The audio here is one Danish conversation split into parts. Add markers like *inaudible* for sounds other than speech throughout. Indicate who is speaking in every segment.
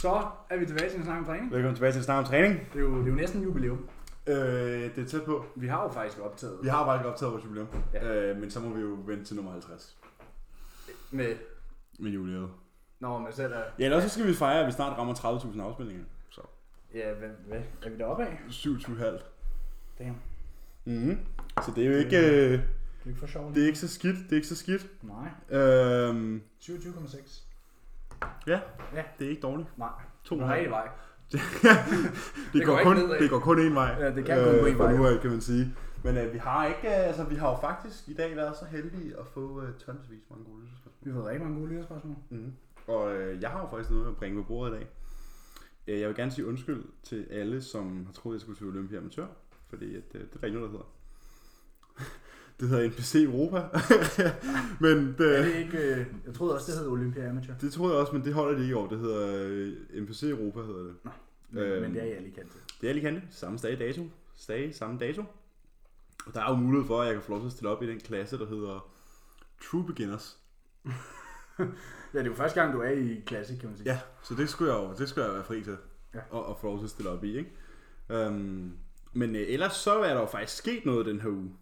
Speaker 1: Så er vi tilbage til en snak om træning.
Speaker 2: Velkommen tilbage til Snak om Træning.
Speaker 1: Det er jo, det er jo næsten jubilæum.
Speaker 2: Øh, det er tæt på.
Speaker 1: Vi har jo faktisk optaget
Speaker 2: Vi har faktisk optaget vores jubilæum,
Speaker 1: Ja.
Speaker 2: ja. øh, men så må vi jo vente til nummer 50
Speaker 1: med...
Speaker 2: med jubilæet.
Speaker 1: Nå, men selv er...
Speaker 2: Ja, ellers så skal vi fejre, at vi snart rammer 30.000 afspilninger. Så
Speaker 1: Ja, hvad, hvad er vi deroppe af?
Speaker 2: 27,5.
Speaker 1: Damn.
Speaker 2: Mm-hmm. Så det er jo ikke, øh,
Speaker 1: Det er ikke for sjovt.
Speaker 2: det er ikke så skidt. Det er ikke så skidt.
Speaker 1: Nej.
Speaker 2: Øhm,
Speaker 1: 27,6.
Speaker 2: ja,
Speaker 1: Ja.
Speaker 2: det er ikke dårligt.
Speaker 1: Nej.
Speaker 2: To
Speaker 1: Den rigtige vej.
Speaker 2: det, går
Speaker 1: går ikke
Speaker 2: kun,
Speaker 1: nedad.
Speaker 2: det går kun én vej.
Speaker 1: Ja, det kan kun gå én
Speaker 2: fra
Speaker 1: vej.
Speaker 2: Nu af, kan man sige. Men øh, vi har ikke, øh, altså vi har jo faktisk i dag været så heldige at få øh, tonsvis mange gode lytterspørgsmål.
Speaker 1: Vi har fået rigtig mange gode lytterspørgsmål.
Speaker 2: Mm. Og øh, jeg har jo faktisk noget at bringe på bordet i dag. Øh, Jeg vil gerne sige undskyld til alle, som har troet, jeg skulle til Olympia Amatør. Fordi at, øh, det er der ikke noget, der hedder. *laughs* det hedder NPC Europa. *laughs* men
Speaker 1: Er
Speaker 2: det,
Speaker 1: det ikke... Øh, jeg troede også, det hed Olympia Amateur.
Speaker 2: det troede jeg også, men det holder de ikke over. Det hedder øh, NPC Europa, hedder det.
Speaker 1: Men,
Speaker 2: Øhm.
Speaker 1: men det er jeg lige kendt til.
Speaker 2: Det er Alicante. Samme sted dato. Stage, samme dato. Og der er jo mulighed for, at jeg kan få lov til at stille op i den klasse, der hedder True Beginners.
Speaker 1: Ja, det er jo første gang, du er i klasse, kan man sige.
Speaker 2: Ja, så det skulle jeg jo det skulle jeg være fri til
Speaker 1: Ja.
Speaker 2: og, og få lov til at stille op i, ikke? Øhm, men øh, ellers så er der jo faktisk sket noget den her uge.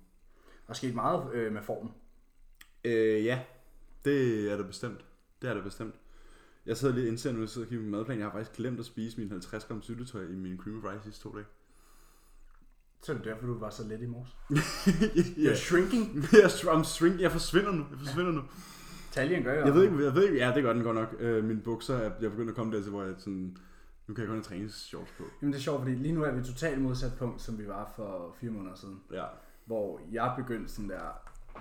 Speaker 1: Der er sket meget øh, med formen.
Speaker 2: Øh, ja, det er der bestemt. Det er der bestemt. Jeg sidder lige indser nu, jeg sidder og kigger på min madplan. Jeg har faktisk glemt at spise min 50 gram syltetøj i min cream of rice sidste to dage. *laughs*
Speaker 1: Så er det derfor, du var så let i morges.
Speaker 2: yeah.
Speaker 1: You're shrinking.
Speaker 2: Jeg, I'm shrink. jeg forsvinder nu. Jeg forsvinder nu.
Speaker 1: Taljen gør jo.
Speaker 2: Jeg ved ikke, jeg ved ikke. Ja, det gør den godt nok. Øh, mine bukser, er, jeg er begyndt at komme dertil, hvor jeg sådan... Nu kan jeg kun have træningsshorts på.
Speaker 1: Jamen det er sjovt, fordi lige nu er vi totalt modsat punkt, som vi var for fire måneder siden.
Speaker 2: Ja.
Speaker 1: Hvor jeg begyndte sådan der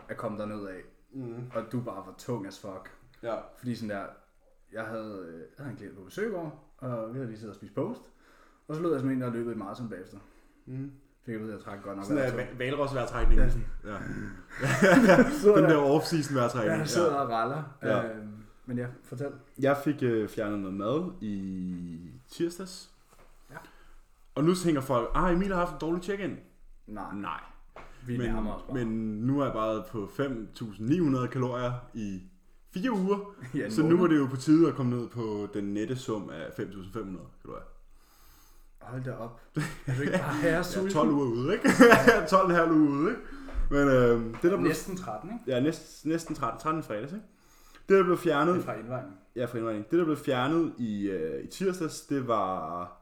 Speaker 1: at komme derned af,
Speaker 2: Mm.
Speaker 1: og du bare var tung as fuck.
Speaker 2: Ja.
Speaker 1: Fordi sådan der, jeg havde, øh, jeg havde en klient på besøg i går, og vi havde lige siddet og spist post. Og så lød jeg som en, der løbet et maraton bagefter.
Speaker 2: Mm.
Speaker 1: Fik jeg ved, at jeg trak godt nok
Speaker 2: Sådan
Speaker 1: vejret
Speaker 2: er
Speaker 1: tungt.
Speaker 2: va- valrosvejrtrækning.
Speaker 1: Ja.
Speaker 2: Ja.
Speaker 1: Sidder
Speaker 2: Den
Speaker 1: der-
Speaker 2: der off-season
Speaker 1: Ja,
Speaker 2: vejrtrækning.
Speaker 1: jeg sidder og raller.
Speaker 2: Ja.
Speaker 1: Øhm, men ja, fortæl.
Speaker 2: Jeg fik øh, fjernet noget mad i tirsdags.
Speaker 1: Ja.
Speaker 2: Og nu tænker folk, ah Emil har haft en dårlig check-in.
Speaker 1: Nej,
Speaker 2: Nej.
Speaker 1: vi men, nærmer os bare.
Speaker 2: men nu er jeg bare på 5.900 kalorier i fire uger.
Speaker 1: *laughs* ja, en
Speaker 2: så nu
Speaker 1: måned.
Speaker 2: er det jo på tide at komme ned på den nette sum af 5.500 kalorier.
Speaker 1: Hold da op. Er du ikke bare
Speaker 2: *laughs*
Speaker 1: herre
Speaker 2: Jeg er
Speaker 1: sulten?
Speaker 2: 12 uger ude, ikke? *laughs* 12,5 uger ude, ikke? Men øh, det der blev...
Speaker 1: Næsten 13, ikke?
Speaker 2: Ja, næst, næsten 13, 13 fredags, ikke? Det der blev fjernet...
Speaker 1: Det er fra indvejning.
Speaker 2: Ja, for indregning. Det, der blev fjernet i, øh, i tirsdags, det var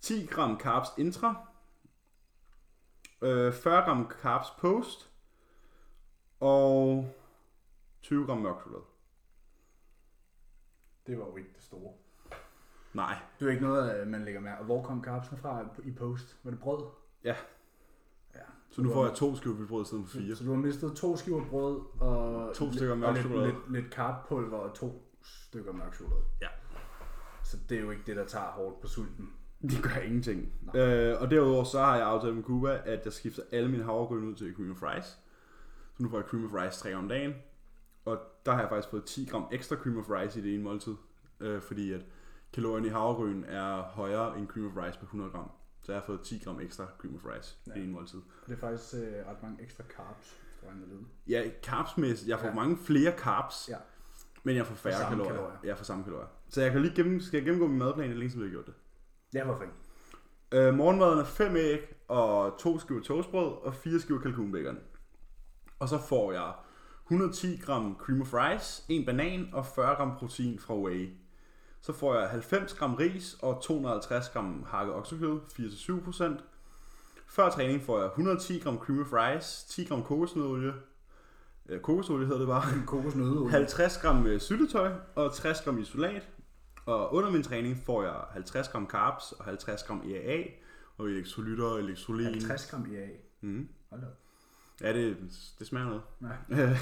Speaker 2: 10 gram carbs intra, øh, 40 gram carbs post, og 20 gram mørk chokolade.
Speaker 1: Det var jo ikke det store.
Speaker 2: Nej.
Speaker 1: Det er ikke noget, øh, man lægger mærke. Og hvor kom karpsene fra i post? Var det brød?
Speaker 2: Ja.
Speaker 1: Ja.
Speaker 2: Så nu får jeg to skiver hvidbrød i stedet for fire.
Speaker 1: Så du har mistet to skiver brød og...
Speaker 2: To stykker mørk
Speaker 1: og lidt,
Speaker 2: chokolade.
Speaker 1: lidt, lidt karppulver og to stykker mørk chokolade.
Speaker 2: Ja.
Speaker 1: Så det er jo ikke det, der tager hårdt på sulten.
Speaker 2: Det gør ingenting. Øh, og derudover så har jeg aftalt med Cuba, at jeg skifter alle mine havregryn ud til cream of rice. Så nu får jeg cream of rice tre gange om dagen. Og der har jeg faktisk fået 10 gram ekstra cream of rice i det ene måltid. Øh, fordi at kalorien i havregryn er højere end cream of rice på 100 gram. Så jeg har fået 10 gram ekstra cream of rice ja. i
Speaker 1: Ja.
Speaker 2: det ene måltid.
Speaker 1: Og det er faktisk øh, ret mange ekstra carbs, hvis du regner det ud.
Speaker 2: Ja, carbsmæssigt. Jeg får
Speaker 1: Ja.
Speaker 2: ja. mange flere carbs,
Speaker 1: Ja.
Speaker 2: ja. men jeg får færre
Speaker 1: samme
Speaker 2: kalorier.
Speaker 1: kalorier.
Speaker 2: kalorier. Jeg får samme kalorier. Så jeg kan lige gennem, skal jeg gennemgå min madplan, det er længe siden vi har gjort det.
Speaker 1: Ja, hvorfor ikke?
Speaker 2: Øh, morgenmaden er fem æg og to skiver toastbrød og fire skiver kalkunbacon. Og så får jeg 110 gram cream of rice, en banan og 40 gram protein fra whey. Så får jeg 90 gram ris og 250 gram hakket oksekød, 4-7%. Før træning får jeg 110 gram cream of rice, 10 gram kokosnødolie, øh, kokosolie hedder det bare,
Speaker 1: Kokosnødeolie.
Speaker 2: 50 gram øh, syltetøj og 60 gram isolat. Og under min træning får jeg 50 gram carbs og 50 gram EAA og elektrolytter og elektrolin.
Speaker 1: 50 gram EA.
Speaker 2: Mm.
Speaker 1: Hold da op.
Speaker 2: Ja, det, det smager noget.
Speaker 1: Nej.
Speaker 2: *laughs*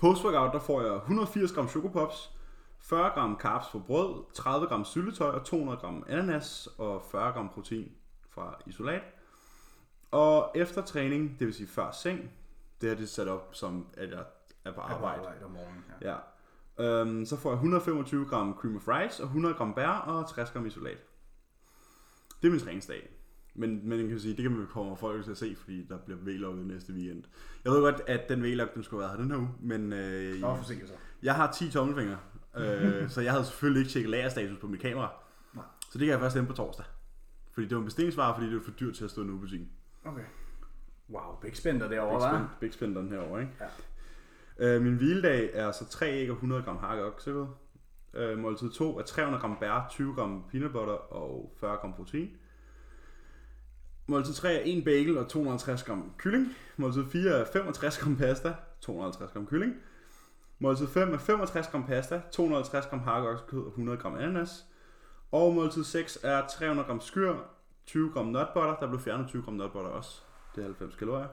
Speaker 2: Post-workout, der får jeg 180 gram chokopops, 40 gram carbs fra brød, 30 gram syltetøj og 200 gram ananas og 40 gram protein fra isolat. Og efter træning, det vil sige før seng, det her det er sat op som, at jeg er på arbejde.
Speaker 1: Arbejde om morgenen. Ja.
Speaker 2: Ja. Øhm, så får jeg 125 gram cream of rice, og 100 gram bær og 60 gram isolat. Det er min træningsdag. Men, men jeg kan sige, det kan man komme folk til at se, fordi der bliver vlogget næste weekend. Jeg ved godt, at den vlog, den skulle have været her den her uge, men øh,
Speaker 1: Nå, forsinkelser. *laughs*
Speaker 2: jeg har 10 tommelfingre, øh, så jeg havde selvfølgelig ikke tjekket lagerstatus på mit kamera.
Speaker 1: Nej.
Speaker 2: Så det kan jeg først hente på torsdag. Fordi det var en bestillingsvare, fordi det var for dyrt til at stå nu i butikken.
Speaker 1: Okay. Wow, big spender derovre,
Speaker 2: Big, spend,
Speaker 1: hva'?
Speaker 2: big spenderen herovre, ikke?
Speaker 1: Ja.
Speaker 2: Øh, min hviledag er så 3 æg og 100 gram hakket oksekød. Øh, måltid 2 er 300 gram bær, 20 gram peanut butter og 40 gram protein. Måltid 3 er 1 bagel og 250 gram kylling. Måltid 4 er 65 gram pasta, 250 gram kylling. Måltid 5 er 65 gram pasta, 250 gram hakket oksekød og 100 gram ananas. Og måltid 6 er 300 gram skyr, 20 gram nutbutter. Der blev fjernet 20 gram nutbutter også. Det er 90 kalorier.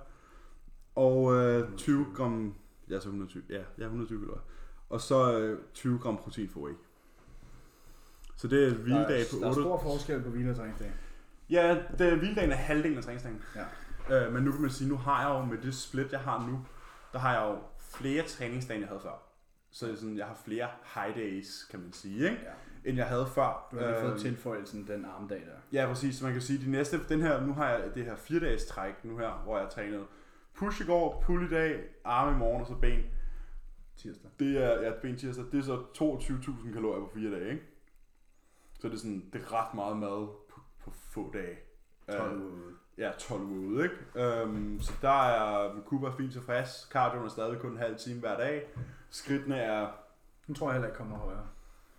Speaker 2: Og øh, 20 gram... Ja, så 120. Ja, ja 120 kalorier. Og så øh, 20 gram protein for whey. Så det er hviledag på
Speaker 1: Der er
Speaker 2: 8...
Speaker 1: stor forskel på hvile og træningsdag.
Speaker 2: Ja, det, hviledagen er halvdelen af træningsdagen.
Speaker 1: Ja.
Speaker 2: Øh, men nu kan man sige, nu har jeg jo med det split, jeg har nu, der har jeg jo flere træningsdage, end jeg havde før. Så det er sådan, jeg har flere high days, kan man sige, ikke?
Speaker 1: ja.
Speaker 2: end jeg havde før.
Speaker 1: Du har lige fået
Speaker 2: Øh,
Speaker 1: tilføjelsen den armdag der.
Speaker 2: Ja, præcis. Så man kan sige, de næste, den her, nu har jeg det her fire dages træk nu her, hvor jeg trænede push i går, pull i dag, arme i morgen og så ben.
Speaker 1: Tirsdag.
Speaker 2: Det er, ja, ben tirsdag, det er så 22.000 kalorier på fire dage, ikke? Så det er sådan, det er ret meget mad på, på få dage.
Speaker 1: 12
Speaker 2: Øh,
Speaker 1: uger ude.
Speaker 2: ja, 12 uger ude, ikke? Øhm, så der er Cuba fint tilfreds. Cardioen er stadig kun en halv time hver dag. Skridtene er,
Speaker 1: Den tror jeg heller ikke kommer højere.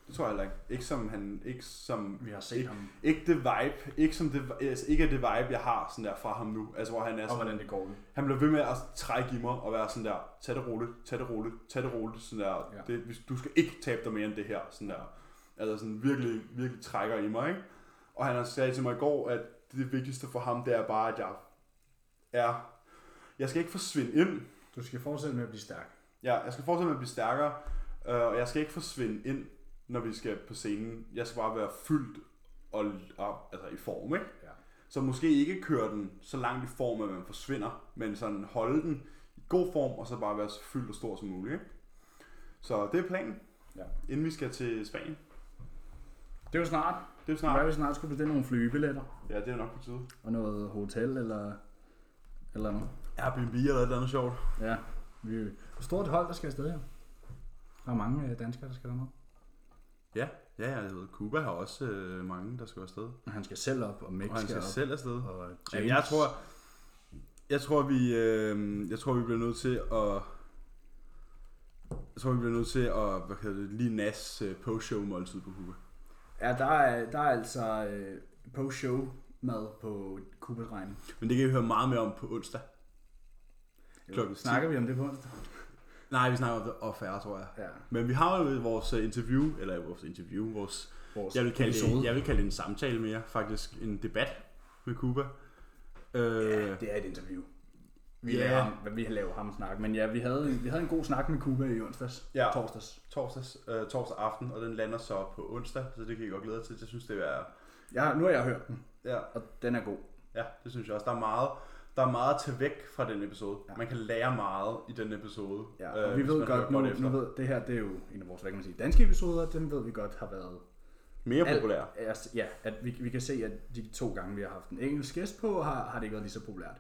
Speaker 2: det tror jeg heller ikke, ikke som han, ikke som,
Speaker 1: Vi har set ham,
Speaker 2: ikke det vibe, ikke som det, altså ikke er det vibe, jeg har sådan der fra ham nu. Altså hvor han er
Speaker 1: og
Speaker 2: sådan,
Speaker 1: hvordan det går.
Speaker 2: han bliver ved med at trække i mig og være sådan der, tag det roligt, tag det roligt, tag det roligt, sådan der,
Speaker 1: Ja.
Speaker 2: ja. det, hvis- du skal ikke tabe dig mere end det her, sådan der. Altså sådan virkelig, virkelig trækker i mig, ikke? Og han har sagt til mig i går, at det vigtigste for ham, det er bare, at jeg er, jeg skal ikke forsvinde ind,
Speaker 1: Du skal fortsætte med at blive stærk.
Speaker 2: Ja, jeg skal fortsætte med at blive stærkere, øh, og jeg skal ikke forsvinde ind, når vi skal på scenen. Jeg skal bare være fyldt og, og altså i form, ikke?
Speaker 1: Ja.
Speaker 2: Så måske ikke køre den så langt i form, at man forsvinder, men sådan holde den i god form, og så bare være så fyldt og stor som muligt, ikke? Så det er planen,
Speaker 1: Ja.
Speaker 2: inden vi skal til Spanien.
Speaker 1: Det er jo snart.
Speaker 2: Det er
Speaker 1: Snart. Hvad
Speaker 2: snart.
Speaker 1: vi snart skulle bestille nogle flybilletter
Speaker 2: Ja, det er nok på tide.
Speaker 1: og noget hotel eller eller noget.
Speaker 2: Airbnb eller et eller andet sjovt.
Speaker 1: Ja. Vi er jo et stort hold, der skal afsted her. Der er mange øh, danskere, der skal derned.
Speaker 2: Ja, ja, jeg ved, Cuba har også øh, mange, der skal afsted.
Speaker 1: Og han skal selv op, og Mick
Speaker 2: Og han skal
Speaker 1: op.
Speaker 2: selv afsted.
Speaker 1: Og James.
Speaker 2: Jamen, jeg tror, jeg tror, vi, øh, jeg tror, vi bliver nødt til at, jeg tror, vi bliver nødt til at, hvad hedder det, lige nas øh, post-show måltid på Cuba.
Speaker 1: Ja, der er, der er altså øh, post-show mad på Kubas regning.
Speaker 2: Men det kan vi høre meget mere om på onsdag. Klokken
Speaker 1: Snakker vi om det på onsdag?
Speaker 2: Nej, vi snakker om det off air, tror jeg.
Speaker 1: Ja.
Speaker 2: Men vi har jo vores øh, interview, eller vores interview, vores,
Speaker 1: Vores
Speaker 2: jeg vil kalde det,
Speaker 1: episode.
Speaker 2: jeg vil kalde det en samtale mere, faktisk en debat med Cuba. Øh,
Speaker 1: Ja, det er et interview. Vi,
Speaker 2: Ja.
Speaker 1: yeah. laver ham, vi laver ham snakke, men ja, vi havde, vi havde en god snak med Kuba i onsdags,
Speaker 2: Ja.
Speaker 1: torsdags.
Speaker 2: torsdags, øh, torsdag aften, og den lander så på onsdag, så det kan I godt glæde jer til. Jeg synes, det er,
Speaker 1: Jeg, har- nu har jeg hørt den,
Speaker 2: ja,
Speaker 1: og den er god.
Speaker 2: Ja, det synes jeg også. Der er meget, der er meget at tage væk fra den episode.
Speaker 1: Ja.
Speaker 2: Ja. Man kan lære meget i den episode.
Speaker 1: Ja, og øh, vi
Speaker 2: hvis
Speaker 1: ved
Speaker 2: man
Speaker 1: godt,
Speaker 2: hører
Speaker 1: nu,
Speaker 2: efter.
Speaker 1: nu ved, det her det er jo en af vores, hvad kan man sige, danske episoder, den ved vi godt har været...
Speaker 2: Mere populær.
Speaker 1: Altså, ja, at vi, vi kan se, at de to gange, vi har haft en engelsk gæst på, har, har det ikke været lige så populært.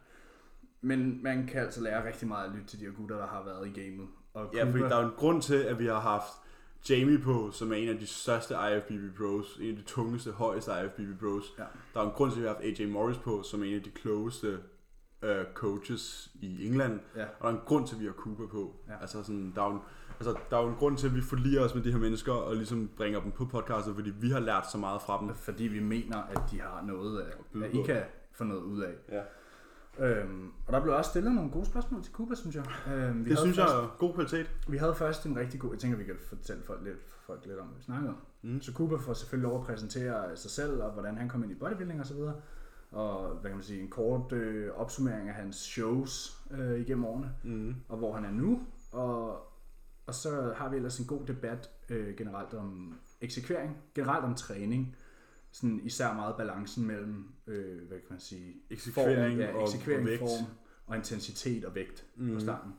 Speaker 1: Men man kan altså lære rigtig meget at lytte til de her gutter, der har været i gamet. Og
Speaker 2: Ja, fordi
Speaker 1: Kuba-
Speaker 2: der er jo en grund til, at vi har haft Jamie på, som er en af de største IFBB Bros, en af de tungeste, højeste IFBB Bros.
Speaker 1: Ja.
Speaker 2: Der er jo en grund til, at vi har haft AJ Morris på, som er en af de klogeste øh, coaches i England.
Speaker 1: Ja.
Speaker 2: Og der er en grund til, at vi har Cooper på.
Speaker 1: Ja.
Speaker 2: Altså, sådan, der, er jo en, altså, der er jo en grund til, at vi forliger os med de her mennesker, og ligesom bringer dem på podcastet, fordi vi har lært så meget fra dem.
Speaker 1: Fordi vi mener, at de har noget, at,
Speaker 2: byde
Speaker 1: at I
Speaker 2: på.
Speaker 1: kan få noget ud af.
Speaker 2: Ja.
Speaker 1: Øhm, og der blev også stillet nogle gode spørgsmål til Kuba, synes jeg. Øhm, vi
Speaker 2: Det synes jeg
Speaker 1: først,
Speaker 2: er god kvalitet.
Speaker 1: Vi havde først en rigtig god... Jeg tænker, vi kan fortælle folk lidt, folk lidt om, hvad vi snakkede om. Mm. Så Kuba får selvfølgelig lov at præsentere sig selv, og hvordan han kom ind i bodybuilding osv. Og, og hvad kan man sige, en kort øh, opsummering af hans shows øh, igennem årene, mm. og hvor han er nu. Og, og så har vi ellers en god debat øh, generelt om eksekvering, generelt om træning. Sådan især meget balancen mellem, øh, hvad kan man sige,
Speaker 2: Eksekvering og- og vægt. Mhm.
Speaker 1: og intensitet og vægt mm. på starten.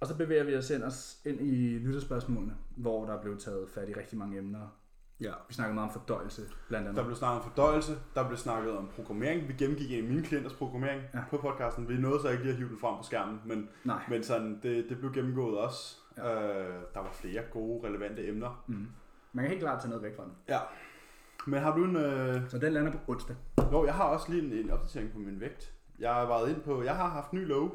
Speaker 1: Og så bevæger vi os ind, os ind i lytterspørgsmålene, hvor der blev taget fat i rigtig mange emner.
Speaker 2: Ja.
Speaker 1: Vi snakkede meget om fordøjelse, blandt andet.
Speaker 2: Der blev snakket om fordøjelse, der blev snakket om programmering. Vi gennemgik en af mine klienters programmering
Speaker 1: Ja.
Speaker 2: ja. på podcasten. Vi nåede så ikke lige at hive den frem på skærmen, men,
Speaker 1: Nej.
Speaker 2: men sådan, det, det blev gennemgået også. Ja. Øh, der var flere gode, relevante emner.
Speaker 1: Mm. Man kan helt klart tage noget væk fra den.
Speaker 2: Ja. Men har du en... Øh...
Speaker 1: Så den lander på onsdag.
Speaker 2: Jo, jeg har også lige en, en opdatering på min vægt. Jeg har vejet ind på... Jeg har haft ny low.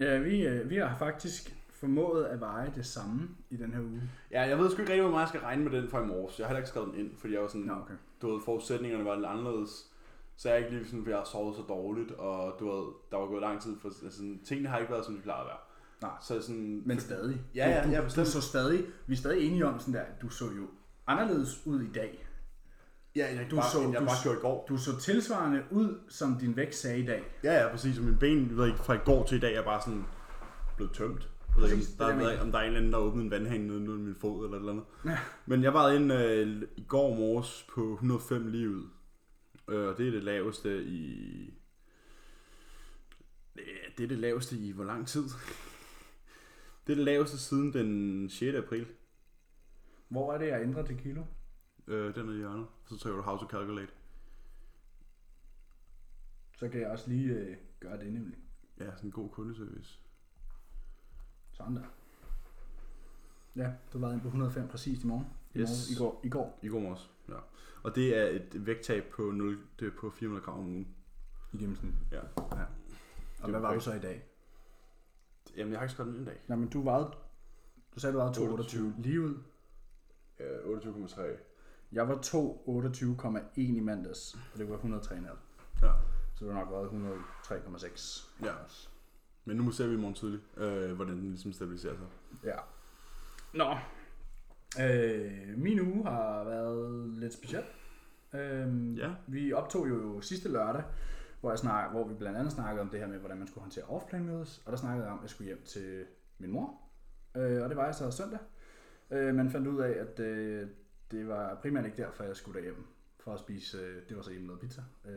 Speaker 1: Ja, vi, øh, vi har faktisk formået at veje det samme i den her uge.
Speaker 2: Ja, jeg ved sgu ikke rigtig, hvor meget jeg skal regne med den fra i morges. Jeg har heller ikke skrevet den ind, fordi jeg var sådan...
Speaker 1: Nå, okay.
Speaker 2: du ved, forudsætningerne var lidt anderledes. Så jeg er ikke lige sådan, fordi jeg har sovet så dårligt, og du ved, der var gået lang tid, for altså, sådan, tingene har ikke været, som de plejede at være.
Speaker 1: Nej.
Speaker 2: Så sådan,
Speaker 1: Men stadig.
Speaker 2: Ja, ja,
Speaker 1: du,
Speaker 2: ja,
Speaker 1: du, du
Speaker 2: bestemt.
Speaker 1: så stadig, vi er stadig enige om sådan der, du så jo anderledes ud i dag.
Speaker 2: ja, jeg,
Speaker 1: du
Speaker 2: bare,
Speaker 1: så-
Speaker 2: jeg
Speaker 1: du
Speaker 2: bare
Speaker 1: så-
Speaker 2: gjorde i går.
Speaker 1: Du så tilsvarende ud, som din vægt sagde i dag.
Speaker 2: Ja, ja, præcis. Og mine ben, jeg ved ikke, fra i går til i dag, er bare sådan blevet tømt. Jeg ved ikke,
Speaker 1: Præcis,
Speaker 2: om der,
Speaker 1: det er
Speaker 2: jeg ved
Speaker 1: det,
Speaker 2: ikke, om der er en eller anden, der åbnede en vandhane nede nede ved min fod eller et eller andet.
Speaker 1: Ja.
Speaker 2: Men jeg var ind øh, i går morges på 105 lige ud. Øh, og det er det laveste i... Ja, Det er det laveste i hvor lang tid? Det er det laveste siden den 6. april.
Speaker 1: Hvor er det, jeg ændrer til kilo?
Speaker 2: Øh, den er i hjørnet. Så tager du How to Calculate.
Speaker 1: Så kan jeg også lige øh, gøre det nemlig.
Speaker 2: Ja, sådan en god kundeservice.
Speaker 1: Sådan der. Ja, du var inde på 105 præcis i morgen. I,
Speaker 2: Yes.
Speaker 1: morgen, i går. I går.
Speaker 2: I går morges, ja. Og det er et vægttab på, 0, det er på 400 gram om ugen.
Speaker 1: I gennemsnit.
Speaker 2: Ja.
Speaker 1: ja. Og
Speaker 2: Det
Speaker 1: hvad
Speaker 2: var
Speaker 1: var du
Speaker 2: okay.
Speaker 1: så i dag?
Speaker 2: Jamen, jeg har ikke skrevet den i dag.
Speaker 1: Jamen, du vejede... Du sagde, du vejede 228
Speaker 2: 28.
Speaker 1: lige ud.
Speaker 2: Ja, 28,3.
Speaker 1: Jeg var 228,1 i mandags, og det var 103,5.
Speaker 2: Ja.
Speaker 1: Så du har nok været 103,6.
Speaker 2: Ja. Men nu må vi se, vi i morgen tidlig, øh, hvordan den ligesom stabiliserer sig.
Speaker 1: Ja. Nå. Øh, min uge har været lidt speciel. Øh,
Speaker 2: Ja.
Speaker 1: Vi optog jo sidste lørdag, hvor, jeg snak, hvor vi blandt andet snakkede om det her med, hvordan man skulle håndtere off-plan mødes. Og der snakkede jeg om, at jeg skulle hjem til min mor. Øh, og det var jeg så søndag. Øh, man fandt ud af, at øh, det var primært ikke derfor, jeg skulle derhjemme for at spise, øh, det var så hjemmelavet pizza. Øh,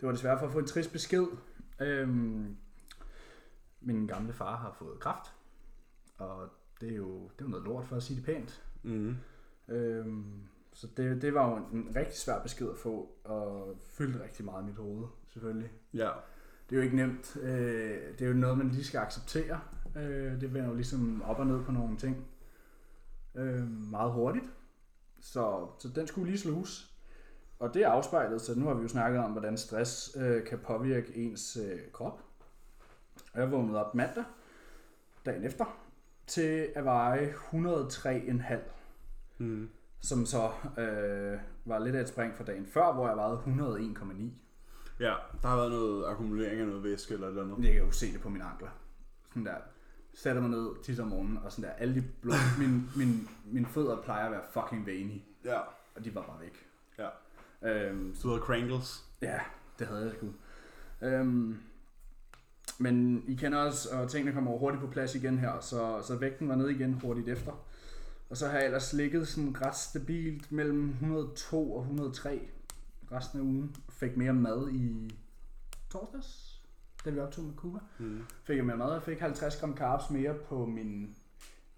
Speaker 1: det var desværre for at få en trist besked. Øh, min gamle far har fået kraft. Og det er jo det er jo noget lort for at sige det pænt.
Speaker 2: Mm-hmm.
Speaker 1: Øhm, så det, det var jo en, en rigtig svær besked at få, og fyldte rigtig meget i mit hoved, selvfølgelig.
Speaker 2: Ja.
Speaker 1: Det er jo ikke nemt. Øh, det er jo noget, man lige skal acceptere. Øh, det vender jo ligesom op og ned på nogle ting øh, meget hurtigt. Så, så den skulle lige sluges. Og det er afspejlet, så nu har vi jo snakket om, hvordan stress øh, kan påvirke ens øh, krop. Og Jeg vågnede op mandag, dagen efter, til at veje 103,5
Speaker 2: Mm-hmm.
Speaker 1: som så øh, var lidt af et spring fra dagen før, hvor jeg vejede 101,9.
Speaker 2: Ja, der har været noget akkumulering af noget væske eller et eller andet.
Speaker 1: Jeg kan jo se det på mine ankler. Sådan der. Sætter mig ned tit om morgenen, og sådan der. Alle de blå... min, min, mine fødder plejer at være fucking vanige,
Speaker 2: Ja.
Speaker 1: og de var bare væk.
Speaker 2: Ja.
Speaker 1: Øhm,
Speaker 2: Så du hedder Crangles.
Speaker 1: ja, det havde jeg sgu. Øhm, men I kender os, og tingene kommer hurtigt på plads igen her, så, så vægten var nede igen hurtigt efter. Og så har jeg ellers ligget sådan ret stabilt mellem 102 og 103 resten af ugen. Fik mere mad i torsdags, da vi optog med Cuba.
Speaker 2: Mm.
Speaker 1: Fik jeg mere mad, jeg fik 50 gram carbs mere på min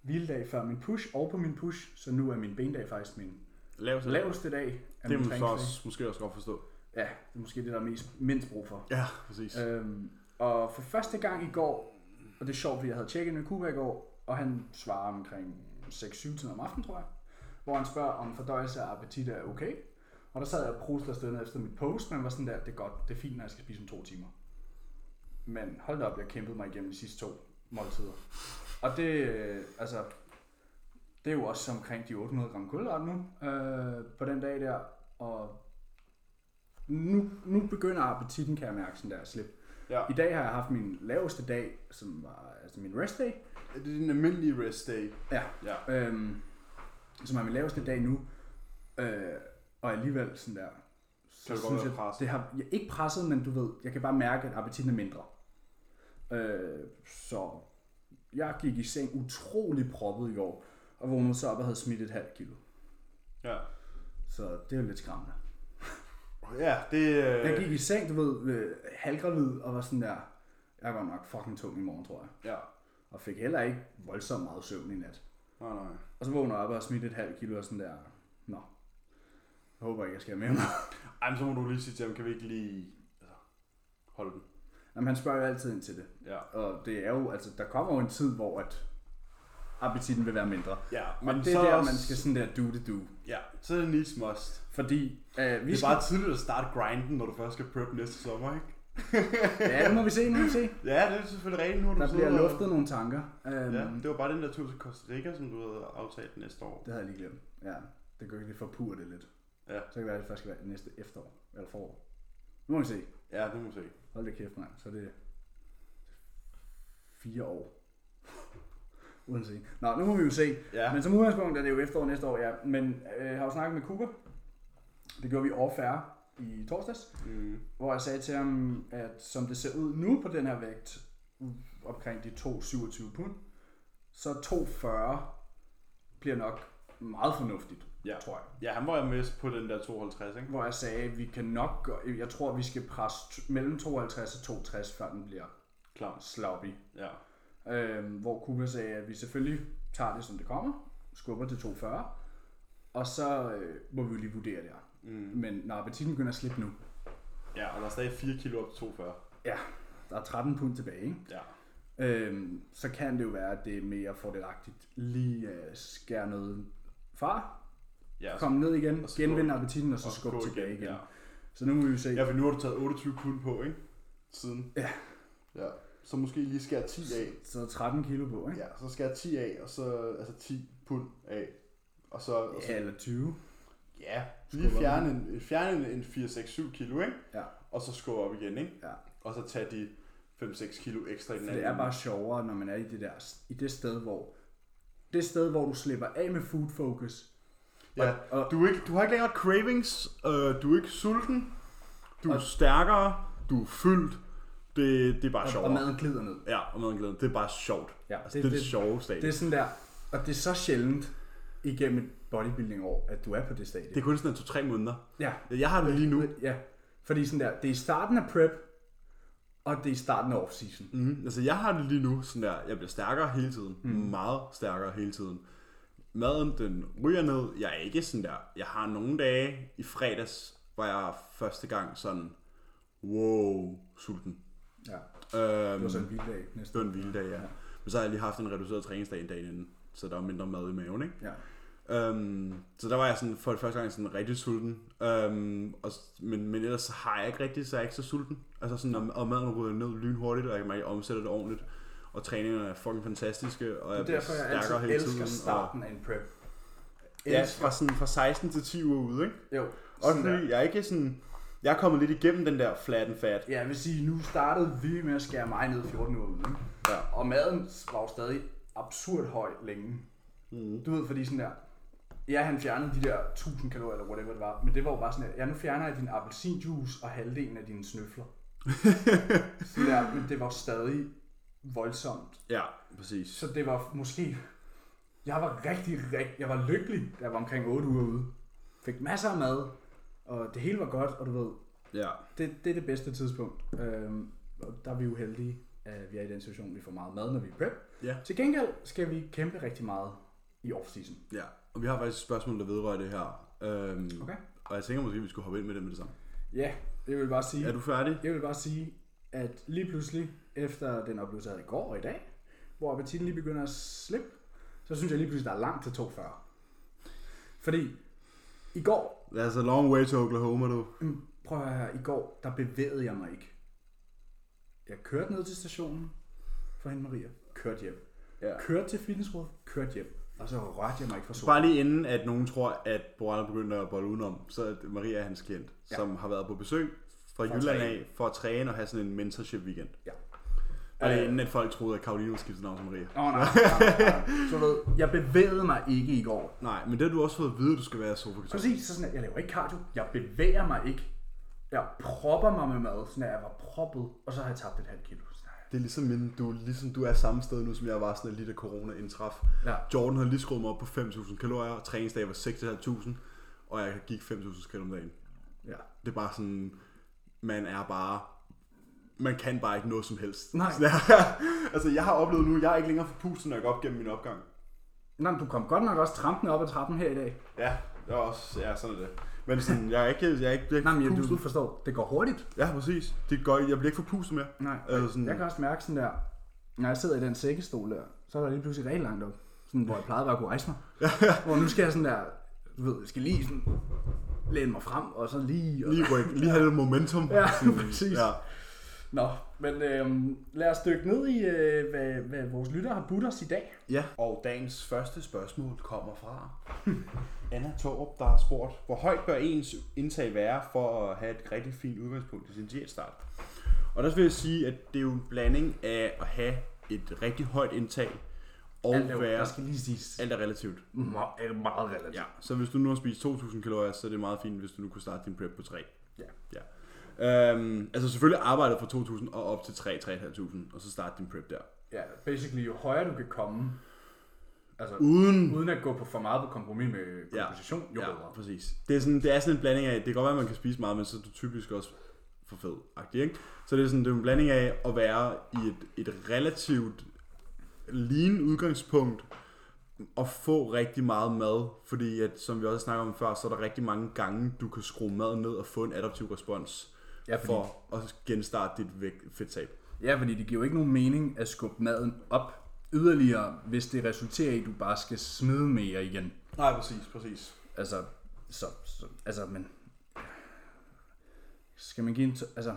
Speaker 1: hviledag før min push, og på min push, så nu er min bendag faktisk min
Speaker 2: Lavt.
Speaker 1: laveste dag af min
Speaker 2: Det må man så
Speaker 1: træningsdag.
Speaker 2: også, måske også godt forstå.
Speaker 1: Ja, det er måske det, der er mest, mindst brug for.
Speaker 2: Ja, Øh, præcis.
Speaker 1: Øhm, og for første gang i går, og det er sjovt, fordi jeg havde tjekket med Kuba i går, og han svarer omkring 6-7 timer om aftenen, tror jeg, hvor han spørger, om fordøjelse og appetit er okay. Og der sad jeg og prostede afsted ned efter mit post, men var sådan der, det er godt, det er fint, når jeg skal spise om to timer. Men hold da op, jeg kæmpede mig igennem de sidste to måltider. Og det, øh, altså, det er jo også omkring de 800 gram kulhydrat nu, øh, på den dag der, og nu, nu begynder appetitten, kan jeg mærke, sådan der at slippe.
Speaker 2: Ja.
Speaker 1: I dag har jeg haft min laveste dag, som var altså min rest day,
Speaker 2: Er det din almindelige rest day?
Speaker 1: Ja.
Speaker 2: Ja.
Speaker 1: øhm, som er min laveste dag nu, øh, og alligevel sådan der, så
Speaker 2: Kan du godt være presset?
Speaker 1: det har jeg, ikke presset, men du ved, jeg kan bare mærke, at appetitten er mindre. Øh, så jeg gik i seng utrolig proppet i går, og vågnede så op og havde smidt et halvt kilo.
Speaker 2: Ja.
Speaker 1: Så det er jo lidt skræmmende.
Speaker 2: Ja, det... Øh...
Speaker 1: Jeg gik i seng, du ved, øh, halvgravid, og var sådan der, jeg var nok fucking tung i morgen, tror jeg.
Speaker 2: Ja.
Speaker 1: Og fik heller ikke voldsomt meget søvn i nat.
Speaker 2: Nej, nej.
Speaker 1: Og så vågner jeg op og har smidt et halvt kilo og sådan der. Nå, jeg håber ikke, jeg skal have mere mad. *laughs*
Speaker 2: Ej, men så må du lige sige til ham, kan vi ikke lige altså, holde den?
Speaker 1: Jamen, han spørger jo altid ind til det.
Speaker 2: Ja.
Speaker 1: Og det er jo, altså, der kommer jo en tid, hvor at appetitten vil være mindre.
Speaker 2: Ja,
Speaker 1: Men det er der, man skal sådan der do det do.
Speaker 2: Ja, Så er det needs must.
Speaker 1: Fordi øh, vi
Speaker 2: Det er
Speaker 1: skal...
Speaker 2: bare tidligt at starte grinden, når du først skal prep næste sommer, ikke?
Speaker 1: Ja, nu må vi se, nu må vi se.
Speaker 2: Ja, det er selvfølgelig rigtigt. Nu har du
Speaker 1: Der bliver
Speaker 2: siddet og-
Speaker 1: luftet nogle tanker. Øhm,
Speaker 2: Ja, det var bare den der tur til Costa Rica, som du havde aftalt næste år.
Speaker 1: Det havde jeg lige glemt. Ja, det kunne jeg lige forpure det lidt.
Speaker 2: Ja.
Speaker 1: Så kan det være, at det først skal være næste efterår, eller forår. Nu må vi se.
Speaker 2: Ja, det må vi se.
Speaker 1: Hold da kæft, mand. Så er det fire år. *laughs* Uden se. Nå, nu må vi jo se.
Speaker 2: Ja.
Speaker 1: Men som udgangspunkt er det jo efterår næste år, ja. Men øh, jeg har jo snakket med Cooper. Det gjorde vi off air i torsdags.
Speaker 2: Mm.
Speaker 1: Hvor jeg sagde til ham, at som det ser ud nu på den her vægt, omkring de 2,27 pund, så 2,40 bliver nok meget fornuftigt,
Speaker 2: Ja.
Speaker 1: tror jeg.
Speaker 2: ja, han var jo mest på den der 52, ikke?
Speaker 1: Hvor jeg sagde, at vi kan nok, gøre- jeg tror, vi skal presse t- mellem 52 og 62, før den bliver
Speaker 2: Klart.
Speaker 1: sloppy.
Speaker 2: Ja.
Speaker 1: Øh, hvor Kuba sagde, at vi selvfølgelig tager det, som det kommer, skubber til 240, og så øh, må vi jo lige vurdere det her. Mm. Men når appetitten begynder at slippe nu,
Speaker 2: Ja, og der er stadig 4 kilo op til 42.
Speaker 1: ja, der er 13 pund tilbage, ikke?
Speaker 2: Ja.
Speaker 1: Øhm, så kan det jo være, at det er mere fordelagtigt lige øh, skære noget far,
Speaker 2: Ja, så,
Speaker 1: komme ned igen,
Speaker 2: og så
Speaker 1: genvinde
Speaker 2: gå-
Speaker 1: appetitten og så
Speaker 2: og så
Speaker 1: skubbe
Speaker 2: gå
Speaker 1: tilbage igen.
Speaker 2: igen,
Speaker 1: igen.
Speaker 2: ja.
Speaker 1: Så nu må vi jo se.
Speaker 2: ja, for nu har du taget 28 pund på, ikke? Siden.
Speaker 1: Ja.
Speaker 2: Ja. Så måske lige skære 10 af.
Speaker 1: Så er 13 kilo på, ikke?
Speaker 2: Ja, så skære 10 af, og så altså 10 pund af. Og så, og så
Speaker 1: Ja, eller 20.
Speaker 2: ja, lige
Speaker 1: Skubber
Speaker 2: fjerne en, øh, fjerne en 4-6-7 kilo, ikke?
Speaker 1: Ja,
Speaker 2: Og så skubbe op igen, ikke?
Speaker 1: ja.
Speaker 2: Og så tage de 5-6 kilo ekstra i den
Speaker 1: For
Speaker 2: anden.
Speaker 1: det er bare sjovere, når man er i det, der, i det sted, hvor det sted, hvor du slipper af med food focus.
Speaker 2: Ja,
Speaker 1: Og-
Speaker 2: du, er ikke, du har ikke længere cravings, øh, du er ikke sulten, du er stærkere, du er fyldt, det, det er bare sjovt.
Speaker 1: Og maden glider ned.
Speaker 2: Ja, og maden glæder. Det er bare sjovt.
Speaker 1: Ja,
Speaker 2: altså, det, det, er det sjove stadie.
Speaker 1: Det er
Speaker 2: Det,
Speaker 1: sådan der, og det er så sjældent igennem et bodybuilding-år, at du er på det stadie.
Speaker 2: det er kun sådan to-tre måneder.
Speaker 1: Ja,
Speaker 2: Jeg har det lige nu.
Speaker 1: ja. Fordi sådan der, det er i starten af prep, og det er i starten af off-season.
Speaker 2: Mm, altså, jeg har det lige nu sådan der, jeg bliver stærkere hele tiden. Mm. Meget stærkere hele tiden. Maden, den ryger ned. Jeg er ikke sådan der. Jeg har nogle dage i fredags, hvor jeg første gang sådan, wow, sulten.
Speaker 1: Ja,
Speaker 2: Øhm,
Speaker 1: det var så en vild dag næste
Speaker 2: Det var en hviledag, ja. Men så har jeg lige haft en reduceret træningsdag en dag inden, så der var mindre mad i maven, ikke?
Speaker 1: Ja.
Speaker 2: Øhm, så der var jeg sådan, for det første gang sådan rigtig sulten. Øhm, og, s- men, men ellers så har jeg ikke rigtig, så er jeg ikke så sulten. Altså sådan, og, og maden ryger ned lynhurtigt, og jeg kan mærke, at jeg omsætter det ordentligt. Og træningerne er fucking fantastiske, og jeg
Speaker 1: Det er
Speaker 2: bliver
Speaker 1: derfor, jeg
Speaker 2: stærkere
Speaker 1: altid
Speaker 2: hele
Speaker 1: elsker
Speaker 2: tiden. Og,
Speaker 1: starten af en prep.
Speaker 2: ja, fra, sådan, fra 16 til 10 uger ude, ikke?
Speaker 1: Jo,
Speaker 2: Og
Speaker 1: sådan der.
Speaker 2: fordi jeg er ikke sådan... Jeg er kommet lidt igennem den der flat and fat.
Speaker 1: Ja, jeg vil sige, nu startede vi med at skære mig ned 14 uger uden.
Speaker 2: Ja.
Speaker 1: Og maden var jo stadig absurd høj længe. Mm. Du ved, fordi sådan der, ja, han fjernede de der 1000 kalorier, eller whatever det var, men det var jo bare sådan, at ja, nu fjerner jeg din appelsinjuice og halvdelen af dine snøfler. sådan der, men det var stadig voldsomt.
Speaker 2: Ja, præcis.
Speaker 1: Så det var måske, jeg var rigtig, rigtig, jeg var lykkelig, da jeg var omkring 8 uger ude. Fik masser af mad, og det hele var godt, og du ved,
Speaker 2: Ja,
Speaker 1: det, det er det bedste tidspunkt. Øhm, og der er vi jo heldige, at vi er i den situation, vi får meget mad, når vi er prep.
Speaker 2: Ja.
Speaker 1: Til gengæld skal vi kæmpe rigtig meget i off-season.
Speaker 2: ja. Og vi har faktisk et spørgsmål, der vedrører det her. Øhm,
Speaker 1: Okay.
Speaker 2: Og jeg tænker måske, at vi skulle hoppe ind med det med det samme.
Speaker 1: Ja, jeg vil bare sige,
Speaker 2: Er du færdig?
Speaker 1: jeg vil bare sige at lige pludselig, efter den oplevelse, jeg havde i går og i dag, hvor appetitten lige begynder at slippe, så synes jeg lige pludselig, der er langt til 2.40. Fordi i går,
Speaker 2: That's a long way to Oklahoma, du.
Speaker 1: mm, prøv at høre her, i går, der bevægede jeg mig ikke. Jeg kørte ned til stationen for hende Maria, kørte hjem.
Speaker 2: Ja.
Speaker 1: kørte til fitnessrådet, kørte hjem. Og så rørte jeg mig ikke fra solen.
Speaker 2: Bare lige inden, at nogen tror, at Borana begyndte at bolle udenom, så er det Maria hans klient, ja. som har været på besøg fra Jylland
Speaker 1: træne.
Speaker 2: af for at træne og have sådan en mentorship weekend.
Speaker 1: Ja.
Speaker 2: Og det er inden, at folk troede, at Karoline ville skifte navn til Maria.
Speaker 1: Åh, nej, nej, nej. Så du ved, jeg bevægede mig ikke i går.
Speaker 2: Nej, men det har du også fået at vide, at du skal være sofa
Speaker 1: Præcis, så sådan, at jeg laver ikke cardio. Jeg bevæger mig ikke. Jeg propper mig med mad, sådan at jeg var proppet, og så har jeg tabt et halvt kilo. Sådan at-
Speaker 2: Det er ligesom, min, du, ligesom du er samme sted nu, som jeg var sådan lidt, da corona indtraf.
Speaker 1: Ja.
Speaker 2: Jordan havde lige skruet mig op på 5.000 kalorier, og træningsdag var 6.500, og jeg gik 5.000 skridt om dagen.
Speaker 1: Ja.
Speaker 2: Det er bare sådan, man er bare, man kan bare ikke noget som helst. *laughs*
Speaker 1: Nej.
Speaker 2: Sådan, altså, jeg har oplevet nu, jeg er ikke længere forpustet, når jeg går op gennem min opgang.
Speaker 1: Nå, men du kom godt nok også trampende op ad trappen her i dag.
Speaker 2: Ja, det er også, ja, sådan er det. Men sådan, jeg er ikke, jeg er ikke, jeg er ikke
Speaker 1: Nej, men jeg,
Speaker 2: forpustet.
Speaker 1: du, du forstår, det går hurtigt.
Speaker 2: Ja, præcis. Det går, jeg bliver ikke forpustet mere.
Speaker 1: Nej,
Speaker 2: Altså sådan,
Speaker 1: jeg kan også mærke Øh, sådan der, når jeg sidder i den sækkestol der, så er der lige pludselig rigtig langt op. Sådan, hvor jeg plejede bare at kunne rejse mig. hvor nu skal jeg sådan der du ved, jeg skal lige sådan læne mig frem, og så lige... Og...
Speaker 2: Lige ryk, lige have lidt momentum.
Speaker 1: Ja,
Speaker 2: Sådan,
Speaker 1: *laughs* præcis.
Speaker 2: Ja.
Speaker 1: Nå, men øh, lad os dykke ned i, øh, hvad, hvad vores lyttere har budt os i dag.
Speaker 2: ja. Og dagens første spørgsmål kommer fra *laughs* Anna Torup, der har spurgt, hvor højt bør ens indtag være for at have et rigtig fint udgangspunkt til sin diætstart? Og der vil jeg sige, at det er jo en blanding af at have et rigtig højt indtag og
Speaker 1: Alt er jo-
Speaker 2: være...
Speaker 1: der skal lige siges, Mm.
Speaker 2: Alt er relativt.
Speaker 1: me- er meget relativt.
Speaker 2: Ja, så hvis du nu har spist 2.000 kalorier, så er det meget fint, hvis du nu kunne starte din prep på 3.
Speaker 1: Ja.
Speaker 2: ja. Øhm, altså selvfølgelig arbejdet fra 2.000 og op til 3-3.500, og så starte din prep der.
Speaker 1: ja, basically, jo højere du kan komme, altså
Speaker 2: Uden...
Speaker 1: uden at gå på for meget på kompromis med
Speaker 2: Ja.
Speaker 1: komposition, jo
Speaker 2: Ja,
Speaker 1: bedre.
Speaker 2: præcis. Det er, sådan, det er sådan en blanding af, det kan godt være, at man kan spise meget, men så er du typisk også for fed ikke? Så det er sådan det er en blanding af at være i et, et relativt lean udgangspunkt, og få rigtig meget mad, fordi at, som vi også snakker om før, så er der rigtig mange gange, du kan skrue mad ned og få en adaptiv respons.
Speaker 1: Ja, fordi, for...
Speaker 2: for at genstarte dit vægt- fedttab.
Speaker 1: ja, fordi det giver jo ikke nogen mening at skubbe maden op yderligere, hvis det resulterer i, at du bare skal smide mere igen.
Speaker 2: Nej, præcis, præcis.
Speaker 1: Altså, så, så altså, men... Skal man give en... t- altså...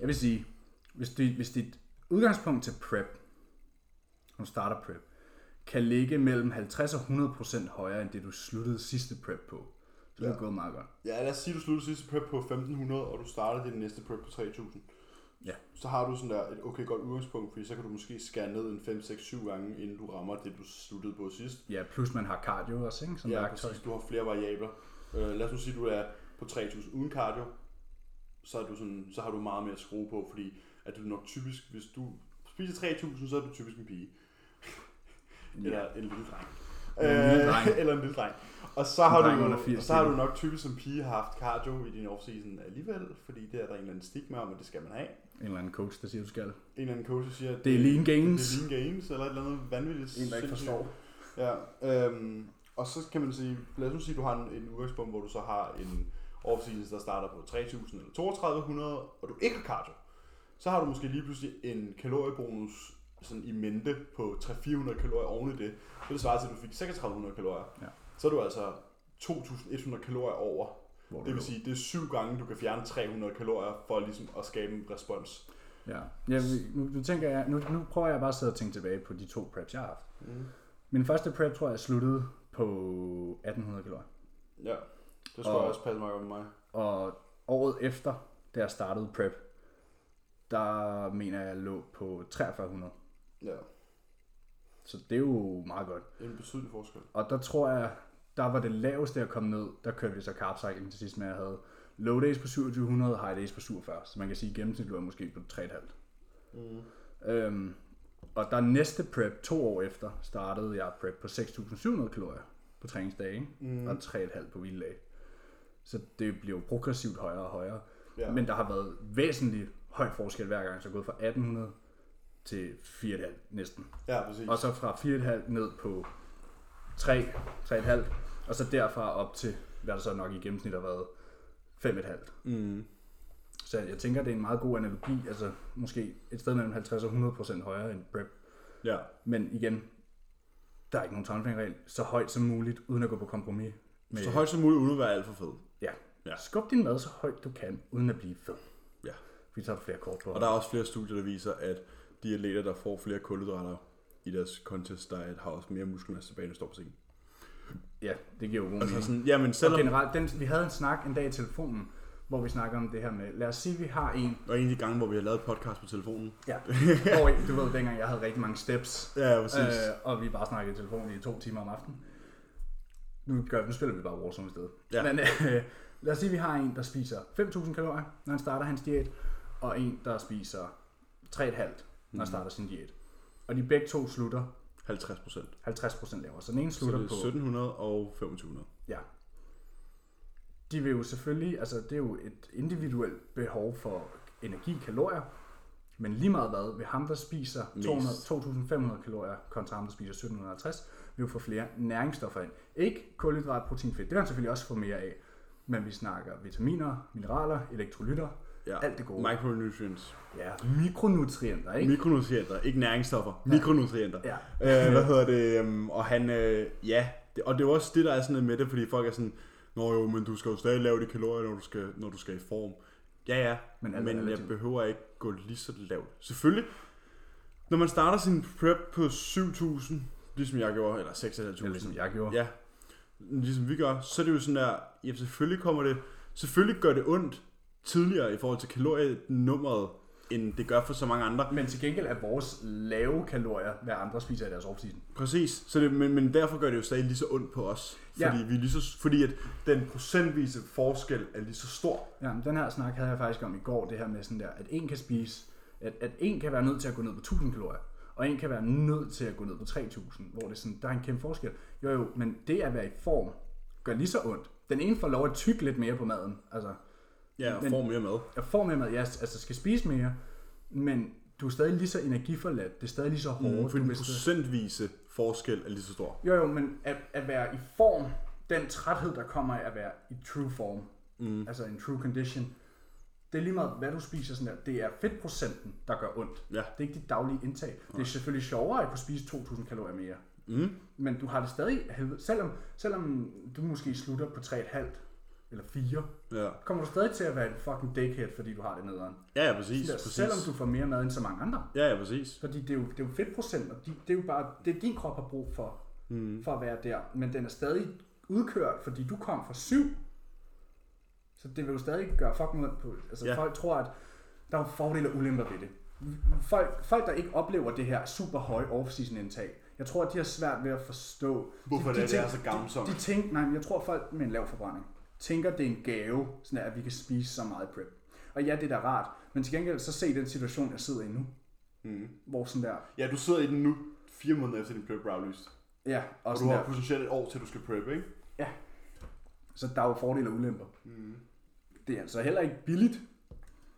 Speaker 1: Jeg vil sige, hvis, dit, hvis dit udgangspunkt til prep, når du starter prep, kan ligge mellem 50 og 100% højere, end det du sluttede sidste prep på, så ja. det er gået meget godt.
Speaker 2: Ja, lad os sige, du slutter sidste prep på 1500, og du starter din næste prep på 3000.
Speaker 1: Ja.
Speaker 2: Så har du sådan der et okay godt udgangspunkt, fordi så kan du måske skære ned en 5, 6, 7 gange, inden du rammer det, du sluttede på sidst.
Speaker 1: Ja, plus man har cardio også, ikke? Som
Speaker 2: Ja,
Speaker 1: værktøj.
Speaker 2: præcis. Du har flere variabler. Øh, lad os nu sige, at du er på 3000 uden cardio, så, er du sådan, så har du meget mere at skrue på, fordi at du nok typisk, hvis du spiser 3000, så er du typisk
Speaker 1: *laughs*
Speaker 2: en pige. eller en lille dreng.
Speaker 1: Eller en lille dreng.
Speaker 2: Øh, *laughs* eller en lille dreng. Og så har,
Speaker 1: dreng
Speaker 2: du,
Speaker 1: under
Speaker 2: og
Speaker 1: 80
Speaker 2: så har
Speaker 1: kilo.
Speaker 2: du nok typisk som pige haft cardio i din off-season alligevel, fordi det er der en eller anden stigma om, at det skal man have.
Speaker 1: En eller anden coach, der siger, du skal.
Speaker 2: En eller anden coach der siger, at
Speaker 1: Det er lean gains.
Speaker 2: det er lean gains, eller et eller andet vanvittigt.
Speaker 1: En, der ikke
Speaker 2: sindssygt.
Speaker 1: forstår.
Speaker 2: Ja, øhm, og så kan man sige, lad os nu sige, at du har en, en udgangspunkt, hvor du så har en off-season, der starter på 3.000 eller 3200, og du ikke har cardio, så har du måske lige pludselig en kaloriebonus sådan i mente på 300-400 kalorier oven i det. Så det svarer til, at du fik 3600 kalorier.
Speaker 1: Ja.
Speaker 2: Så er du altså 2.100 kalorier over.
Speaker 1: Hvor du
Speaker 2: Det vil
Speaker 1: lå.
Speaker 2: sige, det er syv gange, du kan fjerne 300 kalorier for ligesom at skabe en respons.
Speaker 1: Ja. ja nu, nu, tænker jeg, nu, nu prøver jeg bare at sidde og tænke tilbage på de to preps, jeg har haft.
Speaker 2: Mm.
Speaker 1: Min første prep, tror jeg, sluttede på 1800 kalorier.
Speaker 2: Ja, det
Speaker 1: Og-
Speaker 2: passe meget godt med mig.
Speaker 1: Og året efter, da jeg startede prep, der mener jeg, jeg lå på 4300.
Speaker 2: Ja,
Speaker 1: Så det er jo meget godt.
Speaker 2: en betydelig forskel.
Speaker 1: Og der tror jeg, der var det laveste, jeg kom ned. Der kørte vi så carbcycling til sidst med, jeg havde low days på 2700, high days på 47. Så man kan sige, at gennemsnit lå jeg måske på 3,5.
Speaker 2: Mm.
Speaker 1: Øhm, og der næste prep, to år efter, startede jeg prep på 6.700 kalorier på træningsdage, ikke?
Speaker 2: Mm.
Speaker 1: og 3,5 på hviledag. Så det bliver jo progressivt højere og højere.
Speaker 2: Ja.
Speaker 1: Ja. Men der har været væsentlig høj forskel hver gang, så jeg er gået fra 1.800 til 4,5 næsten.
Speaker 2: Ja, præcis.
Speaker 1: Og så fra 4,5 ned på 3, 3,5, og så derfra op til, hvad der så nok i gennemsnit har været, 5,5.
Speaker 2: Mm.
Speaker 1: Så jeg tænker, det er en meget god analogi, altså måske et sted mellem 50 og 100% højere end prep.
Speaker 2: Ja.
Speaker 1: Men igen, der er ikke nogen tommelfingerregel. Så højt som muligt, uden at gå på kompromis. Med,
Speaker 2: Så højt som muligt, uden at være alt for fed.
Speaker 1: Ja.
Speaker 2: Ja.
Speaker 1: ja. Skub din mad så højt du kan, uden at blive fed.
Speaker 2: Ja.
Speaker 1: Vi tager flere kort på.
Speaker 2: Og der er også flere studier, der viser, at de atleter, der får flere kulhydrater i deres contest diet, har også mere muskelmasse tilbage, når de står på scenen.
Speaker 1: Ja, det giver jo god mening.
Speaker 2: Altså sådan, ja, men
Speaker 1: Og
Speaker 2: selvom...
Speaker 1: generelt, den, vi havde en snak en dag i telefonen, hvor vi snakker om det her med, lad os sige, vi har en,
Speaker 2: Og en af de gange, hvor vi har lavet podcast på telefonen.
Speaker 1: ja, hvor en, du ved, dengang jeg havde rigtig mange steps,
Speaker 2: Ja, præcis.
Speaker 1: øh, og vi bare snakkede i telefonen i to timer om aftenen. Nu, gør, nu spiller vi bare Warzone i stedet.
Speaker 2: Ja.
Speaker 1: Ja. Men øh, lad os sige, at vi har en, der spiser 5.000 kalorier, når han starter hans diæt, og en, der spiser 3,5, når han mm. starter sin diæt. Og de begge to slutter
Speaker 2: 50 procent.
Speaker 1: 50% lavere. Så den ene
Speaker 2: Så det
Speaker 1: slutter
Speaker 2: er
Speaker 1: på...
Speaker 2: 1700 og 2500.
Speaker 1: Ja. De vil jo selvfølgelig, altså det er jo et individuelt behov for energi, kalorier, men lige meget hvad, vil ham, der spiser 200, 2.500 kalorier, kontra ham, der spiser 1.750, vil jo få flere næringsstoffer ind. Ikke kulhydrat, protein, fedt, det vil han selvfølgelig også få mere af, men vi snakker vitaminer, mineraler, elektrolytter,
Speaker 2: Ja.
Speaker 1: alt det gode.
Speaker 2: Micronutrients.
Speaker 1: ja, mikronutrienter, ikke?
Speaker 2: Mikronutrienter, ikke næringsstoffer. Mikronutrienter.
Speaker 1: Ja.
Speaker 2: Øh, hvad hedder det? øhm, Og han, øh, ja, Det, og det er jo også det, der er sådan lidt med det, fordi folk er sådan, Nå jo, men du skal jo stadig lave de kalorier, når du skal, når du skal i form. Ja, ja,
Speaker 1: Men
Speaker 2: men,
Speaker 1: alt er
Speaker 2: men jeg
Speaker 1: relativt.
Speaker 2: behøver ikke gå lige så lavt. Selvfølgelig, når man starter sin prep på 7.000, ligesom jeg gjorde, eller 6.500,
Speaker 1: Eller ligesom jeg gjorde.
Speaker 2: Ja, ligesom vi gør, så er det jo sådan der, ja, selvfølgelig kommer det, selvfølgelig gør det ondt tidligere i forhold til kalorienummeret, end det gør for så mange andre.
Speaker 1: Men til gengæld er vores lave kalorier, hvad andre spiser i deres off-season.
Speaker 2: Præcis, så det, men, men derfor gør det jo stadig lige så ondt på os,
Speaker 1: Ja.
Speaker 2: fordi, ja. vi er lige så, fordi at den procentvise forskel er lige så stor.
Speaker 1: Ja, men den her snak havde jeg faktisk om i går, det her med sådan der, at en kan spise, at, at en kan være nødt til at gå ned på 1000 kalorier, og en kan være nødt til at gå ned på 3000, hvor det er sådan, der er en kæmpe forskel. Jo jo, men det at være i form, gør lige så ondt. Den ene får lov at tykke lidt mere på maden, altså
Speaker 2: Ja, og
Speaker 1: Men-
Speaker 2: får mere mad.
Speaker 1: jeg får mere mad, jeg altså skal spise mere, men du er stadig lige så energiforladt, det er stadig lige så hårdt.
Speaker 2: Mm, Fordi
Speaker 1: du
Speaker 2: den
Speaker 1: vil stadig-
Speaker 2: procentvise forskel er lige så stor.
Speaker 1: Jo, jo, men at, at være i form, den træthed, der kommer af at være i true form, mm. altså en true condition, det er lige meget, hvad du spiser sådan der. Det er fedtprocenten, der gør ondt.
Speaker 2: Ja.
Speaker 1: Det er ikke dit daglige indtag. Det er selvfølgelig sjovere at kunne spise 2.000 kalorier mere. Mm. Men du har det stadig, helvede- selvom, selvom du måske slutter på 3,5 eller 4,
Speaker 2: Ja,
Speaker 1: kommer du stadig til at være en fucking dickhead, fordi du har det nederen.
Speaker 2: ja, ja præcis.
Speaker 1: Der,
Speaker 2: præcis.
Speaker 1: selvom du får mere mad end så mange andre.
Speaker 2: Ja, ja, præcis.
Speaker 1: Fordi det er jo, det er jo fedtprocent, og de, det er jo bare det, din krop har brug for, mm. for at være der. Men den er stadig udkørt, fordi du kom fra syv. Så det vil jo stadig gøre fucking ondt på. Altså
Speaker 2: Ja.
Speaker 1: ja. folk tror, at der er jo fordele og ulemper ved det. Folk, folk, der ikke oplever det her super høje off-season indtag, jeg tror, at de har svært ved at forstå.
Speaker 2: Hvorfor
Speaker 1: de,
Speaker 2: det er, det er
Speaker 1: tænker-
Speaker 2: så gavnsomt.
Speaker 1: De, de tænker, nej, men jeg tror, folk med en lav forbrænding tænker, det er en gave, sådan at vi kan spise så meget prep. Og ja, det er da rart, men til gengæld så se den situation, jeg sidder i nu. Mm. Hvor sådan der,
Speaker 2: Ja, du sidder i den nu, fire måneder efter din prep brow
Speaker 1: Ja, og
Speaker 2: Og du
Speaker 1: sådan
Speaker 2: har
Speaker 1: der.
Speaker 2: potentielt et år til, du skal prep, ikke?
Speaker 1: Ja. Så der er jo fordele og ulemper. Mm. Det er altså heller ikke billigt.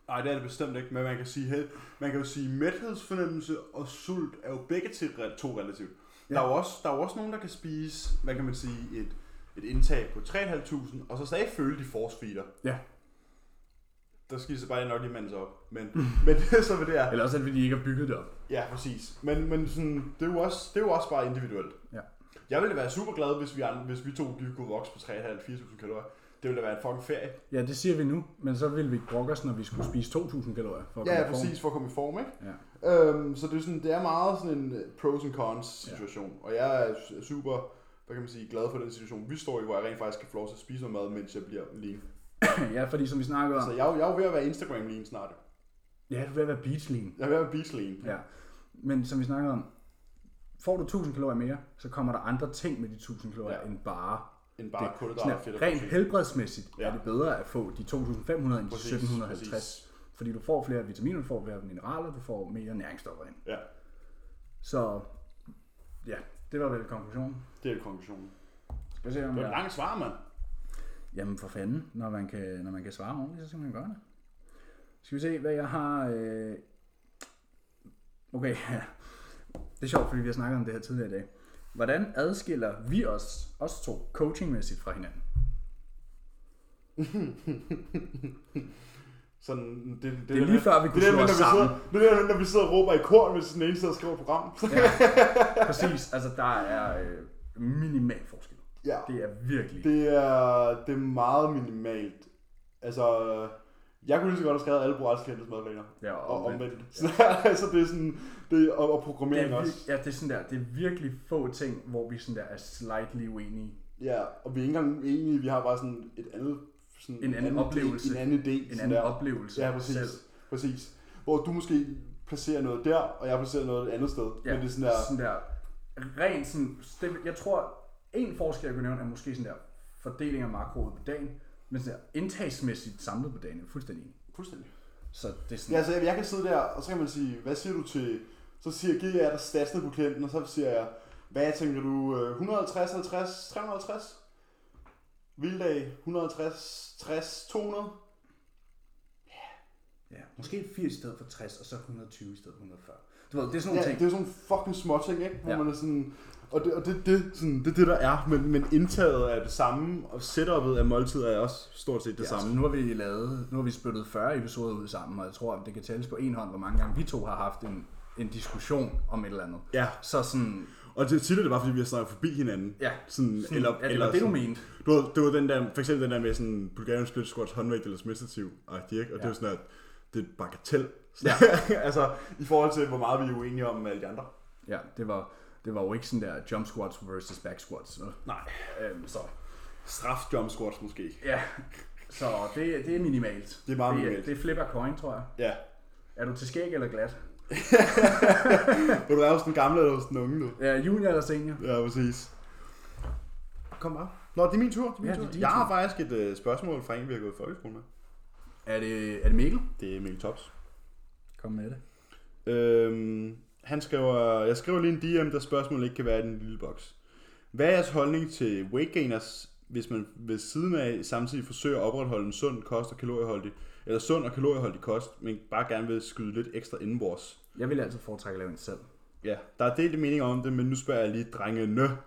Speaker 2: Nej, det er det bestemt ikke, men man kan sige, hey, man kan jo sige, mæthedsfornemmelse og sult er jo begge til re- to relativt. Ja. Der, er jo også, der er jo også nogen, der kan spise, hvad kan man sige, et, et indtag på 3.500, og så stadig føle de force feeder.
Speaker 1: Ja.
Speaker 2: Der skal de så bare nok lige mandes op.
Speaker 1: *laughs*
Speaker 2: Men, men det er så, hvad det er.
Speaker 1: Eller også, at vi ikke har bygget det op.
Speaker 2: Ja, præcis. Men, men sådan, det, er jo også, det er jo også bare individuelt.
Speaker 1: Ja.
Speaker 2: Jeg ville være super glad, hvis vi, andre- hvis vi to gik kunne vokse på 3.500-4.000 kalorier. Det ville da være en fucking ferie.
Speaker 1: Ja, det siger vi nu, men så ville vi ikke brokke os, når vi skulle spise 2.000 kalorier. For at
Speaker 2: Ja,
Speaker 1: komme
Speaker 2: ja
Speaker 1: i form.
Speaker 2: præcis, for at komme i form, ikke?
Speaker 1: Ja. *clears throat*
Speaker 2: Øhm, så det er, sådan, det er meget sådan en øh, pros and cons situation, ja. og jeg er su- super hvad kan man sige, glad for den situation, vi står i, hvor jeg rent faktisk kan få lov til at spise noget mad, mens jeg bliver lean.
Speaker 1: ja, fordi som vi snakkede om,
Speaker 2: Så jeg, er jo- jeg er jo ved at være Instagram lean snart.
Speaker 1: ja, du er ved at være beach lean.
Speaker 2: Jeg er ved at være beach lean.
Speaker 1: Ja. Men som vi snakkede om, får du 1.000 kalorier mere, så kommer der andre ting med de 1.000 kalorier
Speaker 2: Ja.
Speaker 1: ja. end bare
Speaker 2: End bare
Speaker 1: det,
Speaker 2: kulhydrater,
Speaker 1: sådan
Speaker 2: fedt og
Speaker 1: at rent
Speaker 2: protein.
Speaker 1: helbredsmæssigt ja.
Speaker 2: Ja.
Speaker 1: er det bedre at få de 2.500 end de
Speaker 2: Præcis,
Speaker 1: 1.750.
Speaker 2: præcis.
Speaker 1: Fordi du får flere vitaminer, du får flere mineraler, du får mere næringsstoffer ind.
Speaker 2: Ja,
Speaker 1: Så ja, det var vel konklusionen.
Speaker 2: det er konklusionen.
Speaker 1: Skal vi se, om
Speaker 2: Det er et
Speaker 1: jeg...
Speaker 2: langt svar, mand.
Speaker 1: Jamen for fanden, når man, kan, når man kan svare ordentligt, så skal man gøre det. Skal vi se, hvad jeg har... Øh... Okay, *laughs* ja. Det er sjovt, fordi vi har snakket om det her tidligere i dag. Hvordan adskiller vi os, os to, coachingmæssigt fra
Speaker 2: *laughs*
Speaker 1: hinanden?
Speaker 2: Sådan, det, det,
Speaker 1: er lige
Speaker 2: der-
Speaker 1: før, vi kunne
Speaker 2: det der
Speaker 1: slå
Speaker 2: med,
Speaker 1: os
Speaker 2: når vi
Speaker 1: sammen.
Speaker 2: Sidder, det der med, når vi sidder og råber i korn, hvis den ene sidder og skriver et program.
Speaker 1: Præcis, altså der er øh, minimal forskel.
Speaker 2: ja.
Speaker 1: Det er virkelig...
Speaker 2: Det er, det er meget minimalt. Altså, jeg kunne lige så godt have skrevet alle Boralskendtes madplaner.
Speaker 1: Ja, og
Speaker 2: og
Speaker 1: omvendt.
Speaker 2: omvendt. *laughs* Så, altså, det er sådan, det, og, og
Speaker 1: Det
Speaker 2: programmering
Speaker 1: er,
Speaker 2: også.
Speaker 1: vir- ja, det er sådan der, det er virkelig få ting, hvor vi sådan der er slightly uenige.
Speaker 2: Ja, og vi er ikke engang enige, vi har bare sådan et andet... Sådan
Speaker 1: En anden oplevelse.
Speaker 2: Idé, en anden idé.
Speaker 1: En
Speaker 2: sådan
Speaker 1: anden
Speaker 2: der.
Speaker 1: oplevelse
Speaker 2: Ja,
Speaker 1: af
Speaker 2: præcis.
Speaker 1: selv.
Speaker 2: Præcis. Hvor du måske placerer noget der, og jeg placerer noget et andet sted.
Speaker 1: Ja,
Speaker 2: Men det er sådan der,
Speaker 1: sådan der rent sådan, det, jeg tror, en forskel, jeg kunne nævne, er måske sådan der fordeling af makroet på dagen, men sådan der indtagsmæssigt samlet på dagen, er fuldstændig enig.
Speaker 2: fuldstændig.
Speaker 1: Så det er sådan,
Speaker 2: Ja, altså, jeg kan sidde der, og så kan man sige, hvad siger du til... Så siger, giver jeg dig statsene på klienten, og så siger jeg, hvad tænker du, øh, 150, 50, 350? Vilddag, 150, 60, 200?
Speaker 1: ja, måske 80 i stedet for 60, og så 120 i stedet for 140. Du ved, det er sådan
Speaker 2: Ja,
Speaker 1: nogle
Speaker 2: det er
Speaker 1: ting.
Speaker 2: sådan nogle fucking små ting, ikke? Hvor
Speaker 1: Ja.
Speaker 2: ja. man er sådan... Og det, og det, det, sådan, det er det, der er, men, men indtaget er det samme, og setupet af måltider er også stort set det
Speaker 1: Ja, altså, nu har vi lavet, nu har vi spyttet 40 episoder ud sammen, og jeg tror, at det kan tælles på en hånd, hvor mange gange vi to har haft en, en diskussion om et eller andet.
Speaker 2: Ja,
Speaker 1: Så sådan,
Speaker 2: Og det, tit er det bare, fordi vi har snakket forbi hinanden.
Speaker 1: Ja.
Speaker 2: Sådan,
Speaker 1: Sådan, eller, ja, det eller var det, du
Speaker 2: sådan-
Speaker 1: mente.
Speaker 2: Du ved, det var den der, for eksempel den der med sådan Bulgarian Split Squats håndvægt eller smidstativ, og de ikke, og ja. det
Speaker 1: Ja.
Speaker 2: er jo sådan, at det er et bagatel. Ja. *laughs* altså, i forhold til, hvor meget vi er uenige om med alle de andre.
Speaker 1: Ja, det var, det var jo ikke sådan der jump squats versus back squats. vel?
Speaker 2: Nej.
Speaker 1: Øhm, så
Speaker 2: Straf jump squats måske.
Speaker 1: ja, så det, det er minimalt.
Speaker 2: Det er meget
Speaker 1: det,
Speaker 2: minimalt.
Speaker 1: Det er flip af coin, tror jeg.
Speaker 2: Ja.
Speaker 1: Er du til skæg eller glat?
Speaker 2: Vil du være hos den gamle eller hos den unge nu?
Speaker 1: Ja, junior eller senior?
Speaker 2: Ja, præcis. Kom bare. Nå, det er min tur. Det er min
Speaker 1: Ja,
Speaker 2: tur.
Speaker 1: det er din
Speaker 2: jeg
Speaker 1: tur.
Speaker 2: har faktisk et øh, spørgsmål fra en, vi har gået i folkeskole med.
Speaker 1: Er det, er det Mikkel?
Speaker 2: Det er Mikkel Tops.
Speaker 1: Kom med det.
Speaker 2: Øhm, han skriver, jeg skriver lige en DM, der spørgsmålet ikke kan være i den lille boks. Hvad er jeres holdning til weight gainers, hvis man ved siden af samtidig forsøger at opretholde en sund kost og kalorieholdig, eller sund og kalorieholdig kost, men bare gerne vil skyde lidt ekstra indenbords?
Speaker 1: Jeg vil altid foretrække at lave en selv.
Speaker 2: Ja, der er delte meninger om det, men nu spørger jeg lige *laughs* drengene.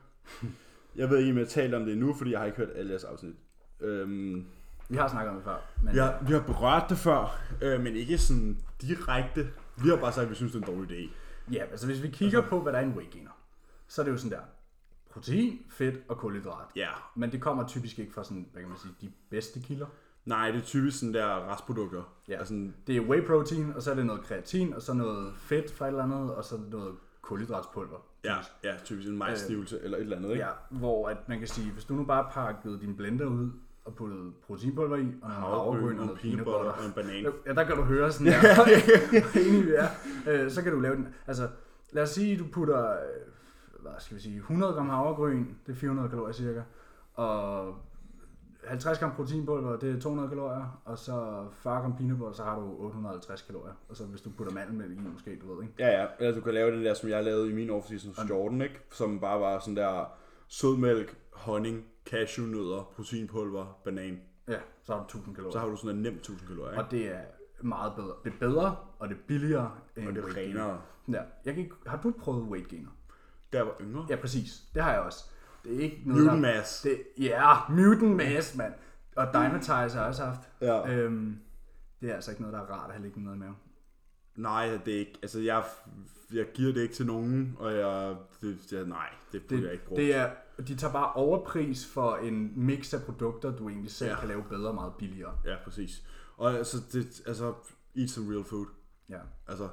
Speaker 2: Jeg ved ikke, om jeg taler om det endnu, fordi jeg har ikke hørt alle jeres afsnit. Øhm,
Speaker 1: Vi har snakket om det før, men
Speaker 2: vi, har, vi har berørt det før, øh, men ikke sådan direkte. Vi har bare sagt, at vi synes, det er en dårlig idé.
Speaker 1: ja, altså hvis vi kigger på, hvad der er i en weight gainer, så er det jo sådan der protein, fedt og kulhydrat.
Speaker 2: Ja,
Speaker 1: Men det kommer typisk ikke fra sådan, hvad kan man sige, de bedste kilder.
Speaker 2: Nej, det er typisk sådan der restprodukter.
Speaker 1: Ja.
Speaker 2: Altså,
Speaker 1: Det er whey protein, og så er det noget kreatin, og så noget fedt fra et eller andet, og så noget kulhydratspulver.
Speaker 2: ja, ja, typisk en majsstivelse øh, eller et eller andet, ikke?
Speaker 1: Ja, hvor at man kan sige, hvis du nu bare pakkede din blender ud og puttede proteinpulver i, og noget havregryn og
Speaker 2: og
Speaker 1: noget
Speaker 2: peanut
Speaker 1: peanut
Speaker 2: butter og
Speaker 1: butter.
Speaker 2: en banan.
Speaker 1: Ja, der kan du høre
Speaker 2: *laughs*
Speaker 1: sådan der. Enig, vi er. Øh, så kan du lave den. Altså, lad os sige, du putter, øh, hvad skal vi sige, 100 gram havregryn, det er 400 kalorier cirka, og 50 gram proteinpulver, det er 200 kalorier, og så 40 gram peanut butter, så har du 850 kalorier. Og så hvis du putter mandelmælk i, måske, du ved, ikke?
Speaker 2: Ja, ja. Eller du kan lave den der, som jeg lavede i min off-season hos Jordan, ikke? Som bare var sådan der sødmælk, honning, cashewnødder, proteinpulver, banan.
Speaker 1: Ja, så har du 1000 kalorier.
Speaker 2: Så har du sådan en nem 1000 kalorier, ikke?
Speaker 1: Og det er meget bedre. Det er bedre, og det er billigere end
Speaker 2: Og det er
Speaker 1: weight gainer.
Speaker 2: renere.
Speaker 1: Ja. Jeg kan ikke, har du prøvet weight gainer?
Speaker 2: Da jeg var yngre.
Speaker 1: Ja, præcis. Det har jeg også. Det er ikke noget,
Speaker 2: Mutant
Speaker 1: der-
Speaker 2: mass.
Speaker 1: Det, ja, mutant mass, mand. Og Dymatize har jeg også haft.
Speaker 2: Ja.
Speaker 1: Øhm, det er altså ikke noget, der er rart at have liggende noget i maven.
Speaker 2: Nej, det er ikke. Altså, jeg, jeg giver det ikke til nogen, og jeg, det, jeg nej, det burde jeg ikke bruge.
Speaker 1: det er, de tager bare overpris for en mix af produkter, du egentlig selv
Speaker 2: Ja.
Speaker 1: ja. kan lave bedre og meget billigere.
Speaker 2: Ja, præcis. Og altså, det, altså, eat some real food.
Speaker 1: Ja.
Speaker 2: Altså,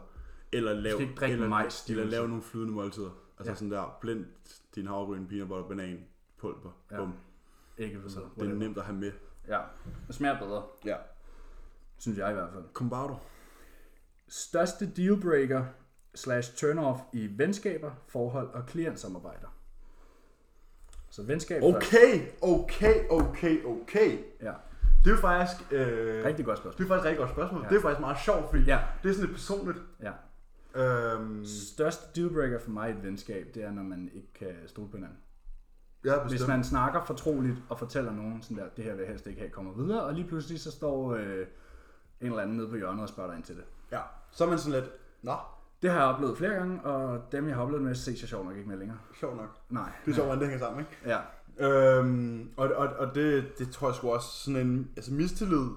Speaker 2: eller lav,
Speaker 1: ikke drikke
Speaker 2: eller,
Speaker 1: majsstivelse.
Speaker 2: eller lave nogle flydende måltider. Altså ja.
Speaker 1: Ja.
Speaker 2: sådan der, blend din havregryn, peanut butter, banan, pulver. Ja.
Speaker 1: Ja.
Speaker 2: Bum.
Speaker 1: Ikke ved så.
Speaker 2: Det er nemt at have med.
Speaker 1: Ja. Det smager bedre,
Speaker 2: Ja.
Speaker 1: synes jeg i hvert fald.
Speaker 2: Kombardo.
Speaker 1: Største dealbreaker slash turnoff i venskaber, forhold og klientsamarbejder. Så venskab først.
Speaker 2: Okay, okay, okay, okay.
Speaker 1: Ja,
Speaker 2: Det er jo faktisk, øh,
Speaker 1: rigtig godt spørgsmål.
Speaker 2: det er faktisk et rigtig godt spørgsmål. Ja. Det er faktisk meget sjovt, fordi
Speaker 1: Ja.
Speaker 2: det er sådan lidt personligt.
Speaker 1: Ja.
Speaker 2: Øhm,
Speaker 1: Største dealbreaker for mig i et venskab, det er, når man ikke kan stole på hinanden.
Speaker 2: ja,
Speaker 1: Hvis
Speaker 2: bestemt.
Speaker 1: man snakker fortroligt og fortæller nogen sådan der, det her vil jeg helst ikke have, kommer videre, og lige pludselig så står øh, en eller anden nede på hjørnet og spørger dig ind til det.
Speaker 2: Ja. Så er man sådan lidt, nå,
Speaker 1: Det har jeg oplevet flere gange, og dem jeg har oplevet med, ses jeg sjovt nok ikke med længere.
Speaker 2: sjovt nok.
Speaker 1: Nej.
Speaker 2: Det er sjovt, hvordan det hænger sammen, ikke?
Speaker 1: Ja,
Speaker 2: Øhm, og og, og det, det tror jeg sgu også sådan en, altså mistillid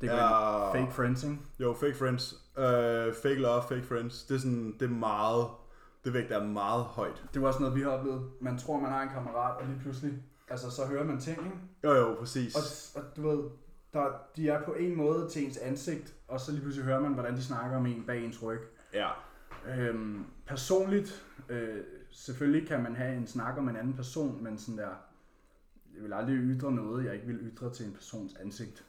Speaker 1: det er
Speaker 2: Ja.
Speaker 1: ja. fake friends, ikke?
Speaker 2: Jo, fake friends. Øh, fake love, fake friends. Det er sådan, det er meget, det vægt er meget højt.
Speaker 1: Det var også noget, vi har oplevet. Man tror, man har en kammerat, og lige pludselig, altså så hører man ting, ikke?
Speaker 2: Jo, jo, præcis.
Speaker 1: Og, og du ved, der, de er på en måde til ens ansigt, og så lige pludselig hører man, hvordan de snakker om en bag ens ryg.
Speaker 2: Ja,
Speaker 1: Øhm, personligt, øh, selvfølgelig kan man have en snak om en anden person, men sådan der, jeg vil aldrig ytre noget, jeg ikke vil ytre til en persons ansigt.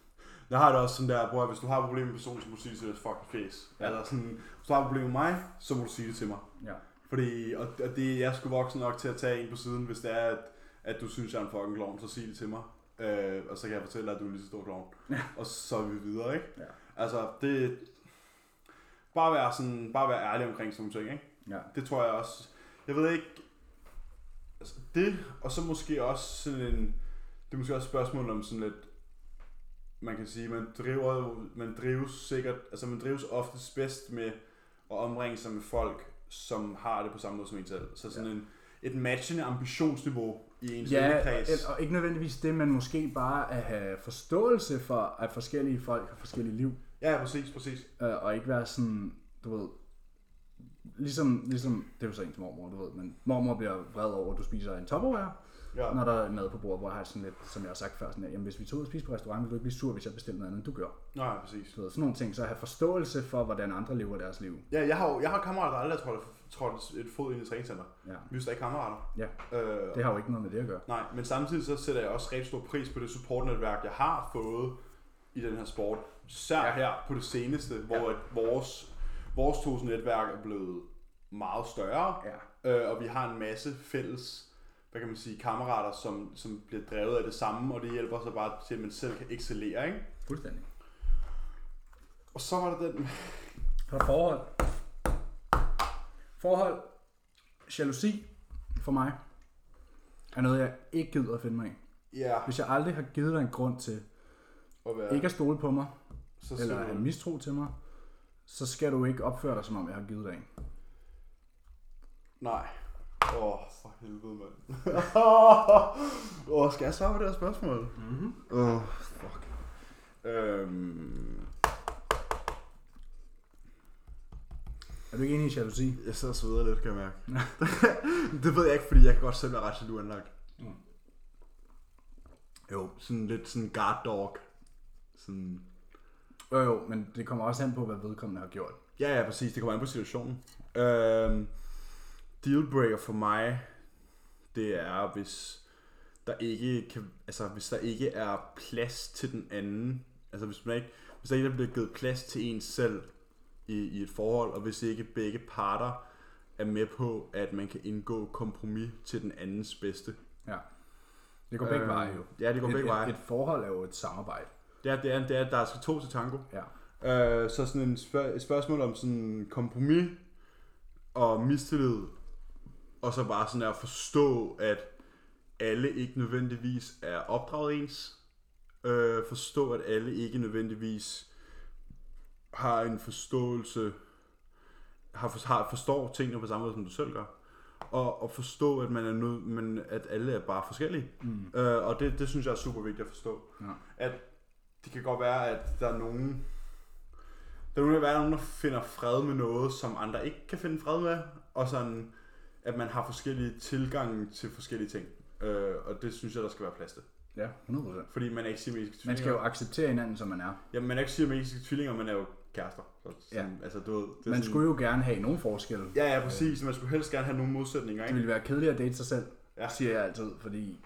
Speaker 2: der har det også sådan der, bror, hvis du har et problem med en person, så må du sige det til deres fucking face. Ja.
Speaker 1: Ja.
Speaker 2: Eller sådan, hvis du har et problem med mig, så må du sige det til mig.
Speaker 1: Ja,
Speaker 2: Fordi, og, og det, jeg skulle voksen nok til at tage en på siden, hvis det er, at, at du synes, jeg er en fucking clown, så sig det til mig. Øh, og så kan jeg fortælle dig, at du er en lige så stor clown.
Speaker 1: Ja.
Speaker 2: Og så er vi videre, ikke?
Speaker 1: Ja.
Speaker 2: Altså, det... Bare være, sådan, bare være ærlig omkring sådan nogle ting, ikke?
Speaker 1: ja,
Speaker 2: Det tror jeg også. Jeg ved ikke... Altså det, og så måske også sådan en... Det er måske også et spørgsmål om sådan lidt... Man kan sige, man driver jo, man drives sikkert, altså man drives oftest bedst med at omringe sig med folk, som har det på samme måde som en selv. Så sådan ja. en, et matchende ambitionsniveau i ens ja,
Speaker 1: ja
Speaker 2: vennekreds.
Speaker 1: og, og ikke nødvendigvis det, men måske bare at have forståelse for, at forskellige folk har forskellige liv.
Speaker 2: Ja, præcis, præcis.
Speaker 1: Øh, og ikke være sådan, du ved, ligesom, ligesom, det er jo så ens mormor, du ved, men mormor bliver vred over, at du spiser en topperware,
Speaker 2: Ja.
Speaker 1: når der er mad på bordet, hvor jeg har sådan lidt, som jeg har sagt før, sådan, at, jamen, hvis vi tog ud og spiste på restaurant, ville du ikke blive sur, hvis jeg bestilte noget andet, end du gør.
Speaker 2: Nej, præcis.
Speaker 1: Du ved, sådan nogle ting, så at have forståelse for, hvordan andre lever deres liv.
Speaker 2: Ja, jeg har, jo- jeg har kammerater, der aldrig har trådt- trådt et fod ind i et træningscenter.
Speaker 1: Ja.
Speaker 2: Vi er stadig kammerater.
Speaker 1: ja,
Speaker 2: Øh,
Speaker 1: det har jo ikke noget med det at gøre.
Speaker 2: Nej, men samtidig så sætter jeg også rigtig stor pris på det supportnetværk, jeg har fået i den her sport. Især ja.
Speaker 1: Ja.
Speaker 2: her på det seneste, hvor
Speaker 1: Ja.
Speaker 2: ja. vores, vores tos netværk er blevet meget større,
Speaker 1: Ja.
Speaker 2: øh, og vi har en masse fælles hvad kan man sige, kammerater, som, som bliver drevet af det samme, og det hjælper så bare til, at man selv kan excellere, ikke?
Speaker 1: Fuldstændig.
Speaker 2: Og så var der den...
Speaker 1: Så er der forhold. Forhold, jalousi for mig, er noget, jeg ikke gider at finde mig i.
Speaker 2: Ja,
Speaker 1: Hvis jeg aldrig har givet dig en grund til
Speaker 2: og hvad,
Speaker 1: ikke at stole på mig,
Speaker 2: så
Speaker 1: eller
Speaker 2: sidder
Speaker 1: have
Speaker 2: du-
Speaker 1: mistro til mig, så skal du ikke opføre dig, som om jeg har givet dig en.
Speaker 2: Nej. Åh, oh, for helvede, mand. *laughs* Åh, oh, skal jeg svare på det her spørgsmål? Mhm. Åh, oh, fuck. Øhm,
Speaker 1: Er du ikke enig i jalousi?
Speaker 2: jeg sidder og sveder lidt, kan jeg mærke. *laughs* det ved jeg ikke, fordi jeg kan godt selv være ret jaloux anlagt.
Speaker 1: Mm.
Speaker 2: Jo, sådan lidt sådan guard dog. Sådan...
Speaker 1: Jo, jo, men det kommer også an på, hvad vedkommende har gjort.
Speaker 2: Ja, ja, præcis. Det kommer an på situationen. Øhm, dealbreaker for mig, det er, hvis der ikke kan, altså, hvis der ikke er plads til den anden. Altså hvis, man ikke, hvis der ikke er blevet givet plads til en selv i, i et forhold, og hvis ikke begge parter er med på, at man kan indgå kompromis til den andens bedste.
Speaker 1: Ja. Det går begge
Speaker 2: Øh,
Speaker 1: veje jo.
Speaker 2: ja, det går
Speaker 1: et,
Speaker 2: begge veje.
Speaker 1: Et, et forhold er jo et samarbejde.
Speaker 2: Det er, det er, det er at der skal to til tango.
Speaker 1: Ja.
Speaker 2: Øh, så sådan en spørg- et spørgsmål om sådan kompromis og mistillid, og så bare sådan at forstå, at alle ikke nødvendigvis er opdraget ens. Øh, forstå, at alle ikke nødvendigvis har en forståelse, har, for, har forstår tingene på samme måde, som du selv gør. Og, og forstå, at man er nød, men at alle er bare forskellige. Mm. Øh, og det, det synes jeg er super vigtigt at forstå.
Speaker 1: Ja.
Speaker 2: At det kan godt være, at der er nogen, der vil være nogen, der finder fred med noget, som andre ikke kan finde fred med, og sådan, at man har forskellige tilgange til forskellige ting. Øh, og det synes jeg, der skal være plads til.
Speaker 1: Ja, 100%.
Speaker 2: Fordi man er ikke siamesiske tvillinger.
Speaker 1: Man skal jo acceptere hinanden, som man er.
Speaker 2: Jamen, man er ikke siamesiske tvillinger, man er jo kærester. Så sådan, ja. Altså, du ved, det er
Speaker 1: Man
Speaker 2: sådan-
Speaker 1: skulle jo gerne have nogle forskelle.
Speaker 2: Ja, ja, præcis. Man skulle helst gerne have nogle modsætninger,
Speaker 1: Det
Speaker 2: ikke?
Speaker 1: ville være kedeligt at date sig selv,
Speaker 2: Ja.
Speaker 1: ja. siger jeg altid, fordi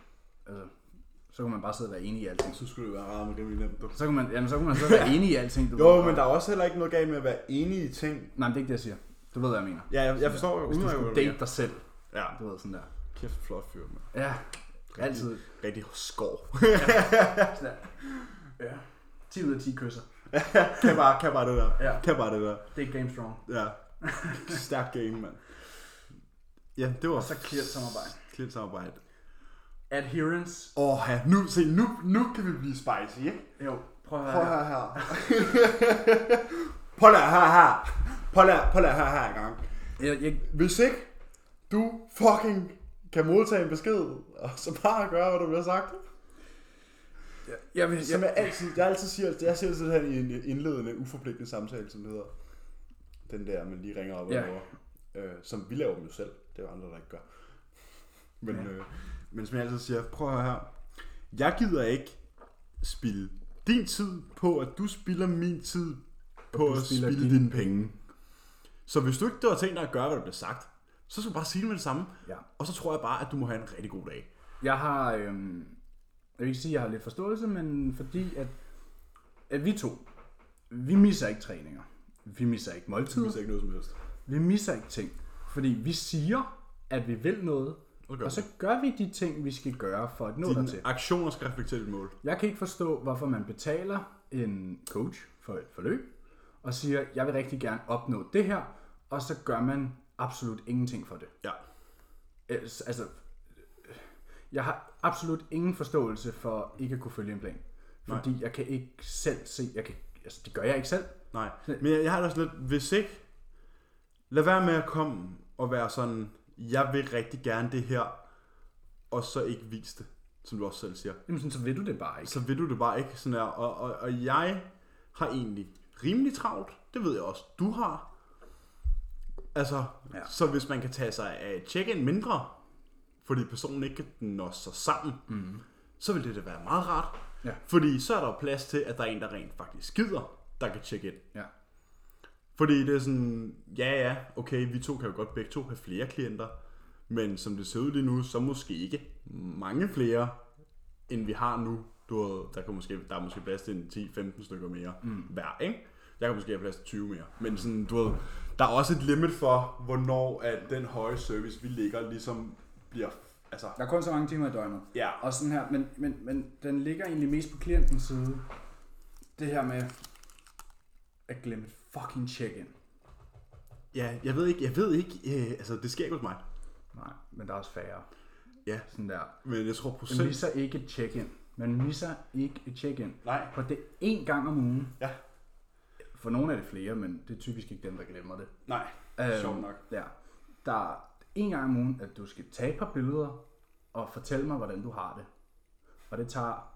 Speaker 1: altså, så kan man bare sidde og være enig i alting.
Speaker 2: Så skulle det være rart med rimelig nemt. Du.
Speaker 1: Så kan man, jamen, så kan man sidde og
Speaker 2: *laughs*
Speaker 1: være enig i alting. Du
Speaker 2: Jo,
Speaker 1: ved.
Speaker 2: men der er også heller ikke noget galt med at være enige i ting.
Speaker 1: Nej, men det er ikke det, jeg siger. Du ved, hvad jeg mener.
Speaker 2: Ja, jeg, jeg forstår jo
Speaker 1: Hvis du
Speaker 2: udmærket,
Speaker 1: skulle
Speaker 2: hvad mener.
Speaker 1: date dig selv,
Speaker 2: Ja,
Speaker 1: du ved sådan der.
Speaker 2: kæft flot fyr, man.
Speaker 1: Ja, altid.
Speaker 2: Rigtig skov. *laughs*
Speaker 1: Sådan der. Ja. 10 ud af 10 kysser.
Speaker 2: kan bare, kan bare det der.
Speaker 1: Ja.
Speaker 2: Kan bare det der.
Speaker 1: Det er game strong.
Speaker 2: Ja. Stærk game, mand. Ja, det var...
Speaker 1: Og så cleart samarbejde.
Speaker 2: Clear samarbejde.
Speaker 1: Adherence.
Speaker 2: Åh, ja, nu, se, nu, nu kan vi blive spicy, ikke?
Speaker 1: Jo, prøv at
Speaker 2: Prøv
Speaker 1: høre.
Speaker 2: at
Speaker 1: her.
Speaker 2: høre her. *laughs* prøv at høre her. Prøv at høre- prøv at høre her en gang.
Speaker 1: Jeg, jeg,
Speaker 2: Hvis ikke du fucking kan modtage en besked, og så bare gøre, hvad der bliver sagt.
Speaker 1: jeg, jeg, vil,
Speaker 2: Som jeg altid, jeg altid siger, jeg siger altid det her i en indledende, uforpligtende samtale, som det hedder. Den der, man lige ringer op og
Speaker 1: Ja.
Speaker 2: laver. Øh, som vi laver dem jo selv. Det er jo andre, der ikke gør. Men, ja.
Speaker 1: Ja.
Speaker 2: øh, men som jeg altid siger, prøv at høre her. Jeg gider ikke spille din tid på, at du spilder min tid på
Speaker 1: du
Speaker 2: at
Speaker 1: spilder
Speaker 2: spilde dine,
Speaker 1: dine
Speaker 2: dine penge. Så hvis du ikke har tænkt dig at gøre, hvad der bliver sagt, så skal du bare sige det med det samme.
Speaker 1: Ja.
Speaker 2: Og så tror jeg bare, at du må have en rigtig god dag.
Speaker 1: Jeg har, øhm, jeg vil ikke sige, at jeg har lidt forståelse, men fordi at, at vi to, vi misser ikke træninger. Vi misser ikke måltider.
Speaker 2: ikke noget som helst.
Speaker 1: Vi misser ikke ting. Fordi vi siger, at vi vil noget,
Speaker 2: gør
Speaker 1: og så gør vi de ting, vi skal gøre for at nå Din... dertil.
Speaker 2: Dine aktioner skal reflektere dit mål.
Speaker 1: Jeg kan ikke forstå, hvorfor man betaler en coach for et forløb, og siger, jeg vil rigtig gerne opnå det her, og så gør man absolut ingenting for det.
Speaker 2: Ja.
Speaker 1: Øh, s- altså, øh, jeg har absolut ingen forståelse for ikke at kunne følge en plan. Fordi Nej. jeg kan ikke selv se, jeg kan, altså det gør jeg ikke selv.
Speaker 2: Nej, men jeg, jeg har da sådan lidt, hvis ikke, lad være med at komme og være sådan, jeg vil rigtig gerne det her, og så ikke vise det, som du også selv siger.
Speaker 1: Jamen sådan, så vil du det bare ikke.
Speaker 2: Så vil du det bare ikke sådan her, og, og, og jeg har egentlig rimelig travlt, det ved jeg også, du har. Altså,
Speaker 1: Ja.
Speaker 2: ja. så hvis man kan tage sig af et check-in mindre, fordi personen ikke kan nå sig sammen, mm. så vil det da være meget rart.
Speaker 1: Ja.
Speaker 2: Fordi så er der jo plads til, at der er en, der rent faktisk gider, der kan check-in.
Speaker 1: Ja.
Speaker 2: Fordi det er sådan, ja ja, okay, vi to kan jo godt begge to have flere klienter, men som det ser ud lige nu, så måske ikke mange flere, end vi har nu. Du ved, der, kan måske, der er måske plads til en 10-15 stykker mere mm. hver, ikke? Jeg kan måske have plads til 20 mere. Men sådan, du ved, der er også et limit for, hvornår at den høje service, vi ligger, ligesom bliver... Altså,
Speaker 1: Der er kun så mange timer i døgnet.
Speaker 2: ja,
Speaker 1: Og sådan her, men, men, men den ligger egentlig mest på klientens side. Det her med at glemme et fucking check-in.
Speaker 2: ja jeg ved ikke, jeg ved ikke, øh, altså det sker ikke hos mig.
Speaker 1: Nej, men der er også færre.
Speaker 2: Ja,
Speaker 1: Sådan der.
Speaker 2: men jeg tror
Speaker 1: Man
Speaker 2: procent...
Speaker 1: misser ikke et check-in. Man misser ikke et check-in.
Speaker 2: Nej,
Speaker 1: For det er én gang om ugen.
Speaker 2: ja,
Speaker 1: For nogle er det flere, men det er typisk ikke dem, der glemmer det.
Speaker 2: nej,
Speaker 1: Øhm,
Speaker 2: sjovt nok.
Speaker 1: Ja. Der er en gang om ugen, at du skal tage et par billeder og fortælle mig, hvordan du har det. Og det tager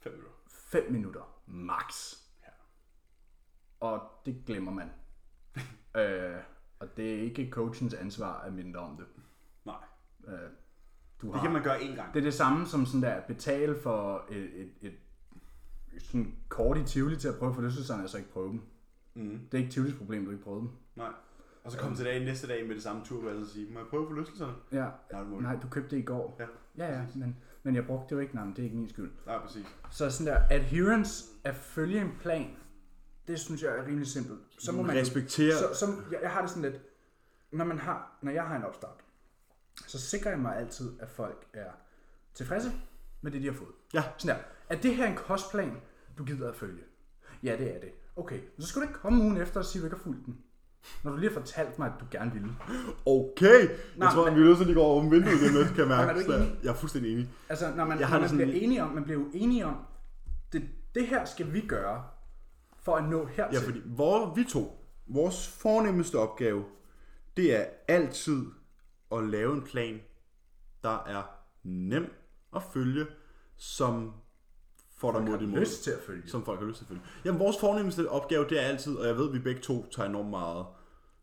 Speaker 2: 5 minutter.
Speaker 1: 5 minutter max.
Speaker 2: Ja.
Speaker 1: Og det glemmer
Speaker 2: *laughs*
Speaker 1: man. øh, og det er ikke coachens ansvar at minde dig om det.
Speaker 2: Nej.
Speaker 1: Øh, du
Speaker 2: Det
Speaker 1: har.
Speaker 2: kan man gøre én gang.
Speaker 1: det er det samme som sådan der at betale for et, et, et sådan kort i Tivoli til at prøve, for det synes han altså ikke prøve dem.
Speaker 2: Mm.
Speaker 1: Det er ikke Tivolis problem, du ikke prøvede dem.
Speaker 2: Nej. Og så komme tilbage næste dag med det samme turpas og sige, må jeg prøve forlystelserne?
Speaker 1: Ja.
Speaker 2: Nej, det må du
Speaker 1: Nej, du købte det i går.
Speaker 2: Ja.
Speaker 1: Ja, ja, men, men jeg brugte det jo ikke. Nej, men det er ikke min skyld.
Speaker 2: Nej, præcis.
Speaker 1: Så sådan der, adherence at følge en plan, det synes jeg er rimelig simpelt. Så må man
Speaker 2: Respektere.
Speaker 1: Så, så, jeg, jeg har det sådan lidt, når, man har, når jeg har en opstart, så sikrer jeg mig altid, at folk er tilfredse med det, de har fået.
Speaker 2: Ja.
Speaker 1: Sådan der. Er det her en kostplan, du gider at følge? Ja, det er det. Okay, så skal du ikke komme ugen efter og sige, at du ikke har fulgt den. Når du lige har fortalt mig, at du gerne ville.
Speaker 2: Okay!
Speaker 1: Nej,
Speaker 2: jeg tror,
Speaker 1: men-
Speaker 2: vi er nødt til at lige gå over åbne vinduet lige lidt, kan jeg
Speaker 1: *laughs*
Speaker 2: mærke.
Speaker 1: Men er du ikke
Speaker 2: Så
Speaker 1: enig?
Speaker 2: jeg er fuldstændig enig.
Speaker 1: Altså, når man,
Speaker 2: Jeg
Speaker 1: når
Speaker 2: har
Speaker 1: man
Speaker 2: det sådan
Speaker 1: bliver enige om, man bliver uenige om, det, det her skal vi gøre, for at nå hertil.
Speaker 2: Ja, fordi hvor, vi to, vores fornemmeste opgave, det er altid at lave en plan, der er nem at følge, som får dig mod
Speaker 1: har
Speaker 2: din mål.
Speaker 1: lyst til at følge.
Speaker 2: Som folk har lyst til at følge. Jamen, vores fornemmeste opgave, det er altid, og jeg ved, at vi begge to tager enormt meget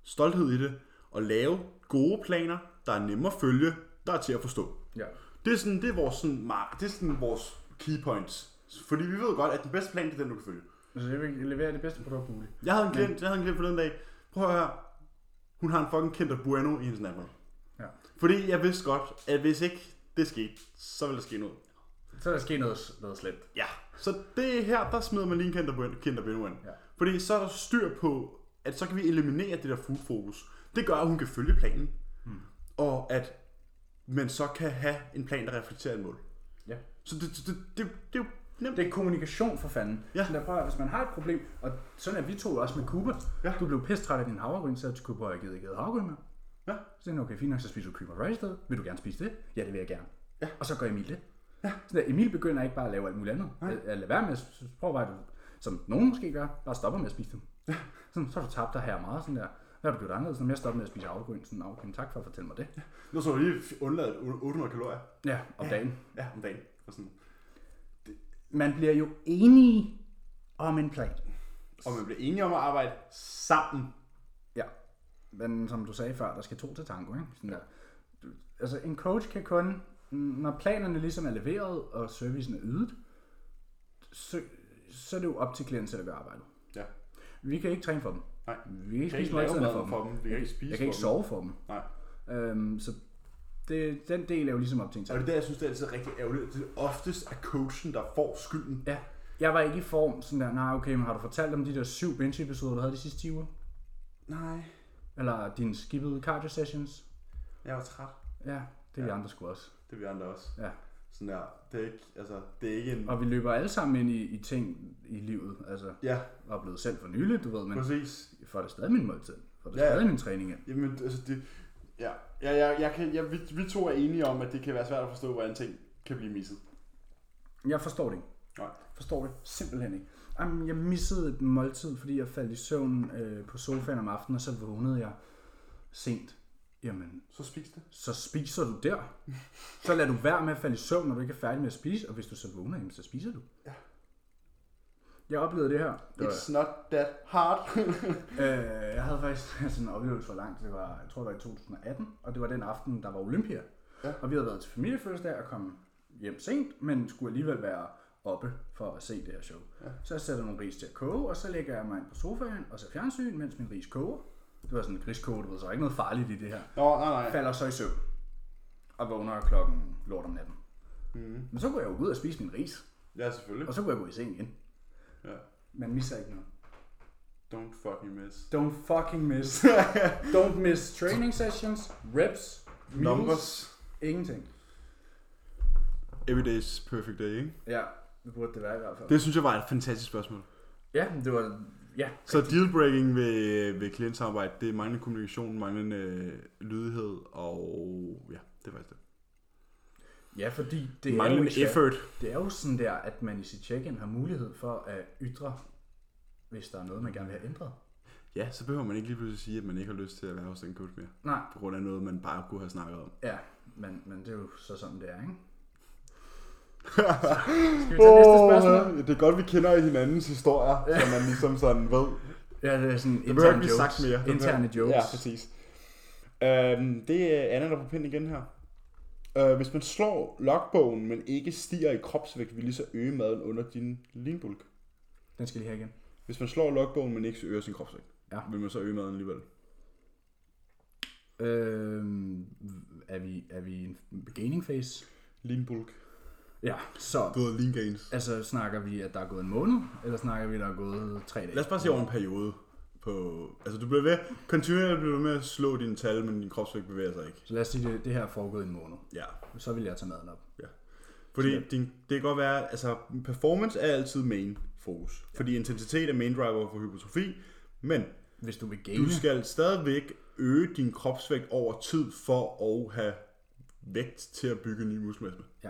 Speaker 2: stolthed i det, at lave gode planer, der er nemme at følge, der er til at forstå.
Speaker 1: Ja.
Speaker 2: Det er sådan, det er vores, sådan, mark, det er sådan vores key points. Fordi vi ved godt, at den bedste plan, det er den, du kan følge.
Speaker 1: Altså, jeg vil levere det bedste produkt muligt.
Speaker 2: Jeg havde en klient, jeg havde en klient forleden dag. Prøv at høre. Hun har en fucking Kinder Bueno i hendes natmad.
Speaker 1: Ja.
Speaker 2: Fordi jeg vidste godt, at hvis ikke det skete, så ville der ske noget.
Speaker 1: Så er der sket noget, noget slemt.
Speaker 2: Ja. Så det er her, der smider man lige en Kinder Bueno, Kinder Bueno ind.
Speaker 1: Ja.
Speaker 2: Fordi så er der styr på, at så kan vi eliminere det der food fokus. Det gør, at hun kan følge planen. Mm. Og at man så kan have en plan, der reflekterer et mål.
Speaker 1: Ja.
Speaker 2: Så det, det, det, det, det er jo nemt.
Speaker 1: Det er kommunikation for fanden.
Speaker 2: Ja.
Speaker 1: Så der prøver, hvis man har et problem, og sådan er vi to også med Cooper.
Speaker 2: Ja.
Speaker 1: Du blev pisse træt af din havregryn, så til Cooper, og jeg gider ikke æde havregryn med.
Speaker 2: Ja.
Speaker 1: Så siger han, okay, fint nok, så spiser du Cooper Rice sted. Vil du gerne spise det? Ja, det vil jeg gerne. Ja. Og så gør Emil det. Ja. Så der, Emil begynder ikke bare at lave alt muligt andet. Ja. Lad være med at s- prøve bare, at du- som nogen måske gør, bare stopper med at spise dem. Ja. Sådan, så har du tabt dig her meget, sådan der. Hvad har du gjort anderledes, når jeg stopper med at spise havregryn? Sådan, "Nå, okay, tak for at fortælle mig det.
Speaker 2: Nu så du lige undladet 800 kalorier.
Speaker 1: Ja, om ja. dagen.
Speaker 2: Ja, om dagen. Og sådan.
Speaker 1: Man bliver jo enige om en plan.
Speaker 2: Og man bliver enige om at arbejde sammen.
Speaker 1: Ja, men som du sagde før, der skal to til tango, ikke? Sådan der. Du, altså en coach kan kun, når planerne ligesom er leveret og servicen er ydet, så, så er det jo op til klienten selv at gøre arbejdet.
Speaker 2: Ja.
Speaker 1: Vi kan ikke træne for dem.
Speaker 2: Nej.
Speaker 1: Vi kan ikke
Speaker 2: ikke
Speaker 1: spise
Speaker 2: lave
Speaker 1: måltiderne
Speaker 2: mad
Speaker 1: for dem.
Speaker 2: for dem. Vi kan ikke spise
Speaker 1: Jeg kan ikke
Speaker 2: for
Speaker 1: sove for dem.
Speaker 2: Nej.
Speaker 1: Øhm, så det, den del er jo ligesom op til en
Speaker 2: Og
Speaker 1: selv.
Speaker 2: det er der, jeg synes, det er altid rigtig ærgerligt. Det er oftest er coachen, der får skylden.
Speaker 1: Ja. Jeg var ikke i form sådan der, nej okay, men har du fortalt om de der syv bench episoder, du havde de sidste 10 uger?
Speaker 2: Nej,
Speaker 1: Eller dine skippede cardio sessions?
Speaker 2: jeg var træt.
Speaker 1: Ja, det er vi andre sgu også.
Speaker 2: Det er vi andre også.
Speaker 1: Ja.
Speaker 2: Sådan der. Det er ikke, altså, det er ikke en...
Speaker 1: Og vi løber alle sammen ind i, i ting i livet. Altså,
Speaker 2: Ja,
Speaker 1: jeg er blevet selv for nylig, du ved, men
Speaker 2: præcis.
Speaker 1: jeg får da stadig min måltid. Jeg får da
Speaker 2: Mm. Ja, ja.
Speaker 1: stadig min træning ind.
Speaker 2: Jamen, altså det... Ja, ja, ja, jeg kan, ja vi, vi to er enige om, at det kan være svært at forstå, hvordan ting kan blive misset.
Speaker 1: Jeg forstår det ikke.
Speaker 2: Nej.
Speaker 1: Forstår det simpelthen ikke. Jamen, jeg missede et måltid, fordi jeg faldt i søvn øh, på sofaen om aftenen, og så vågnede jeg sent. Jamen,
Speaker 2: Så spis det.
Speaker 1: så spiser du der. Så lader du være med at falde i søvn, når du ikke er færdig med at spise, og hvis du så vågner, jamen, så spiser du.
Speaker 2: Ja.
Speaker 1: Jeg oplevede det her. Det var,
Speaker 2: It's not that hard. *laughs*
Speaker 1: øh, jeg havde faktisk *laughs* sådan en oplevelse for langt. Det var, jeg tror, det var i 2018, og det var den aften, der var Olympia.
Speaker 2: Ja.
Speaker 1: Og vi havde været til familiefødselsdag og kom hjem sent, men skulle alligevel være oppe for at se det her show. Ja. Så jeg sætter nogle ris til at koge, og så lægger jeg mig ind på sofaen og ser fjernsyn, mens min ris koger. Det var sådan en griskoge, du ved, så der var ikke noget farligt i det her.
Speaker 2: Nå, nej, nej.
Speaker 1: falder så i søvn og vågner klokken lort om natten. Mm. Men så går jeg jo ud og spise min ris,
Speaker 2: Ja, selvfølgelig.
Speaker 1: og så går jeg gå i seng igen.
Speaker 2: Ja.
Speaker 1: Man misser ikke noget.
Speaker 2: Don't fucking miss.
Speaker 1: Don't fucking *laughs* miss. Don't miss training sessions, reps, meals,
Speaker 2: Numbers.
Speaker 1: ingenting.
Speaker 2: Every day's perfect day, ikke?
Speaker 1: Ja, det burde det være i hvert fald.
Speaker 2: Det synes jeg var et fantastisk spørgsmål.
Speaker 1: Ja, det var... Ja,
Speaker 2: Så dealbreaking ved, ved klientsamarbejde, det er manglende kommunikation, manglende øh, lydighed, og ja, det er faktisk det.
Speaker 1: ja fordi det er, jo,
Speaker 2: manglende
Speaker 1: ikke-
Speaker 2: effort.
Speaker 1: det er jo sådan der, at man i sit check-in har mulighed for at ytre, hvis der er noget, man gerne vil have ændret.
Speaker 2: Ja, så behøver man ikke lige pludselig sige, at man ikke har lyst til at være hos den coach mere.
Speaker 1: Nej,
Speaker 2: På grund af noget, man bare kunne have snakket *laughs* om.
Speaker 1: Ja, men, men det er jo så sådan, det er, ikke? Så, skal vi tage næste spørgsmål?
Speaker 2: det er godt, vi kender hinandens historier, så man ligesom sådan ved.
Speaker 1: Ja, det er sådan
Speaker 2: Det behøver ikke
Speaker 1: interne
Speaker 2: blive sagt
Speaker 1: jokes.
Speaker 2: mere. Det
Speaker 1: Interne
Speaker 2: behøver-
Speaker 1: jokes.
Speaker 2: Ja, præcis. Øhm, det er Anna, der er på pind igen her. Øh, hvis man slår logbogen, men ikke stiger i kropsvægt, vil lige så øge maden under din linbulk.
Speaker 1: Den skal lige her igen.
Speaker 2: Hvis man slår logbogen, men ikke øger sin kropsvægt,
Speaker 1: Ja.
Speaker 2: vil man så øge maden alligevel.
Speaker 1: Øhm, er, vi, er vi i en gaining phase?
Speaker 2: Linbulk.
Speaker 1: Ja, så
Speaker 2: Du ved, lean gains.
Speaker 1: altså, snakker vi, at der er gået en måned, eller snakker vi, at der er gået tre dage?
Speaker 2: Lad os bare se over en periode. På, altså du bliver ved, kontinuerligt bliver du ved med at slå dine tal, men din kropsvægt bevæger sig ikke.
Speaker 1: Så lad os sige, at det her er foregået en måned.
Speaker 2: Ja.
Speaker 1: Så vil jeg tage maden op.
Speaker 2: Ja. Fordi din, det kan godt være, altså performance er altid main fokus. Fordi intensitet er main driver for hypertrofi, men
Speaker 1: Hvis du vil
Speaker 2: du
Speaker 1: gaine,
Speaker 2: skal stadigvæk øge din kropsvægt over tid for at have vægt til at bygge ny muskelmasse.
Speaker 1: Ja.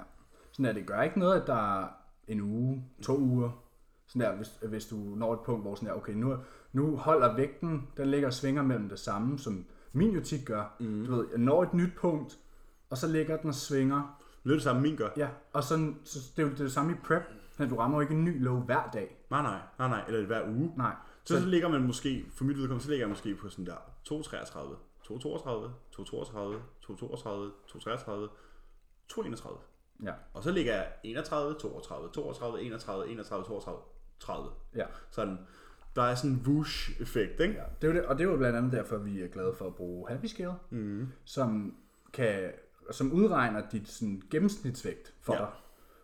Speaker 1: Sådan der, det gør ikke noget, at der er en uge, to uger. Sådan der, hvis, hvis du når et punkt, hvor sådan der, okay, nu, nu holder vægten, den ligger og svinger mellem det samme, som min jo tit gør. Mm. Du ved, jeg når et nyt punkt, og så ligger den og svinger.
Speaker 2: Det er det samme, min gør.
Speaker 1: Ja, og sådan, så det er jo det, er det samme i prep. Sådan, at du rammer jo ikke en ny low hver dag.
Speaker 2: Nej, nej, nej, nej, eller hver uge.
Speaker 1: Nej.
Speaker 2: Så, så ligger man måske, for mit vedkommende, så ligger jeg måske på sådan der 233, 232, 232, 232, 233, 231.
Speaker 1: Ja,
Speaker 2: Og så ligger jeg 31, 32, 32, 31, 31, 32, 30.
Speaker 1: ja.
Speaker 2: Sådan, der er sådan en whoosh-effekt, ikke? Ja.
Speaker 1: Det er jo det, og det er jo blandt andet derfor, vi er glade for at bruge Happy Scale, mm. som, kan, som udregner dit sådan, gennemsnitsvægt for
Speaker 2: Ja.
Speaker 1: ja. dig,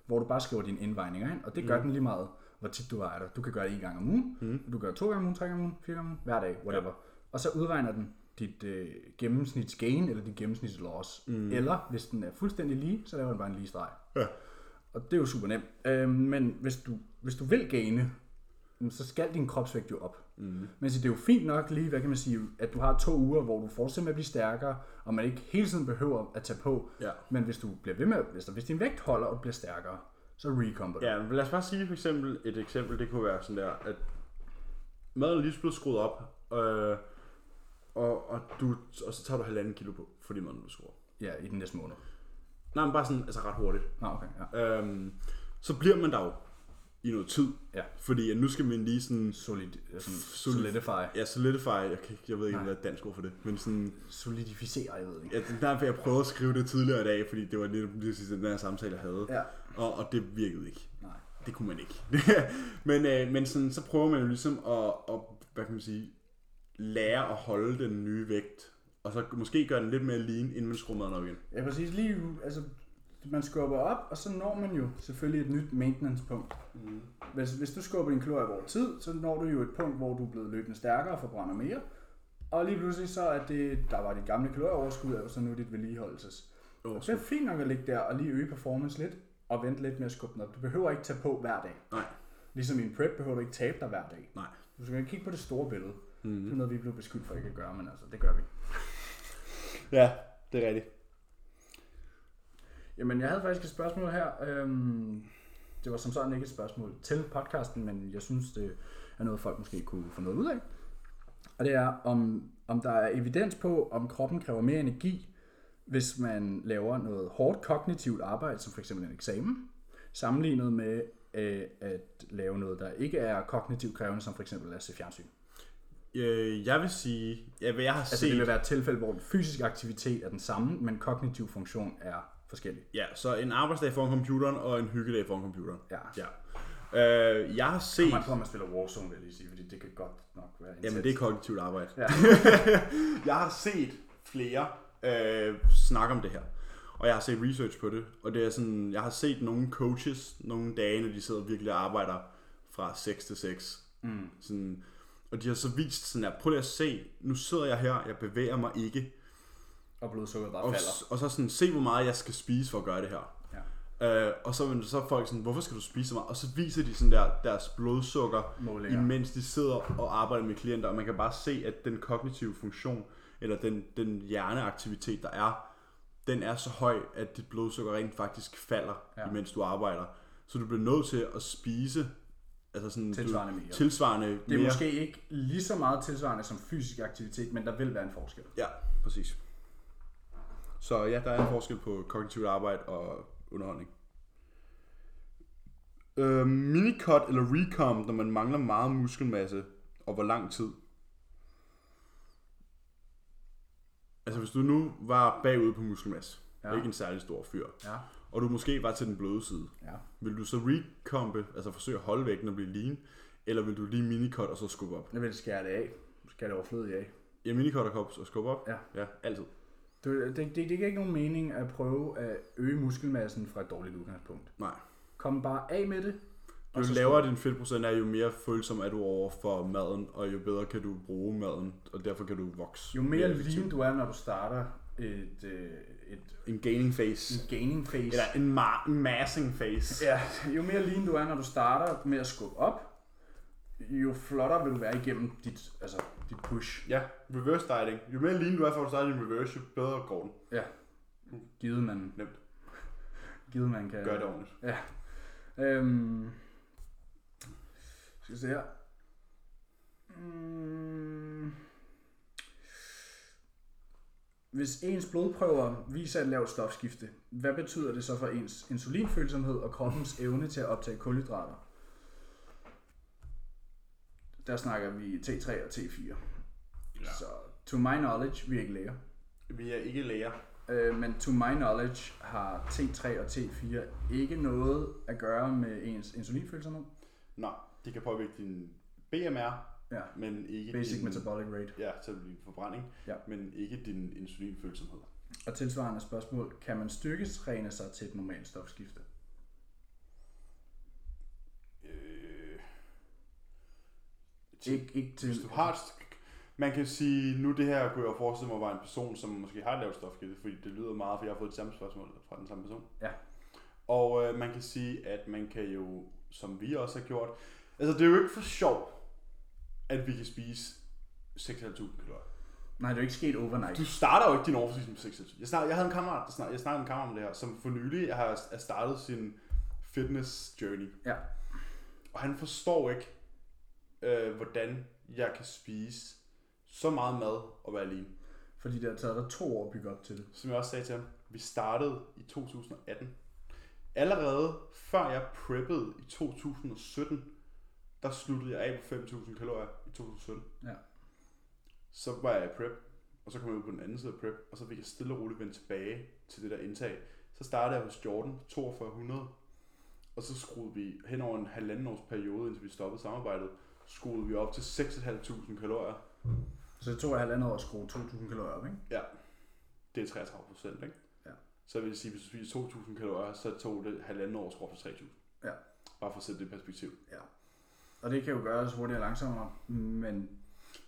Speaker 1: hvor du bare skriver dine indvejninger ind, og det gør mm. den lige meget, hvor tit du vejer dig. Du kan gøre det en gang om ugen, mm. du gør det to gange om ugen, tre gange om ugen, fire gange om ugen, hver dag, whatever. Ja. Og så udregner den dit øh, gennemsnitsgain eller dit gennemsnitsloss. Mm. Eller hvis den er fuldstændig lige, så laver den bare en lige streg.
Speaker 2: Ja.
Speaker 1: Og det er jo super nemt. Øh, men hvis du, hvis du vil gaine, jamen, så skal din kropsvægt jo op.
Speaker 2: Mhm.
Speaker 1: Mm. Men så det er jo fint nok lige, hvad kan man sige, at du har to uger, hvor du fortsætter med at blive stærkere, og man ikke hele tiden behøver at tage på.
Speaker 2: Ja.
Speaker 1: Men hvis du bliver ved med, hvis, hvis din vægt holder og bliver stærkere, så recomber du.
Speaker 2: ja, men lad os bare sige for eksempel, et eksempel, det kunne være sådan der, at maden er lige blevet skruet op, øh, og, og, du, og så tager du halvanden kilo på, fordi maden er skruet op.
Speaker 1: ja, i den næste måned.
Speaker 2: Nej, men bare sådan, altså ret hurtigt.
Speaker 1: Nå, okay, ja.
Speaker 2: Øhm, så bliver man der jo i noget tid.
Speaker 1: Ja.
Speaker 2: Fordi at nu skal man lige sådan,
Speaker 1: Solid, ja, sådan,
Speaker 2: Solid-
Speaker 1: solidify.
Speaker 2: ja, solidify, jeg, kan, ikke- jeg ved ikke, om der er et dansk ord for det, men sådan,
Speaker 1: Solidificere, jeg ved ikke.
Speaker 2: Ja, det er derfor, jeg prøvede at skrive det tidligere i dag, fordi det var lidt lige præcis den der samtale, jeg havde.
Speaker 1: Ja.
Speaker 2: Og, og det virkede ikke.
Speaker 1: Nej.
Speaker 2: Det kunne man ikke. *laughs* men øh, men sådan, så prøver man jo ligesom at, at, hvad kan man sige, lære at holde den nye vægt. Og så måske gøre den lidt mere lean, inden man skruer maden op igen.
Speaker 1: Ja, præcis. Lige, altså, man skubber op, og så når man jo selvfølgelig et nyt maintenance-punkt. Mm. Hvis, hvis du skubber din kalorier over tid, så når du jo et punkt, hvor du er blevet løbende stærkere og forbrænder mere. Og lige pludselig så er det, der var dit gamle kalorieoverskud, er jo så nu dit vedligeholdelses. Og så er det fint nok at ligge der og lige øge performance lidt, og vente lidt med at skubbe den op. Du behøver ikke tage på hver dag.
Speaker 2: Nej,
Speaker 1: Ligesom i en prep behøver du ikke tabe dig hver dag.
Speaker 2: nej.
Speaker 1: Du skal kigge på det store billede. Mm. Det er noget, vi blev beskyldt for ikke at gøre, men altså, det gør vi.
Speaker 2: Ja, det er rigtigt.
Speaker 1: Jamen, jeg havde faktisk et spørgsmål her. Øhm, det var som sådan ikke et spørgsmål til podcasten, men jeg synes, det er noget, folk måske kunne få noget ud af. Og det er, om, om der er evidens på, om kroppen kræver mere energi, hvis man laver noget hårdt kognitivt arbejde, som f.eks. en eksamen, sammenlignet med øh, at lave noget, der ikke er kognitivt krævende, som for eksempel at se fjernsyn.
Speaker 2: Øh, jeg vil sige, ja, hvad jeg har
Speaker 1: Altså
Speaker 2: set...
Speaker 1: det vil være et tilfælde, hvor den fysiske aktivitet er den samme, men kognitiv funktion er forskellig.
Speaker 2: Ja, så en arbejdsdag foran computeren og en hyggedag foran computeren.
Speaker 1: Ja.
Speaker 2: ja. Øh, jeg har set...
Speaker 1: Man tror, man spiller Warzone, vil jeg lige sige, fordi det kan godt nok være intens.
Speaker 2: Jamen, det er kognitivt arbejde.
Speaker 1: Ja.
Speaker 2: *laughs* jeg har set flere øh, snakke om det her. Og jeg har set research på det. Og det er sådan, jeg har set nogle coaches nogle dage, når de sidder og virkelig arbejder fra 6 til 6. Mm. Sådan, og de har så vist sådan her, prøv lige at se, nu sidder jeg her, jeg bevæger mig ikke.
Speaker 1: Og blodsukkeret bare
Speaker 2: Og,
Speaker 1: falder.
Speaker 2: og så sådan, se hvor meget jeg skal spise for at gøre det her.
Speaker 1: Ja.
Speaker 2: Øh, og så, men så er folk sådan, hvorfor skal du spise så meget? Og så viser de sådan der deres blodsukker,
Speaker 1: Målinger.
Speaker 2: imens de sidder og arbejder med klienter. Og man kan bare se, at den kognitive funktion, eller den, den hjerneaktivitet, der er, den er så høj, at dit blodsukker rent faktisk falder, ja.
Speaker 1: Ja.
Speaker 2: imens du arbejder. Så du bliver nødt til at spise altså sådan,
Speaker 1: Tilsvarende
Speaker 2: du,
Speaker 1: mere.
Speaker 2: Tilsvarende
Speaker 1: Det er
Speaker 2: mere.
Speaker 1: måske ikke lige så meget tilsvarende som fysisk aktivitet, men der vil være en forskel.
Speaker 2: Ja, præcis. Så ja, der er en forskel på kognitivt arbejde og underholdning. Øh, minicut eller recom, når man mangler meget muskelmasse, og hvor lang tid? Altså hvis du nu var bagud på muskelmasse, ja.
Speaker 1: Ja.
Speaker 2: ikke en særlig stor fyr,
Speaker 1: Ja.
Speaker 2: og du måske var til den bløde side,
Speaker 1: Ja.
Speaker 2: vil du så recompe, altså forsøge at holde vægten og blive lean, eller vil du lige minicut og så skubbe op?
Speaker 1: Jeg vil skære det af. Skære det overflødigt af.
Speaker 2: Ja, minicut og kop- og skubbe op?
Speaker 1: Ja.
Speaker 2: Ja, altid.
Speaker 1: Det, det, det, det giver ikke nogen mening at prøve at øge muskelmassen fra et dårligt udgangspunkt.
Speaker 2: Nej.
Speaker 1: Kom bare af med det.
Speaker 2: Jo
Speaker 1: og så
Speaker 2: lavere din fedtprocent er, jo mere følsom er du over for maden, og jo bedre kan du bruge maden, og derfor kan du vokse.
Speaker 1: Jo mere
Speaker 2: effektivt.
Speaker 1: lean du er, når du starter et, øh, et
Speaker 2: En gaining phase.
Speaker 1: gaining phase,
Speaker 2: Eller en ma- massing phase.
Speaker 1: Ja, jo mere lean du er, når du starter med at skubbe op, jo flottere vil du være igennem dit, altså, dit push.
Speaker 2: Ja, reverse dieting. Jo mere lean du er, for at starte din reverse, jo bedre går den.
Speaker 1: Ja. Givet man,
Speaker 2: Nemt.
Speaker 1: givet man kan...
Speaker 2: Gør det ordentligt.
Speaker 1: Ja. Øhm, skal vi se her. Mm. Hvis ens blodprøver viser et lavt stofskifte, hvad betyder det så for ens insulinfølsomhed og kroppens evne til at optage kulhydrater? Der snakker vi T3 og T4.
Speaker 2: Ja.
Speaker 1: Så to my knowledge, vi er ikke læger.
Speaker 2: Vi er ikke læger.
Speaker 1: Øh, men to my knowledge har T3 og T4 ikke noget at gøre med ens insulinfølsomhed.
Speaker 2: Nej, det kan påvirke din BMR,
Speaker 1: Ja.
Speaker 2: men ikke
Speaker 1: Basic
Speaker 2: din...
Speaker 1: metabolic rate.
Speaker 2: Ja, så din forbrænding,
Speaker 1: Ja.
Speaker 2: men ikke din insulinfølsomhed.
Speaker 1: Og tilsvarende spørgsmål, kan man styrketræne sig til et normalt stofskifte?
Speaker 2: Øh,
Speaker 1: Ikke, ikke til...
Speaker 2: Hvis du har et sk- man kan sige, nu det her kunne jeg jo forestille mig var en person, som måske har et lavt stofskifte, fordi det lyder meget, for jeg har fået det samme spørgsmål fra den samme person.
Speaker 1: Ja.
Speaker 2: Og øh, man kan sige, at man kan jo, som vi også har gjort, altså det er jo ikke for sjov, at vi kan spise 6.500 kalorier.
Speaker 1: Nej, det er jo ikke sket overnight.
Speaker 2: Du starter jo ikke din overforsigtighed med 6.000. Jeg, snak, jeg havde en kammerat, der snak, jeg snakkede med en kammerat om det her, som for nylig har, har startet sin fitness journey.
Speaker 1: Ja.
Speaker 2: Og han forstår ikke, øh, hvordan jeg kan spise så meget mad og være alene.
Speaker 1: Fordi det har taget dig to år at bygge op til det.
Speaker 2: Som jeg også sagde til ham, vi startede i 2018. Allerede før jeg preppede i 2017, der sluttede jeg af på 5.000 kalorier i 2017.
Speaker 1: Ja.
Speaker 2: Så var jeg i prep, og så kom jeg ud på den anden side af prep, og så fik jeg stille og roligt vende tilbage til det der indtag. Så startede jeg hos Jordan på 4200, og så skruede vi hen over en halvanden års periode, indtil vi stoppede samarbejdet, skruede vi op til 6.500 kalorier.
Speaker 1: Så det tog jeg halvandet år at skrue 2.000 kalorier op, ikke?
Speaker 2: Ja, det er 33 procent, ikke?
Speaker 1: Ja.
Speaker 2: Så vil jeg sige, hvis du spiser 2.000 kalorier, så tog det halvanden år at skrue op til 3.000.
Speaker 1: Ja.
Speaker 2: Bare for at sætte det i perspektiv.
Speaker 1: Ja. Og det kan jo gøres hurtigere og langsommere, men,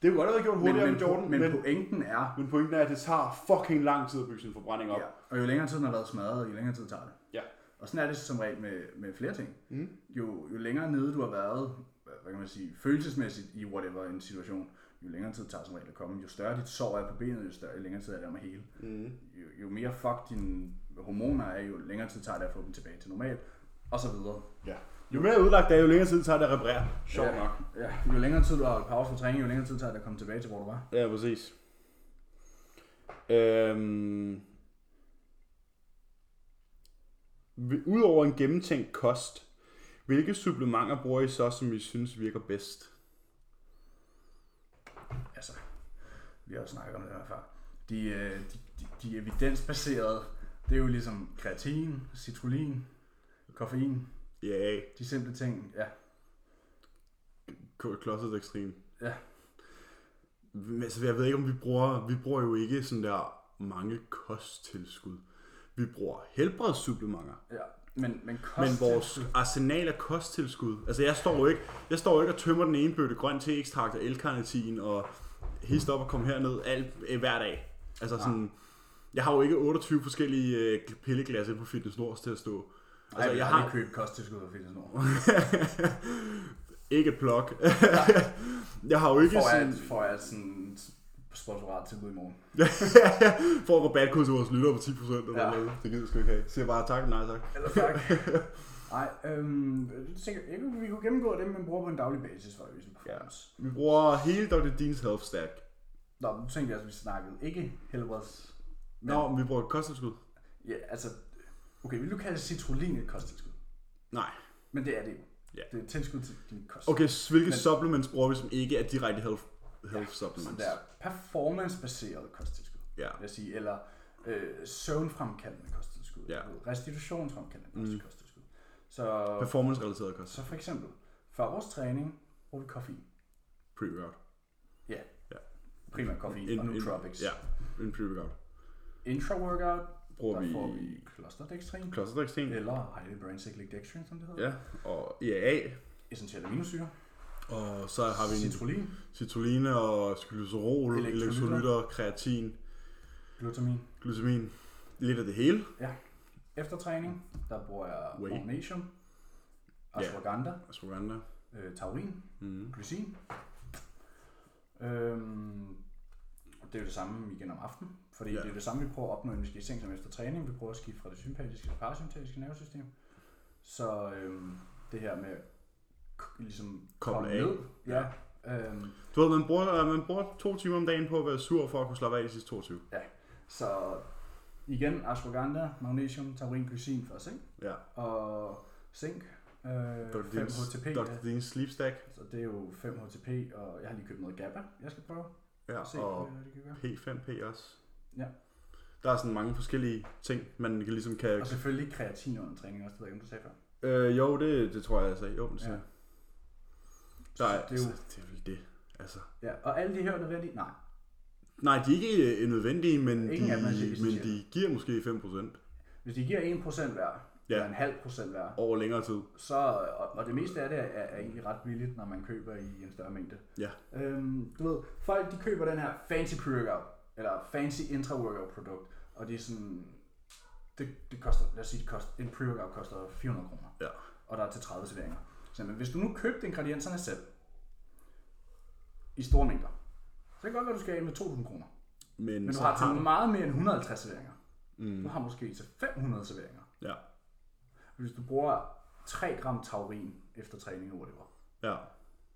Speaker 2: Det kunne godt have været gjort
Speaker 1: men,
Speaker 2: hurtigere
Speaker 1: men,
Speaker 2: med
Speaker 1: men,
Speaker 2: Jordan, men,
Speaker 1: men pointen er,
Speaker 2: men pointen er, at det tager fucking lang tid at bygge sin forbrænding op.
Speaker 1: ja, og jo længere tid den har været smadret, jo længere tid tager det.
Speaker 2: Ja.
Speaker 1: Og sådan er det som regel med, med flere ting.
Speaker 2: Mm.
Speaker 1: Jo, jo længere nede du har været, hvad hvad kan man sige, følelsesmæssigt i whatever en situation, jo længere tid tager som regel at komme, jo større dit sår er på benet, jo, større, jo længere tid er det om at hele.
Speaker 2: Mm.
Speaker 1: Jo, jo mere fuck dine hormoner er, jo længere tid tager det at få dem tilbage til normalt, og så videre.
Speaker 2: ja. Jo mere udlagt det er, jo længere tid tager det at reparere. Sjovt
Speaker 1: ja,
Speaker 2: nok.
Speaker 1: Ja, jo længere tid du har holdt pause fra træning, jo længere tid tager det at komme tilbage til, hvor du var.
Speaker 2: Ja, præcis. Øhm, Udover en gennemtænkt kost, Hvilke supplementer bruger I så, som I synes virker bedst?
Speaker 1: altså, vi har jo snakket om det her før, de, øh, de, de, de er evidensbaserede, det er jo ligesom kreatin, citrullin, koffein,
Speaker 2: Ja, yeah.
Speaker 1: de simple ting, ja.
Speaker 2: Klodset ekstrem.
Speaker 1: Ja.
Speaker 2: Men altså, jeg ved ikke, om vi bruger... Vi bruger jo ikke sådan der mange kosttilskud. Vi bruger helbredssupplementer.
Speaker 1: ja. Men, men kost
Speaker 2: Men vores arsenal af kosttilskud, altså jeg står jo ikke, jeg står jo ikke og tømmer den ene bøtte grøn te ekstrakt og L-karnitin og hist op og kom herned alt, øh, hver dag. Altså sådan, jeg har jo ikke 28 forskellige øh, pilleglas inde på Fitness Nords til at stå.
Speaker 1: altså,
Speaker 2: Altså
Speaker 1: Ej,
Speaker 2: jeg har
Speaker 1: købt kosttilskud og fitness nord.
Speaker 2: *laughs* ikke et plok. jeg har jo ikke
Speaker 1: Får jeg,
Speaker 2: sådan,
Speaker 1: får jeg sådan et sponsorat tilbud i morgen.
Speaker 2: *laughs* får rabatkode til vores lytter på 10% eller
Speaker 1: Ja.
Speaker 2: ja. noget. Det gider jeg sgu ikke have. Siger bare tak, nej tak.
Speaker 1: Eller *laughs* tak. Nej, øhm, jeg tænker, jeg, kunne- vi kunne gennemgå dem, man bruger på en daglig basis for at øge sin performance.
Speaker 2: Vi bruger hele Dr. Deans Health Stack.
Speaker 1: Nå, nu tænkte jeg, at vi snakkede ikke helbreds... Men,
Speaker 2: Nå, men vi bruger kosttilskud.
Speaker 1: Ja, altså... Okay, vil du kalde citrullin et kosttilskud?
Speaker 2: Nej.
Speaker 1: Men det er det jo.
Speaker 2: Ja.
Speaker 1: Det er et tilskud til din kost.
Speaker 2: Okay, s- hvilke Men... supplements bruger vi, som ikke er direkte health, health ja,
Speaker 1: Så
Speaker 2: supplements?
Speaker 1: det er performance-baseret kosttilskud,
Speaker 2: Ja.
Speaker 1: vil jeg sige. Eller øh, søvnfremkaldende kosttilskud.
Speaker 2: Ja.
Speaker 1: Restitutionsfremkaldende mm. kosttilskud. Så,
Speaker 2: Performance-relateret kost.
Speaker 1: så for eksempel, før vores træning bruger vi koffein.
Speaker 2: Pre-workout.
Speaker 1: Ja.
Speaker 2: Ja.
Speaker 1: Primært koffein og nootropics.
Speaker 2: ja, en pre-workout.
Speaker 1: Intra-workout,
Speaker 2: Bruger
Speaker 1: der
Speaker 2: vi-
Speaker 1: får vi klosterdextrin,
Speaker 2: Klosterdextin. Ja.
Speaker 1: eller highly brain cyclic dextrin, som det hedder.
Speaker 2: ja. Og EAA.
Speaker 1: Essentielle aminosyre,
Speaker 2: Og så har vi en
Speaker 1: citrulin,
Speaker 2: citrulline og glycerol,
Speaker 1: Elektrolytter.
Speaker 2: elektrolytter, kreatin,
Speaker 1: glutamin.
Speaker 2: glycemin. Lidt af det hele.
Speaker 1: Ja. Efter træning, der bruger jeg
Speaker 2: Whey.
Speaker 1: magnesium,
Speaker 2: Ja.
Speaker 1: ashwagandha,
Speaker 2: Ashwagandha.
Speaker 1: øh, taurin,
Speaker 2: Mm.
Speaker 1: glycin. Øhm, og det er jo det samme igen om aftenen, fordi
Speaker 2: Ja.
Speaker 1: det er det samme, vi prøver at opnå, når vi skal i seng som efter træning. Vi prøver at skifte fra det sympatiske til parasympatiske nervesystem. Så øhm, det her med k- ligesom
Speaker 2: Koble
Speaker 1: komme
Speaker 2: af.
Speaker 1: ned. Ja. Øhm,
Speaker 2: Du ved, man bruger, øh, man bruger to timer om dagen på at være sur for at kunne slappe af de sidste 22.
Speaker 1: ja. Så igen, ashwagandha, magnesium, taurin, glycin for seng.
Speaker 2: Ja.
Speaker 1: og zink. Øh,
Speaker 2: Dr.
Speaker 1: 5
Speaker 2: Deans,
Speaker 1: HTP.
Speaker 2: Dr.
Speaker 1: Ja.
Speaker 2: Deans Sleep Stack.
Speaker 1: Så Altså, det er jo 5 HTP, og jeg har lige købt noget GABA, jeg skal prøve.
Speaker 2: Ja,
Speaker 1: at se,
Speaker 2: og
Speaker 1: hvad det kan gøre.
Speaker 2: P5P også.
Speaker 1: Ja.
Speaker 2: Der er sådan mange forskellige ting, man kan ligesom kan...
Speaker 1: Og selvfølgelig kreatin under træning også, det ved jeg ikke, om du sagde før.
Speaker 2: Øh, jo, det, det tror jeg altså. Jo, det,
Speaker 1: Ja.
Speaker 2: ja. der er,
Speaker 1: det er jo-
Speaker 2: altså, det er vel det. Altså.
Speaker 1: Ja, og alle de her er nødvendige? Nej.
Speaker 2: Nej, de er ikke øh, nødvendige, men, de,
Speaker 1: Ingen af dem er helt
Speaker 2: men
Speaker 1: essentielle.
Speaker 2: de giver måske 5%
Speaker 1: Hvis de giver 1% hver,
Speaker 2: Ja.
Speaker 1: eller en halv procent hver,
Speaker 2: over længere tid.
Speaker 1: så, og, og det meste af det er, er egentlig ret billigt, når man køber i en større mængde.
Speaker 2: Ja.
Speaker 1: Øhm, du ved, folk de køber den her fancy pre-workout, eller fancy intra-workout produkt, og det er sådan, det, det koster, lad os sige, det koster, en pre-workout koster 400 kroner,
Speaker 2: Ja.
Speaker 1: og der er til 30 serveringer. Så men hvis du nu købte ingredienserne selv, i store mængder, så kan det godt være, du skal af med 2.000 kroner.
Speaker 2: Men,
Speaker 1: Men du
Speaker 2: så
Speaker 1: har til meget mere end 150 serveringer.
Speaker 2: Mm.
Speaker 1: Du har måske til 500 serveringer.
Speaker 2: Ja,
Speaker 1: Hvis du bruger 3 gram taurin efter træning eller whatever,
Speaker 2: ja.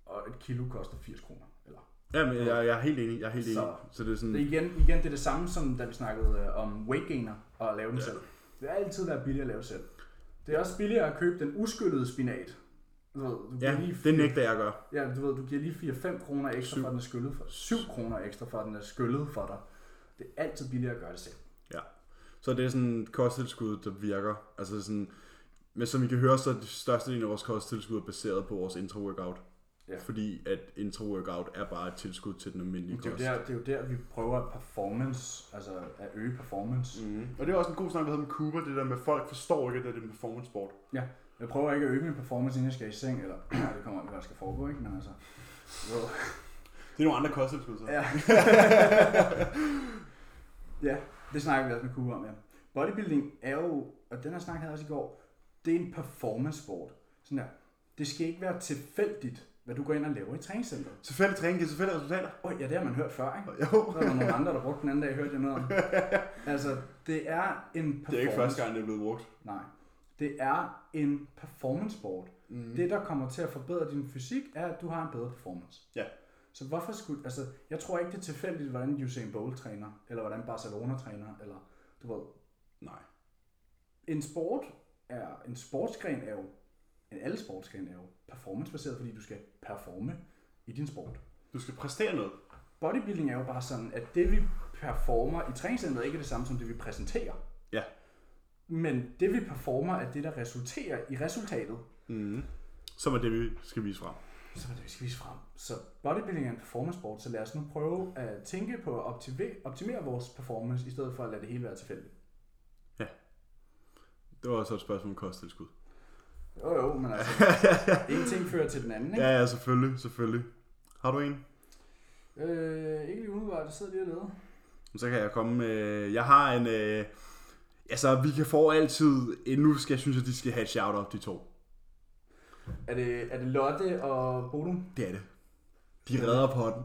Speaker 1: og et kilo koster 80 kroner. Eller.
Speaker 2: Ja, men jeg, jeg er helt enig. Jeg er helt enig.
Speaker 1: Så-
Speaker 2: Så, det er sådan...
Speaker 1: Det er igen, igen, det er det samme som da vi snakkede øh, om weight gainer og at lave den ja. selv. Det er altid været billigere at lave selv. Det er også billigere at købe den uskyllede spinat. Du ved, du
Speaker 2: Ja,
Speaker 1: giver lige,
Speaker 2: det nægter jeg at gøre.
Speaker 1: ja, du ved, du giver lige 4-5 kroner ekstra,
Speaker 2: Syv.
Speaker 1: for at den er skyllet for 7 kroner ekstra, for at den er skyllet for dig. Det er altid billigere at gøre det selv.
Speaker 2: Ja. Så det er sådan et kosttilskud, der virker. Altså sådan, men som I kan høre, så er det største del af vores kosttilskud er baseret på vores intra-workout.
Speaker 1: Ja.
Speaker 2: Fordi at intra-workout er bare et tilskud til den almindelige
Speaker 1: Det er, jo
Speaker 2: kost.
Speaker 1: der, det er jo der, vi prøver at performance, altså at øge performance.
Speaker 2: Mm. Og det er også en god snak, vi havde med Cooper, det der med, at folk forstår ikke, at det er en performance sport.
Speaker 1: Ja, jeg prøver ikke at øge min performance, inden jeg skal i seng, eller *clears throat* det kommer an på, hvad der skal foregå, ikke? Men altså, wow.
Speaker 2: Det er nogle andre kosttilskud, så.
Speaker 1: Ja. *laughs* ja, det snakker vi også med Cooper om, ja. Bodybuilding er jo, og den her snak havde jeg også i går, det er en performance sport. Sådan der. Det skal ikke være tilfældigt, hvad du går ind og laver i træningscenteret.
Speaker 2: Selvfølgelig træning giver selvfølgelig resultater.
Speaker 1: Åh, oh, ja, det har man hørt før, ikke?
Speaker 2: *laughs* Jo.
Speaker 1: Så er der nogle andre, der brugte den anden dag, hørte jeg noget om. Altså, det er en performance.
Speaker 2: gang, det er blevet brugt.
Speaker 1: Nej. Det er en performance sport.
Speaker 2: Mm.
Speaker 1: Det, der kommer til at forbedre din fysik, er, at du har en bedre performance.
Speaker 2: Ja.
Speaker 1: Så hvorfor skulle... Altså, jeg tror ikke, det er tilfældigt, hvordan Usain Bolt træner, eller hvordan Barcelona træner, eller du ved...
Speaker 2: Nej.
Speaker 1: En sport er... En sportsgren er jo alle sport skal er jo performancebaseret, fordi du skal performe i din sport.
Speaker 2: Du skal præstere noget.
Speaker 1: Bodybuilding er jo bare sådan, at det vi performer i træningscenteret ikke er det samme som det vi præsenterer.
Speaker 2: Ja.
Speaker 1: Men det vi performer er det, der resulterer i resultatet.
Speaker 2: Mm. Som er det, vi skal vise frem.
Speaker 1: Så er det, vi skal vise frem. Så bodybuilding er en performance sport, så lad os nu prøve at tænke på at optimere, optimere vores performance, i stedet for at lade det hele være tilfældigt.
Speaker 2: Det var også et spørgsmål om kosttilskud.
Speaker 1: Jo jo, men *laughs* altså, en ting fører til den anden, ikke?
Speaker 2: Ja, ja, selvfølgelig, selvfølgelig. Har du en?
Speaker 1: Ja. Øh, ikke lige umiddelbart, det sidder lige dernede.
Speaker 2: Så kan jeg komme med... Jeg har en... Øh, altså, vi kan få altid... Nu skal jeg synes, at de skal have et shout-out, de to.
Speaker 1: Er det, er det Lotte og Bodum?
Speaker 2: Det er det. De redder på den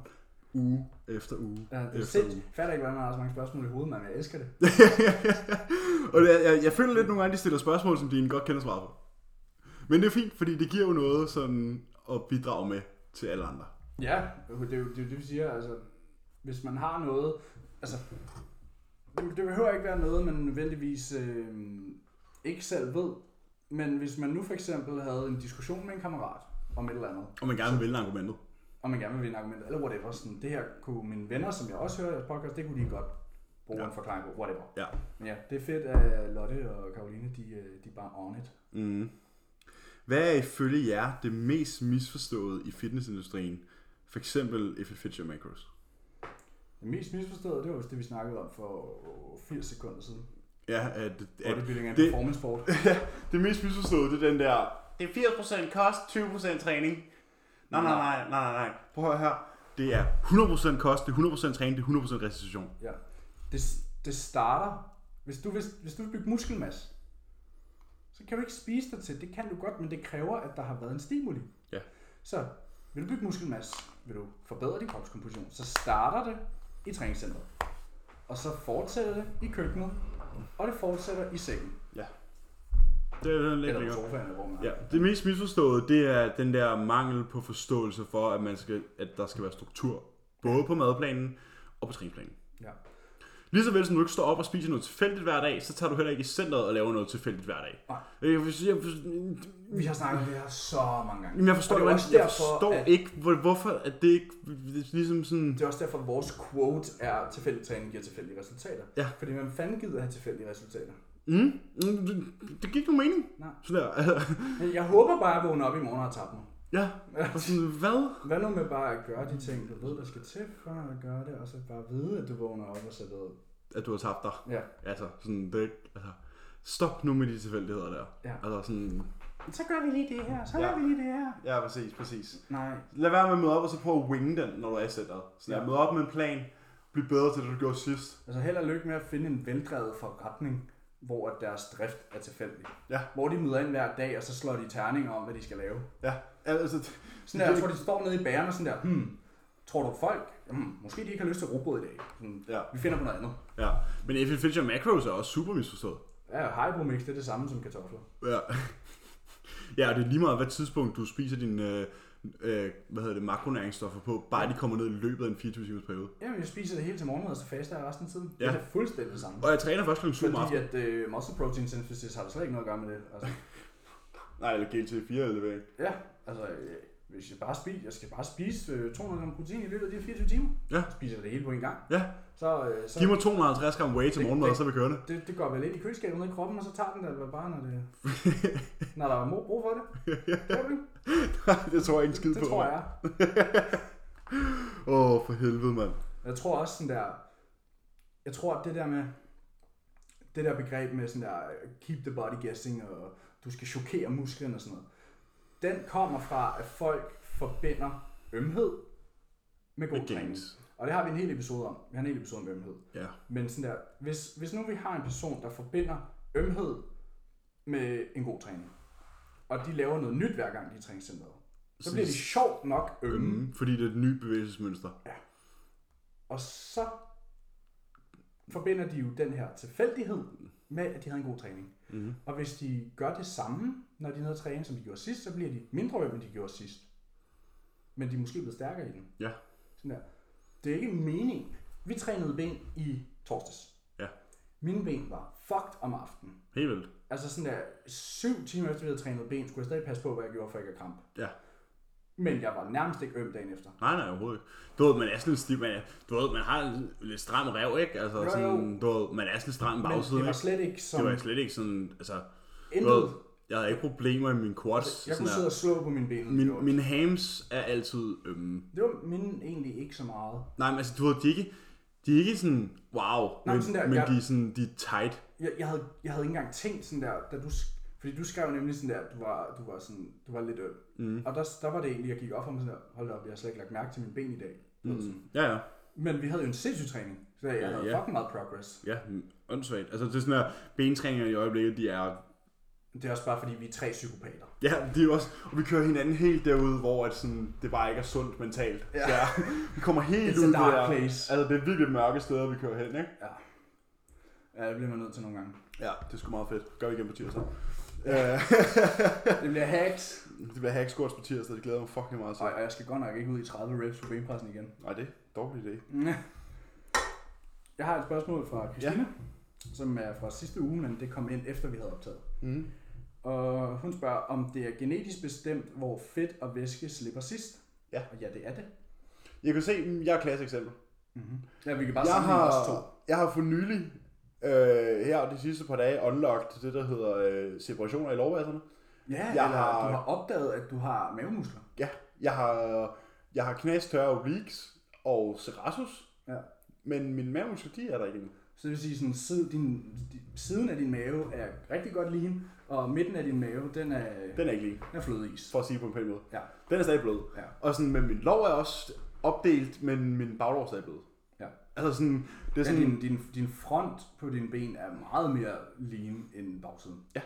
Speaker 2: uge efter uge. *laughs*
Speaker 1: Ja, det er
Speaker 2: efter
Speaker 1: sindssygt. Jeg fatter ikke, hvordan man har så mange spørgsmål i hovedet, men jeg elsker det.
Speaker 2: og det, er- jeg, jeg føler lidt nogle gange, de stiller spørgsmål, som de egentlig godt kender svaret på. Men det er fint, fordi det giver jo noget sådan at bidrage med til alle andre.
Speaker 1: Ja, det er jo det, er jo det vi siger. Altså, hvis man har noget... Altså, det, det behøver ikke være noget, man nødvendigvis øh, ikke selv ved. Men hvis man nu for eksempel havde en diskussion med en kammerat om et eller andet,
Speaker 2: Og man gerne vil argumentet.
Speaker 1: og man gerne vil vinde argumentet, eller whatever, sådan, det her kunne mine venner, som jeg også hører i jeres podcast, det kunne de godt bruge
Speaker 2: Ja.
Speaker 1: ja. en forklaring på, whatever.
Speaker 2: Ja.
Speaker 1: Men ja, det er fedt, at Lotte og Karoline, de, øh, de er bare on it.
Speaker 2: Mm. Hvad er ifølge jer det mest misforståede i fitnessindustrien? For eksempel if you fit your macros.
Speaker 1: Det mest misforståede, det var vist det, vi snakkede om for 80 sekunder siden.
Speaker 2: Ja, at, at
Speaker 1: Bodybuilding er en
Speaker 2: det-
Speaker 1: performance sport.
Speaker 2: det mest misforståede, det er den der... Det er 80% kost, 20% træning. Nej, nej, nej, nej, nej, nej. Prøv at høre. Det er 100% kost, det er 100% træning, det er 100% restitution.
Speaker 1: Ja. Det, det starter... Hvis du, hvis, hvis du vil bygge muskelmasse, så kan du ikke spise dig til. Det kan du godt, men det kræver, at der har været en stimuli.
Speaker 2: Ja.
Speaker 1: Så vil du bygge muskelmasse, vil du forbedre din kropskomposition, så starter det i træningscenteret. Og så fortsætter det i køkkenet, og det fortsætter i sengen.
Speaker 2: Ja. Det er den lidt
Speaker 1: Eller på
Speaker 2: længere.
Speaker 1: sofaen, eller hvor man er.
Speaker 2: Ja, det mest misforståede, det er den der mangel på forståelse for, at, man skal, at der skal være struktur. Både på madplanen og på træningsplanen.
Speaker 1: ja.
Speaker 2: Lige så vel som du ikke står op og spiser noget tilfældigt hver dag, så tager du heller ikke i centret og laver noget tilfældigt hver dag.
Speaker 1: Nej.
Speaker 2: Jeg, vil sige, jeg, vil-
Speaker 1: Vi har snakket om det her så mange gange.
Speaker 2: Jamen, jeg forstår,
Speaker 1: Og det er
Speaker 2: jeg,
Speaker 1: også
Speaker 2: jeg
Speaker 1: derfor,
Speaker 2: forstår
Speaker 1: at-
Speaker 2: ikke, hvor- hvorfor at det ikke det er ligesom sådan...
Speaker 1: Det er også derfor, at vores quote er, tilfældig træning giver tilfældige resultater.
Speaker 2: Ja.
Speaker 1: Fordi man fanden gider have tilfældige resultater.
Speaker 2: Mm, mm, det, det gik jo mening.
Speaker 1: Nej.
Speaker 2: Sådan der. altså,
Speaker 1: Men Jeg håber bare, at vågne op i morgen og har tabt mig. Altså,
Speaker 2: ja, og sådan, hvad?
Speaker 1: Hvad nu med bare at gøre de ting, du ved, der skal til for at gøre det, og så bare vide, at du vågner op og så ved.
Speaker 2: At du har tabt dig.
Speaker 1: Ja,
Speaker 2: Altså, sådan, det, altså, stop nu med de tilfældigheder der.
Speaker 1: Ja.
Speaker 2: Altså sådan...
Speaker 1: så gør vi lige det her, så
Speaker 2: Ja.
Speaker 1: gør vi lige det her.
Speaker 2: Ja, præcis, præcis.
Speaker 1: Nej,
Speaker 2: Lad være med at møde op, og så prøv at winge den, når du er i centret. Sådan
Speaker 1: Ja.
Speaker 2: der, møde op med en plan, bliv bedre til det, du gjorde sidst.
Speaker 1: altså held og lykke med at finde en veldrevet forretning, hvor at deres drift er tilfældig.
Speaker 2: Ja.
Speaker 1: Hvor de møder ind hver dag, og så slår de terninger om, hvad de skal lave.
Speaker 2: Ja, altså,
Speaker 1: Sådan der, jeg tror, de står nede i bæren og sådan der, hmm, tror du folk, hmm, måske de ikke har lyst til robot i dag. Sådan,
Speaker 2: Ja.
Speaker 1: Vi finder på noget andet.
Speaker 2: Ja, men if you fit your macros er også super misforstået.
Speaker 1: Ja, haribo-mix, det er det samme som kartofler.
Speaker 2: Ja. *laughs* ja, og det er lige meget, hvad tidspunkt du spiser dine øh, øh, hvad hedder det, makronæringsstoffer på, bare de kommer ned i løbet af en 24 timers periode.
Speaker 1: Jamen, jeg spiser det hele til morgenmad, og så faster jeg resten af tiden.
Speaker 2: Ja.
Speaker 1: Det er da fuldstændig det samme.
Speaker 2: Og jeg træner først kl. 7 om
Speaker 1: Fordi
Speaker 2: aftenen.
Speaker 1: at øh, muscle protein synthesis har da slet ikke noget at gøre med det. Altså,
Speaker 2: Nej, eller GT4 eller hvad.
Speaker 1: ja, altså øh, hvis jeg bare spiser, jeg skal bare spise øh, 200 gram protein i løbet af de her 24 timer.
Speaker 2: Ja.
Speaker 1: Så Spiser jeg det hele på en gang.
Speaker 2: Ja,
Speaker 1: Så, øh, så
Speaker 2: giv mig 250 gram whey til
Speaker 1: Det-
Speaker 2: morgenmad,
Speaker 1: det-
Speaker 2: og så er vi *laughs* kørende.
Speaker 1: det, det går vel lidt i køleskabet ned i kroppen, og så tager den det vel bare, når,
Speaker 2: *laughs*
Speaker 1: det, når der er mo- brug for det. Tror du ikke?
Speaker 2: det tror jeg ikke en skid
Speaker 1: det,
Speaker 2: på.
Speaker 1: det tror
Speaker 2: mand.
Speaker 1: jeg.
Speaker 2: Åh, for helvede, mand.
Speaker 1: Jeg tror også sådan der, jeg tror at det der med, det der begreb med sådan der, keep the body guessing, og du skal chokere musklerne og sådan noget, den kommer fra, at folk forbinder ømhed med god
Speaker 2: Med
Speaker 1: træning.
Speaker 2: gains.
Speaker 1: Og det har vi en hel episode om. Vi har en hel episode om ømhed.
Speaker 2: Ja.
Speaker 1: Men sådan der, hvis, hvis nu vi har en person, der forbinder ømhed med en god træning, og de laver noget nyt hver gang de er i træningscenteret, så bliver de sjovt nok ømme.
Speaker 2: Mm, fordi det er et nyt bevægelsesmønster.
Speaker 1: Og så forbinder de jo den her tilfældighed med, at de havde en god træning.
Speaker 2: Mhm.
Speaker 1: Mm-hmm. Og hvis de gør det samme, når de er nede at træne, som de gjorde sidst, så bliver de mindre øm, end de gjorde sidst. Men de er måske blevet stærkere i den.
Speaker 2: Ja,
Speaker 1: Sådan der. Det er ikke en mening. Vi trænede ben i torsdags.
Speaker 2: ja.
Speaker 1: Mine ben var fucked om aftenen.
Speaker 2: Helt vildt.
Speaker 1: altså sådan der, syv timer efter vi havde trænet ben, skulle jeg stadig passe på, hvad jeg gjorde for ikke at krampe.
Speaker 2: Ja.
Speaker 1: Men jeg var nærmest ikke øm dagen efter.
Speaker 2: Nej, nej, overhovedet ikke. Du ved, man er sådan lidt stiv, man, er- du ved, man har en lidt stram rev, ikke? Altså,
Speaker 1: Jo,
Speaker 2: sådan, du ved, man er sådan lidt stram i
Speaker 1: Men
Speaker 2: bagsiden,
Speaker 1: det var
Speaker 2: ikke?
Speaker 1: slet ikke som
Speaker 2: Det var slet ikke sådan, altså, du ved,
Speaker 1: intet.
Speaker 2: jeg havde ikke problemer i min quads.
Speaker 1: Jeg
Speaker 2: sådan
Speaker 1: kunne
Speaker 2: der.
Speaker 1: sidde og slå på mine ben.
Speaker 2: Min, min hams er altid ømme.
Speaker 1: Det var mine egentlig ikke så meget.
Speaker 2: Nej, men altså, du ved, de er ikke, de er ikke sådan, wow,
Speaker 1: men
Speaker 2: men,
Speaker 1: sådan der,
Speaker 2: men
Speaker 1: jeg-
Speaker 2: de er sådan, de er tight.
Speaker 1: jeg, jeg, havde, jeg havde ikke engang tænkt sådan der, da du, sk- fordi du skrev nemlig sådan der, at du var, du var, sådan, du var lidt øm. Mm. Og der, der var det egentlig, jeg gik op for mig sådan der, hold da op, jeg har slet ikke lagt mærke til mine ben i dag. Mm.
Speaker 2: Ja, ja.
Speaker 1: Men vi havde jo en sindssyg træning, så jeg havde
Speaker 2: ja.
Speaker 1: fucking meget progress.
Speaker 2: Ja, åndssvagt. Altså, det er sådan her, bentræninger i øjeblikket, de er...
Speaker 1: Det er også bare fordi, vi er tre psykopater.
Speaker 2: Ja, de er også... Og vi kører hinanden helt derude, hvor at sådan, det bare ikke er sundt mentalt. Ja. Så, vi kommer helt
Speaker 1: It's a
Speaker 2: ud
Speaker 1: dark
Speaker 2: der.
Speaker 1: place.
Speaker 2: Altså, det er virkelig et mørke steder, vi kører hen, ikke?
Speaker 1: Ja. Ja, det bliver man nødt til *laughs* nogle gange.
Speaker 2: Ja, det er sgu meget fedt. Gør vi igen på
Speaker 1: *laughs*
Speaker 2: tirsdag. Øh,
Speaker 1: Det bliver hacks.
Speaker 2: *laughs* Det bliver hackscores på tirsdag, det glæder jeg mig fucking meget til.
Speaker 1: Og, og jeg skal godt nok ikke ud i 30 reps på benpressen igen.
Speaker 2: Nej, det er en dårlig idé.
Speaker 1: Jeg har et spørgsmål fra Christina, ja. som er fra sidste uge, men det kom ind efter vi havde optaget.
Speaker 2: Mm.
Speaker 1: Og hun spørger, om det er genetisk bestemt, hvor fedt og væske slipper sidst?
Speaker 2: Ja.
Speaker 1: Og ja, det er det. Mhm.
Speaker 2: Jeg kan se, mm, jeg er et klasseeksempel.
Speaker 1: Ja, vi kan bare
Speaker 2: jeg
Speaker 1: sammenligne
Speaker 2: har,
Speaker 1: os to.
Speaker 2: jeg har for nylig, øh, her de sidste par dage, unlocked det, der hedder øh, separationer i lovbasserne.
Speaker 1: Ja, jeg
Speaker 2: jeg
Speaker 1: eller har...
Speaker 2: har-
Speaker 1: du har opdaget, at du har mavemuskler.
Speaker 2: Ja, jeg har, jeg har knastørre obliques og serratus,
Speaker 1: Ja.
Speaker 2: men min mavemuskler, de er der ikke endnu.
Speaker 1: Så det vil sige, sådan, side, din, di- siden af din mave er rigtig godt lean, og midten af din mave, den er, den
Speaker 2: Den er ikke lige,
Speaker 1: er flødeis.
Speaker 2: for at sige det på en pæn måde.
Speaker 1: Ja,
Speaker 2: Den er stadig blød.
Speaker 1: Ja.
Speaker 2: Og sådan, men min lov er også opdelt, men min baglov er stadig blød.
Speaker 1: ja.
Speaker 2: Altså sådan, det er
Speaker 1: ja
Speaker 2: sådan,
Speaker 1: din, din, din front på dine ben er meget mere lean end bagsiden.
Speaker 2: Ja.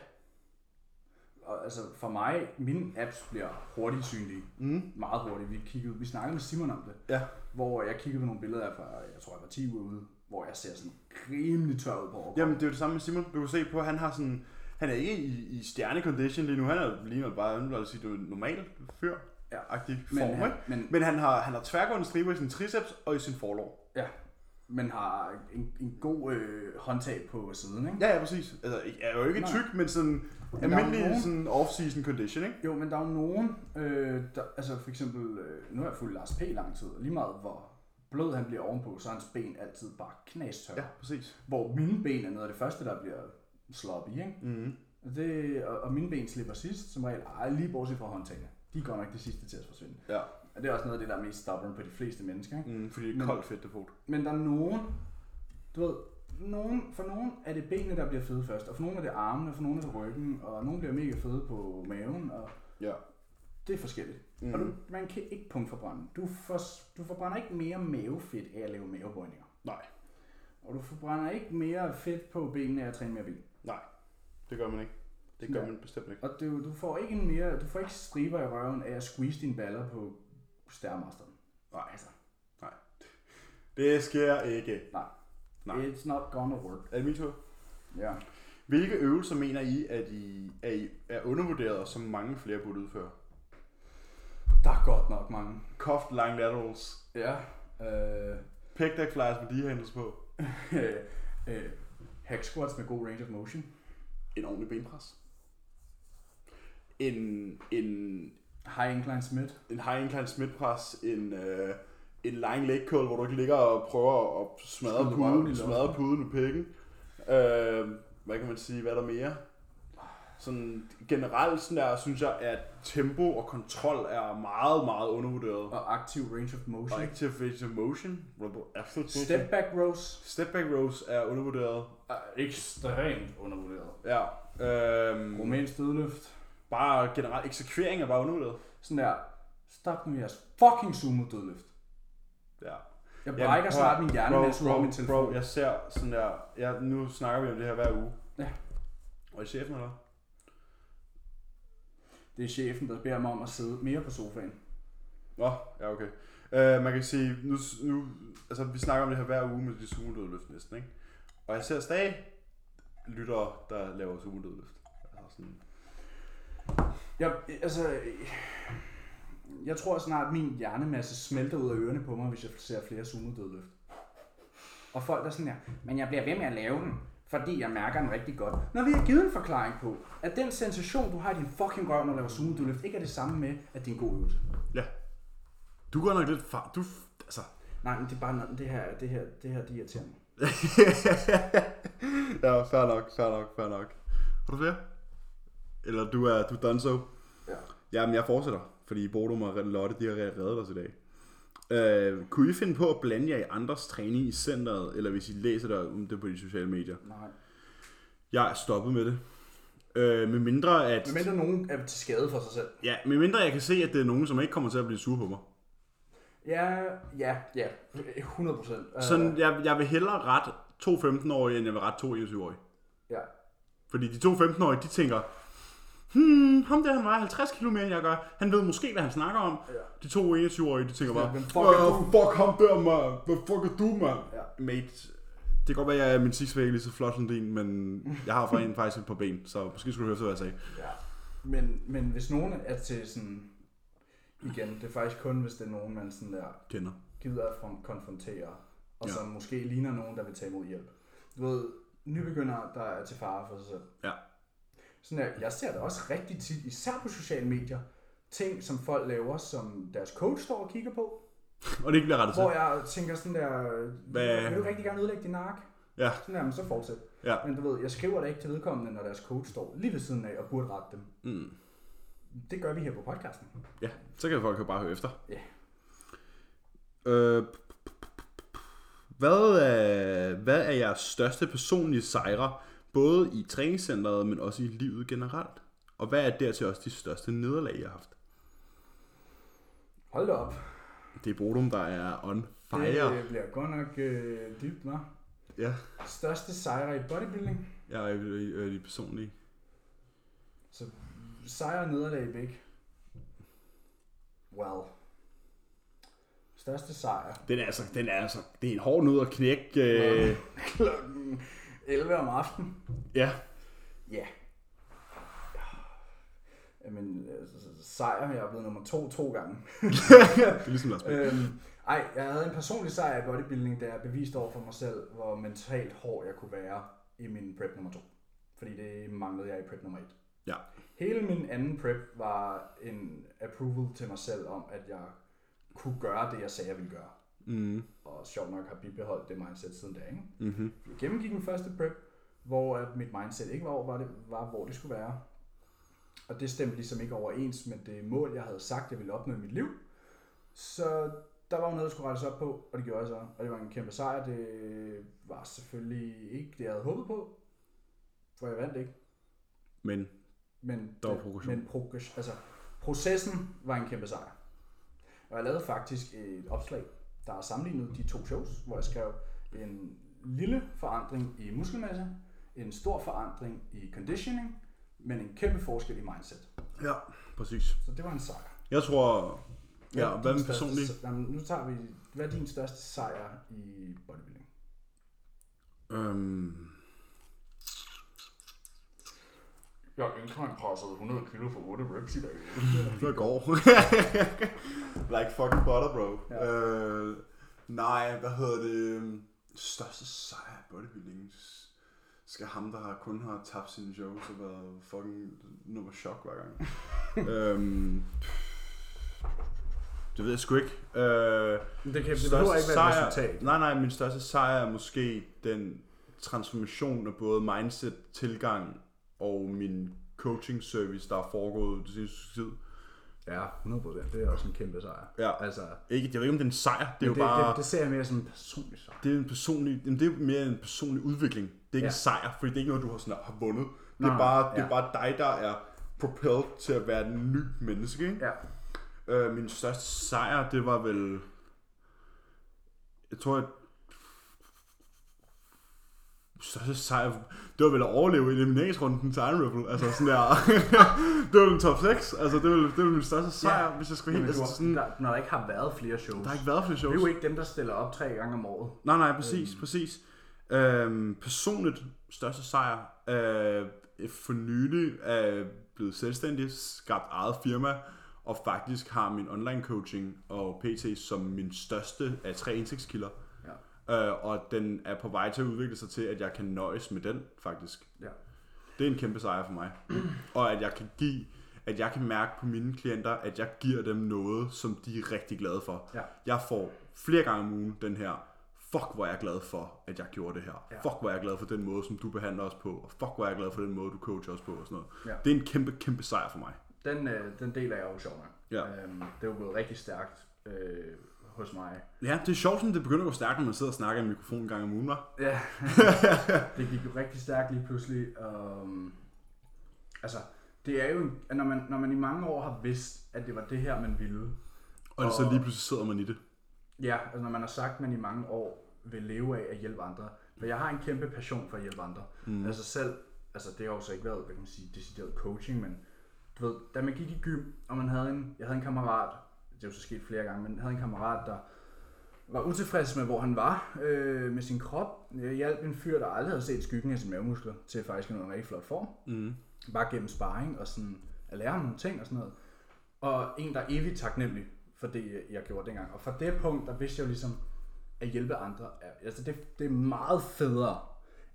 Speaker 1: Og altså for mig, mine apps bliver hurtigt synlige. Mm. Meget hurtigt. Vi, kiggede, vi snakkede med Simon om det.
Speaker 2: ja,
Speaker 1: hvor jeg kiggede på nogle billeder af fra, jeg tror jeg var 10 uger ude, hvor jeg ser sådan rimelig tør ud på overkroppen.
Speaker 2: Jamen, det er jo det samme med Simon. Du kan se på, at han har sådan... Han er ikke i, i stjernecondition lige nu. Han er lige nu bare, lad os sige, det er en normal fyr.
Speaker 1: Ja.
Speaker 2: Agtig
Speaker 1: Men
Speaker 2: form,
Speaker 1: han-
Speaker 2: ikke?
Speaker 1: men-
Speaker 2: men han har, han har tværgående striber i sin triceps og i sin forlov.
Speaker 1: Ja, men har en, en god øh, håndtag på siden, ikke?
Speaker 2: Ja, ja, præcis. Altså, jeg er jo ikke
Speaker 1: Nej.
Speaker 2: tyk, men sådan
Speaker 1: der er
Speaker 2: almindelig
Speaker 1: nogen-
Speaker 2: sådan off-season condition, ikke?
Speaker 1: Jo, men der er jo nogen, øh, der, altså for eksempel, øh, nu har jeg fulgt Lars P. lang tid, og lige meget hvor blød han bliver ovenpå, så er hans ben altid bare knastør.
Speaker 2: Ja, præcis.
Speaker 1: Hvor mine ben er noget af det første, der bliver sloppy, ikke? Mm-hmm. Og, det, og, og mine ben slipper sidst, som regel, ej, lige bortset fra håndtagene. De er godt nok det sidste til at forsvinde.
Speaker 2: Ja.
Speaker 1: Og det er også noget af det, der er mest stubborn på de fleste mennesker, ikke?
Speaker 2: Mm, fordi det er koldt fedt, det fod.
Speaker 1: Men der er nogen, du ved, nogen, for nogen er det benene, der bliver fede først, og for nogen er det armene, og for nogen er det ryggen, og nogen bliver mega fede på maven, og
Speaker 2: Ja.
Speaker 1: det er forskelligt. Mm. Og du, man kan ikke punktforbrænde. Du, for, du forbrænder ikke mere mavefedt af at lave mavebøjninger.
Speaker 2: Nej.
Speaker 1: Og du forbrænder ikke mere fedt på benene af at træne mere ben.
Speaker 2: Nej. Det gør man ikke. Det gør man bestemt ikke.
Speaker 1: Og du, du får ikke en mere, du får ikke striber i røven af at squeeze dine baller på stærmasteren.
Speaker 2: Nej.
Speaker 1: Altså,
Speaker 2: Nej. Det sker ikke.
Speaker 1: nej.
Speaker 2: Nej.
Speaker 1: It's not gonna work.
Speaker 2: Er det min tur?
Speaker 1: Ja.
Speaker 2: Hvilke øvelser mener I, at I er, I er undervurderet, og som mange flere burde udføre?
Speaker 1: Der er godt nok mange.
Speaker 2: Cuffed long laterals.
Speaker 1: Ja. Øh, *laughs*
Speaker 2: Pec deck flyers med D-handles på.
Speaker 1: øh, øh, hack squats med god range of motion.
Speaker 2: En ordentlig benpres. En, en,
Speaker 1: High incline smith.
Speaker 2: en high incline smidtpres. En, øh, en lying leg curl, hvor du ikke ligger og prøver at smadre
Speaker 1: Skyde røven i
Speaker 2: puden,
Speaker 1: loftet.
Speaker 2: smadre puden i pikken. Øh, hvad kan man sige? Hvad er der mere? Sådan generelt sådan der, synes jeg, at tempo og kontrol er meget, meget undervurderet.
Speaker 1: Og aktiv range of motion.
Speaker 2: Og Active range of motion. Rumble absolut
Speaker 1: Step back rows.
Speaker 2: Step back rows er undervurderet.
Speaker 1: Er ekstremt undervurderet.
Speaker 2: Ja. Øhm,
Speaker 1: Romansk dødløft.
Speaker 2: bare generelt eksekvering er bare undervurderet.
Speaker 1: Sådan der. Stop nu jeres fucking sumo dødløft.
Speaker 2: Ja.
Speaker 1: Jeg
Speaker 2: Jamen,
Speaker 1: brækker
Speaker 2: prøv
Speaker 1: snart
Speaker 2: at-
Speaker 1: min hjerne,
Speaker 2: bro,
Speaker 1: mens jeg
Speaker 2: bro,
Speaker 1: bruger min telefon.
Speaker 2: Bro, jeg ser sådan der... Ja, nu snakker vi om det her hver uge.
Speaker 1: Ja.
Speaker 2: Og er det chefen eller? hvad?
Speaker 1: Det er chefen, der beder mig om at sidde mere på sofaen.
Speaker 2: Nå, ja okay. Øh, man kan sige, nu, nu, altså vi snakker om det her hver uge med de sumodødløft næsten, ikke? Og jeg ser stadig lyttere, der laver sumodødløft. Altså sådan,
Speaker 1: Jeg, altså, jeg tror snart, min hjernemasse smelter ud af ørerne på mig, hvis jeg ser flere sumo dødløft. Og folk er sådan her, men jeg bliver ved med at lave den, fordi jeg mærker den rigtig godt. Når vi har givet en forklaring på, at den sensation, du har i din fucking røv, når du laver sumo deadlift, ikke er det samme med, at det er en god øvelse.
Speaker 2: Ja. Du går nok lidt far... Du... Altså...
Speaker 1: Nej, men det er bare noget, det her, det her, det her, det irriterer mig.
Speaker 2: ja, fair nok, fair nok, fair nok. Har du flere? Eller du er, du er done so?
Speaker 1: Ja.
Speaker 2: Jamen, jeg fortsætter, fordi Bodum og Lotte, de har reddet os i dag. Øh, kunne I finde på at blande jer i andres træning i centret, eller hvis I læser der om det på de sociale medier?
Speaker 1: Nej.
Speaker 2: Jeg er stoppet med det. Øh, med mindre at...
Speaker 1: Men mindre nogen er til skade for sig selv.
Speaker 2: Ja, med mindre jeg kan se, at det er nogen, som ikke kommer til at blive sure på mig.
Speaker 1: Ja, ja, ja. 100 procent. Øh,
Speaker 2: Sådan, jeg, jeg vil hellere ret to 15-årige, end jeg vil ret to 21-årige.
Speaker 1: Ja.
Speaker 2: Fordi de to 15-årige, de tænker, hmm, ham der, han vejer 50 km mere, end jeg gør. Han ved måske, hvad han snakker om.
Speaker 1: Ja.
Speaker 2: De to 21-årige, de tænker bare,
Speaker 1: Hvem fuck er
Speaker 2: "Øh, fuck ham der, mand. Hvad fuck er du, mand?
Speaker 1: Ja.
Speaker 2: Mate, det kan godt være, at jeg er min sixpack ikke lige så flot som din, men jeg har for en faktisk et par ben, så måske skulle du høre efter, hvad jeg sagde.
Speaker 1: Ja. Men, men hvis nogen er til sådan... Igen, det er faktisk kun, hvis det er nogen, man sådan der
Speaker 2: Kender.
Speaker 1: gider at fron- konfrontere, og ja.
Speaker 2: Ja.
Speaker 1: som måske ligner nogen, der vil tage imod hjælp. Du ved, nybegyndere, der er til fare for sig selv.
Speaker 2: Ja.
Speaker 1: Sådan der, jeg ser det også rigtig tit, især på sociale medier, ting, som folk laver, som deres coach står og kigger på,
Speaker 2: Og det ikke bliver rettet til.
Speaker 1: hvor jeg tænker sådan der,
Speaker 2: Hvad-
Speaker 1: Hvad? vil du rigtig gerne ødelægge din ark?
Speaker 2: Ja,
Speaker 1: Sådan der, men så fortsæt.
Speaker 2: ja.
Speaker 1: Men du ved, jeg skriver det ikke til vedkommende, når deres coach står lige ved siden af og burde rette dem.
Speaker 2: Mm.
Speaker 1: Det gør vi her på podcasten.
Speaker 2: Ja, så kan folk jo bare høre efter.
Speaker 1: Ja.
Speaker 2: Øh, p- p- p- p- hvad, er, hvad er jeres største personlige sejre, både i træningscenteret, men også i livet generelt? Og hvad er dertil også de største nederlag, jeg har haft?
Speaker 1: Hold da op.
Speaker 2: Det er Bodum, der er on fire.
Speaker 1: Det øh, bliver godt nok øh, dybt, hva'?
Speaker 2: Ja,
Speaker 1: Største sejre i bodybuilding?
Speaker 2: jeg er øh, øh, de personlige.
Speaker 1: Så sejre og nederlag i begge. Well. Største sejr. *laughs*
Speaker 2: Den er altså, den er altså, det er en hård nød at knække. Øh,
Speaker 1: Klokken 11 om aftenen.
Speaker 2: ja,
Speaker 1: Ja. Jamen, altså, sejr. Jeg er blevet nummer to to gange. *laughs*
Speaker 2: det er ligesom Lars Bæk.
Speaker 1: øhm, ej, jeg havde en personlig sejr i bodybuilding, da jeg beviste over for mig selv, hvor mentalt hård jeg kunne være i min prep nummer 2. Fordi det manglede jeg i prep nummer 1.
Speaker 2: Ja,
Speaker 1: Hele min anden prep var en approval til mig selv om, at jeg kunne gøre det, jeg sagde, jeg ville gøre.
Speaker 2: mm,
Speaker 1: Og sjovt nok har bibeholdt det mindset siden da. Ikke? Mm-hmm. Jeg gennemgik den første prep, hvor at mit mindset ikke var, over, var, det, var, hvor det skulle være. Og det stemte ligesom ikke overens med det mål, jeg havde sagt, jeg ville opnå i mit liv. Så der var jo noget, der skulle rettes op på, og det gjorde jeg så. Og det var en kæmpe sejr. Det var selvfølgelig ikke det, jeg havde håbet på, for jeg vandt ikke.
Speaker 2: men
Speaker 1: Men,
Speaker 2: Der var
Speaker 1: det-
Speaker 2: progression.
Speaker 1: Men progres, altså, processen var en kæmpe sejr. Og jeg lavede faktisk et opslag, der har sammenlignet de to shows, hvor jeg skrev en lille forandring i muskelmasse, en stor forandring i conditioning, men en kæmpe forskel i mindset.
Speaker 2: ja, præcis.
Speaker 1: Så det var en sejr.
Speaker 2: Jeg tror, ja, hvad
Speaker 1: er
Speaker 2: med
Speaker 1: din
Speaker 2: personlige?
Speaker 1: største, jamen, nu tager vi, hvad er din største sejr i bodybuilding?
Speaker 2: Øhm,
Speaker 1: Jeg indkring pressede 100 kilo for 8 reps i dag.
Speaker 2: Det var i går. *laughs* like fucking butter, bro. Ja. Øh, nej, hvad hedder det? Største sejr i bodybuilding. Skal ham, der har kun har tabt sine shows og været fucking nummer chok hver *laughs* gang. øhm, det ved jeg sgu ikke. Øh,
Speaker 1: Det, kan, det behøver
Speaker 2: største
Speaker 1: ikke være et resultat.
Speaker 2: Nej, nej, min største sejr er måske den transformation af både mindset, tilgang og min coaching service, der er foregået det sidste tid.
Speaker 1: Ja, 100%. Det er også en kæmpe sejr.
Speaker 2: Ja.
Speaker 1: Altså,
Speaker 2: Ikke, jeg ved ikke, om det er en sejr. Det er jo
Speaker 1: det, bare...
Speaker 2: bare...
Speaker 1: det, det ser jeg mere som en personlig sejr.
Speaker 2: Det er, en personlig, jamen, det er mere en personlig udvikling. Det er ikke ja.
Speaker 1: Ja.
Speaker 2: en sejr, fordi det er ikke noget, du har, sådan, har vundet. Det er,
Speaker 1: Nej,
Speaker 2: bare, det er
Speaker 1: ja.
Speaker 2: bare dig, der er propelled til at være den nye menneske. Ikke?
Speaker 1: Ja.
Speaker 2: Øh, min største sejr, det var vel... Jeg tror, at... Største sejr... Det var vel at overleve elimineringsrunden til Iron Ripple. Altså sådan der... *laughs* det var den top 6. Altså det var, det var min største sejr, ja. hvis jeg skulle helt...
Speaker 1: Jamen, du,
Speaker 2: Altså, sådan,
Speaker 1: sådan...
Speaker 2: der
Speaker 1: der, når der ikke har været flere shows, der
Speaker 2: har
Speaker 1: ikke...
Speaker 2: ikke været flere
Speaker 1: det
Speaker 2: shows.
Speaker 1: er jo ikke dem, der stiller op tre gange om året.
Speaker 2: Nej, nej, præcis, øhm. præcis. Øhm, personligt største sejr øh, for nylig er blevet selvstændig, skabt eget firma, og faktisk har min online coaching og PT som min største af tre indtægtskilder.
Speaker 1: Ja.
Speaker 2: Øh, og den er på vej til at udvikle sig til, at jeg kan nøjes med den, faktisk.
Speaker 1: Ja.
Speaker 2: Det er en kæmpe sejr for mig. *clears throat* og at jeg kan give, at jeg kan mærke på mine klienter, at jeg giver dem noget, som de er rigtig glade for.
Speaker 1: Ja.
Speaker 2: Jeg får flere gange om ugen den her, fuck hvor er jeg glad for, at jeg gjorde det her.
Speaker 1: Ja.
Speaker 2: Fuck hvor er jeg glad for den måde, som du behandler os på. Og fuck hvor er jeg glad for den måde, du coacher os på og sådan noget.
Speaker 1: Ja.
Speaker 2: Det er en kæmpe, kæmpe sejr for mig.
Speaker 1: Den, øh, den del er jeg jo sjov nok.
Speaker 2: Ja.
Speaker 1: Øhm, det er jo gået rigtig stærkt øh, hos mig.
Speaker 2: Ja, det er sjovt, sådan det begynder at gå stærkt, når man sidder og snakker i en mikrofon en gang om ugen, hva'?
Speaker 1: Ja, *laughs* det gik jo rigtig stærkt lige pludselig. Um, altså, det er jo, en- at når man, når man i mange år har vidst, at det var det her, man ville.
Speaker 2: Og, og så lige pludselig sidder man i det.
Speaker 1: Ja, altså når man har sagt, at man i mange år vil leve af at hjælpe andre. For jeg har en kæmpe passion for at hjælpe andre. Mm. Altså selv, altså det har jo så ikke været, hvad kan man sige, decideret coaching, men du ved, da man gik i gym, og man havde en, jeg havde en kammerat, det er jo så sket flere gange, men jeg havde en kammerat, der var utilfreds med, hvor han var øh, med sin krop. Jeg hjalp en fyr, der aldrig havde set skyggen af sine mavemuskler, til faktisk at nå en rigtig flot form. Mm. Bare gennem sparring og sådan at lære ham nogle ting og sådan noget. Og en, der er evigt taknemmelig for det, jeg gjorde dengang. Og fra det punkt, der vidste jeg jo ligesom, at hjælpe andre, er, altså det, det er meget federe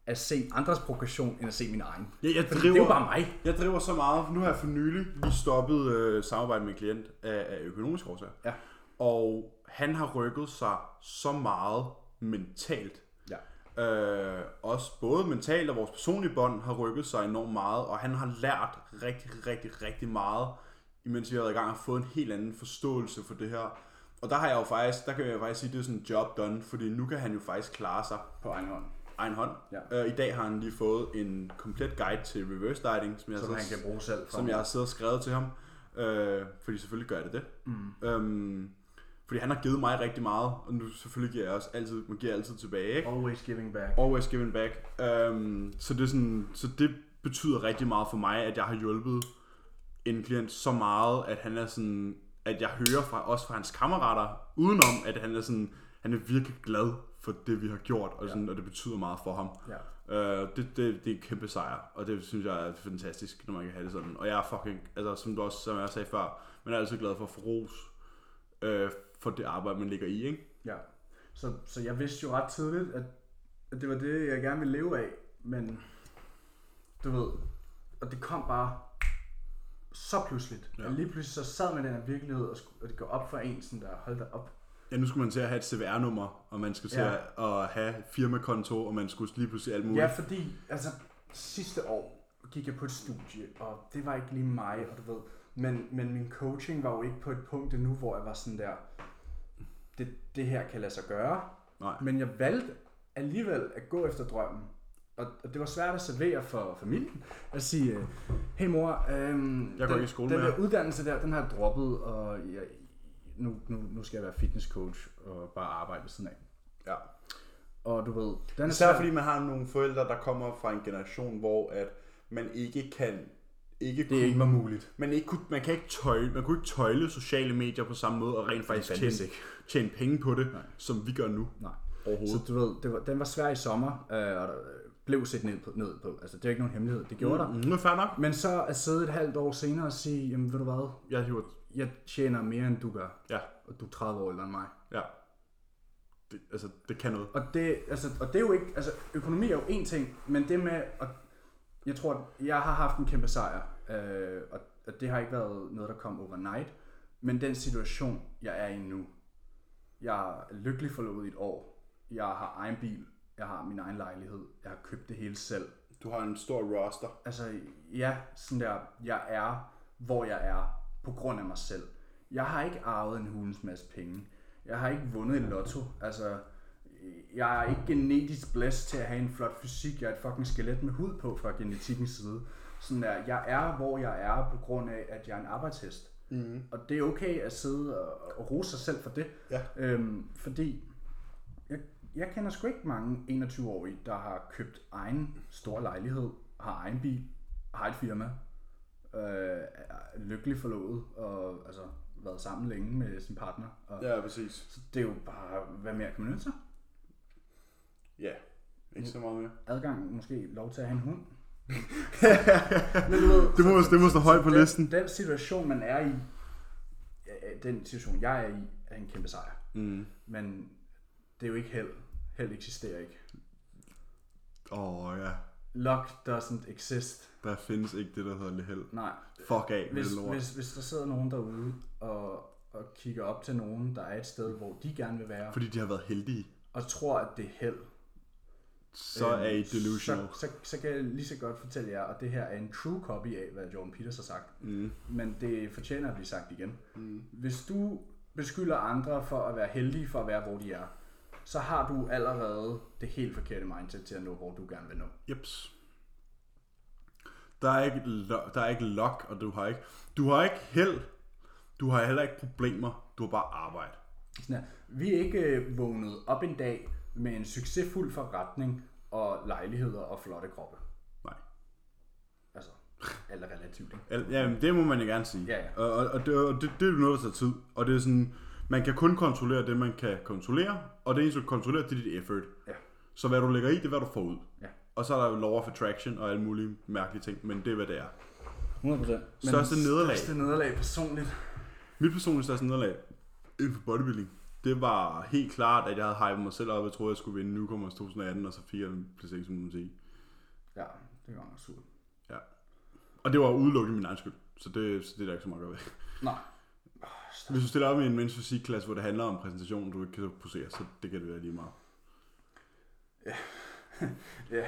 Speaker 1: at se andres progression, end at se min egen.
Speaker 2: Ja, jeg
Speaker 1: Fordi
Speaker 2: driver-
Speaker 1: det er jo bare mig.
Speaker 2: Jeg driver så meget, for nu har jeg for nylig lige stoppet øh, samarbejde med en klient af, af økonomisk årsager.
Speaker 1: Ja.
Speaker 2: Og han har rykket sig så meget mentalt.
Speaker 1: Ja.
Speaker 2: Øh, også både mentalt og vores personlige bånd har rykket sig enormt meget, og han har lært rigtig, rigtig, rigtig meget, imens vi har været i gang og fået en helt anden forståelse for det her. Og der har jeg jo faktisk, der kan jeg jo faktisk sige, at det er sådan job done, fordi nu kan han jo faktisk klare sig
Speaker 1: På egen hånd.
Speaker 2: egen hånd.
Speaker 1: Ja.
Speaker 2: Øh, I dag har han lige fået en komplet guide til reverse dieting, som jeg, altså
Speaker 1: Som
Speaker 2: så,
Speaker 1: han kan bruge selv. For
Speaker 2: som jeg har siddet og skrevet til ham. Øh, fordi selvfølgelig gør jeg det det. Mm. Øhm, fordi han har givet mig rigtig meget, og nu selvfølgelig giver jeg også altid, man giver altid tilbage. Ikke?
Speaker 1: Always giving back.
Speaker 2: Always giving back. Øhm, så, det er sådan, så det betyder rigtig meget for mig, at jeg har hjulpet en klient så meget, at han er sådan, at jeg hører fra, også fra hans kammerater, udenom, at han er sådan, han er virkelig glad for det, vi har gjort, og, sådan, ja. og det betyder meget for ham.
Speaker 1: Ja.
Speaker 2: Øh, det, det, det er en kæmpe sejr, og det synes jeg er fantastisk, når man kan have det sådan. Og jeg er fucking, altså som du også, som jeg sagde før, man er altid glad for at få ros øh, for det arbejde, man ligger i, ikke?
Speaker 1: Ja. Så, så jeg vidste jo ret tidligt, at, at det var det, jeg gerne ville leve af, men du ved, og det kom bare så pludseligt. Ja. Og lige pludselig så sad man i den her virkelighed, og, skulle, og det går op for en, sådan der, hold da op.
Speaker 2: Ja, nu skulle man til at have et CVR-nummer, og man skulle til
Speaker 1: Ja.
Speaker 2: ja. at have firmakonto, og man skulle lige pludselig alt muligt.
Speaker 1: Ja,
Speaker 2: Ja.
Speaker 1: fordi altså, sidste år gik jeg på et studie, og det var ikke lige mig, og du ved, men, men min coaching var jo ikke på et punkt endnu, hvor jeg var sådan der, det, det her kan lade sig gøre,
Speaker 2: Nej.
Speaker 1: men jeg valgte alligevel at gå efter drømmen. Og, og det var svært at servere for familien. At sige, øh, hey mor, øhm,
Speaker 2: Jeg går
Speaker 1: den,
Speaker 2: ikke i skole
Speaker 1: den
Speaker 2: mere."
Speaker 1: der uddannelse der, den har jeg droppet, og jeg, nu, nu, nu skal jeg være fitnesscoach og bare arbejde ved siden af.
Speaker 2: Ja.
Speaker 1: Og du ved, den er
Speaker 2: Især
Speaker 1: svær,
Speaker 2: fordi man har nogle forældre, der kommer fra en generation, hvor at man ikke kan... Ikke det kunne,
Speaker 1: ikke var muligt.
Speaker 2: Man, ikke kunne, man, kan ikke tøjle, man kunne ikke tøjle sociale medier på samme måde, og rent faktisk
Speaker 1: fandtes
Speaker 2: tjene, tjene penge på det, Nej. som vi gør nu.
Speaker 1: Nej.
Speaker 2: Overhovedet.
Speaker 1: Så du ved, det var, den var svær i sommer, øh, og der blev set ned på, ned på. Altså, det er ikke nogen hemmelighed, det gjorde mm. der.
Speaker 2: Nu er fair nok.
Speaker 1: Men så at sidde et halvt år senere og sige, jamen ved du hvad,
Speaker 2: Jeg hiver...
Speaker 1: jeg tjener mere end du gør,
Speaker 2: Ja,
Speaker 1: og du er 30 år ældre end mig.
Speaker 2: ja. Det, altså, det kan noget.
Speaker 1: Og det, altså, og det er jo ikke, altså økonomi er jo en ting, men det med, at, jeg tror, at jeg har haft en kæmpe sejr, øh, og, og det har ikke været noget, der kom overnight, men den situation, jeg er i nu, jeg er lykkelig forlovet i et år, jeg har egen bil, jeg har min egen lejlighed, jeg har købt det hele selv,
Speaker 2: Du har en stor roster.
Speaker 1: altså, ja, sådan der, jeg er, hvor jeg er, på grund af mig selv. Jeg har ikke arvet en hulens masse penge. Jeg har ikke vundet i lotto. Altså, jeg er ikke genetisk blæst til at have en flot fysik. Jeg er et fucking skelet med hud på fra genetikkens side. Sådan der, jeg er, hvor jeg er, på grund af, at jeg er en arbejdshest. Mm. Og det er okay at sidde og, og rose sig selv for det.
Speaker 2: Ja.
Speaker 1: Øhm, fordi jeg, jeg kender sgu ikke mange 21-årige, der har købt egen stor lejlighed, har egen bil, har et firma, øh, er lykkelig forlovet og altså, været sammen længe med sin partner. Og,
Speaker 2: Ja, præcis.
Speaker 1: Så det er jo bare, hvad mere kan man ønske sig?
Speaker 2: Ja, ikke så meget mere.
Speaker 1: Adgang, måske lov til at have en hund. Men du ved,
Speaker 2: Det må, det må stå højt på listen.
Speaker 1: Den, den situation, man er i, ja, den situation, jeg er i, er en kæmpe sejr. Mm. Men det er jo ikke held. Held eksisterer ikke.
Speaker 2: Åh oh, ja,
Speaker 1: Luck doesn't exist.
Speaker 2: der findes ikke det, der hedder held.
Speaker 1: Nej.
Speaker 2: Fuck af med
Speaker 1: Hvis,
Speaker 2: det lort.
Speaker 1: hvis, hvis der sidder nogen derude og, og kigger op til nogen, der er et sted, hvor de gerne vil være,
Speaker 2: Fordi de har været heldige.
Speaker 1: og tror, at det er held,
Speaker 2: Så er I delusional.
Speaker 1: Så, så, så kan jeg lige så godt fortælle jer, og det her er en true copy af, hvad Jordan Peters har sagt. Mm. Men det fortjener at blive sagt igen. Mm. Hvis du beskylder andre for at være heldige for at være, hvor de er, så har du allerede det helt forkerte mindset til at nå, hvor du gerne vil nå.
Speaker 2: Jeps. Der er ikke, lo- der er ikke luck, og du har ikke, du har ikke held. Du har heller ikke problemer. Du har bare arbejde.
Speaker 1: Sådan her. Vi er ikke øh, vågnet op en dag med en succesfuld forretning og lejligheder og flotte kroppe.
Speaker 2: Nej.
Speaker 1: Altså, alt er relativt. ikke?
Speaker 2: Al- Jamen, det må man jo gerne sige.
Speaker 1: Ja, ja.
Speaker 2: Og, og, og, det, og det, det er jo noget, der tager tid. Og det er sådan, man kan kun kontrollere det, man kan kontrollere. Og det eneste, du kan kontrollere, det er dit effort.
Speaker 1: Ja.
Speaker 2: Så hvad du lægger i, det er, hvad du får ud.
Speaker 1: Ja.
Speaker 2: Og så er der jo law of attraction og alle mulige mærkelige ting, men det er, hvad det er.
Speaker 1: 100%. Men
Speaker 2: Største nederlag.
Speaker 1: Største nederlag personligt.
Speaker 2: Mit personlige største nederlag inden for bodybuilding, det var helt klart, at jeg havde hypet mig selv op. Jeg troede, jeg skulle vinde Newcomers 2018, og så fik jeg en placering som nummer 10.
Speaker 1: Ja, det var nok surt.
Speaker 2: Ja. Og det var udelukkende min egen skyld, så det, så det er der ikke så meget at gøre ved.
Speaker 1: Nej.
Speaker 2: Hvis du stiller op i en mens fysik klasse, hvor det handler om præsentation, du ikke kan posere, så det kan det være lige meget.
Speaker 1: Ja.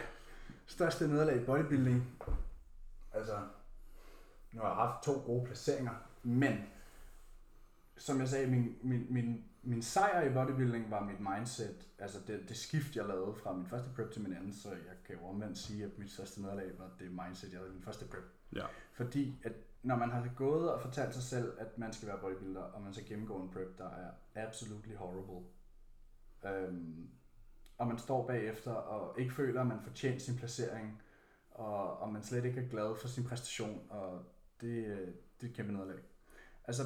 Speaker 1: Største nederlag i bodybuilding. Altså, nu har jeg haft to gode placeringer, men som jeg sagde, min, min, min, min sejr i bodybuilding var mit mindset. Altså det, det skift, jeg lavede fra min første prep til min anden, så jeg kan jo omvendt sige, at mit største nederlag var det mindset, jeg havde i min første prep.
Speaker 2: Ja.
Speaker 1: Fordi at når man har gået og fortalt sig selv, at man skal være bodybuilder, og man skal gennemgå en prep, der er absolutely horrible, øhm, og man står bagefter og ikke føler, at man fortjener sin placering, og, og man slet ikke er glad for sin præstation, og det, øh, det er et kæmpe nederlag. Altså,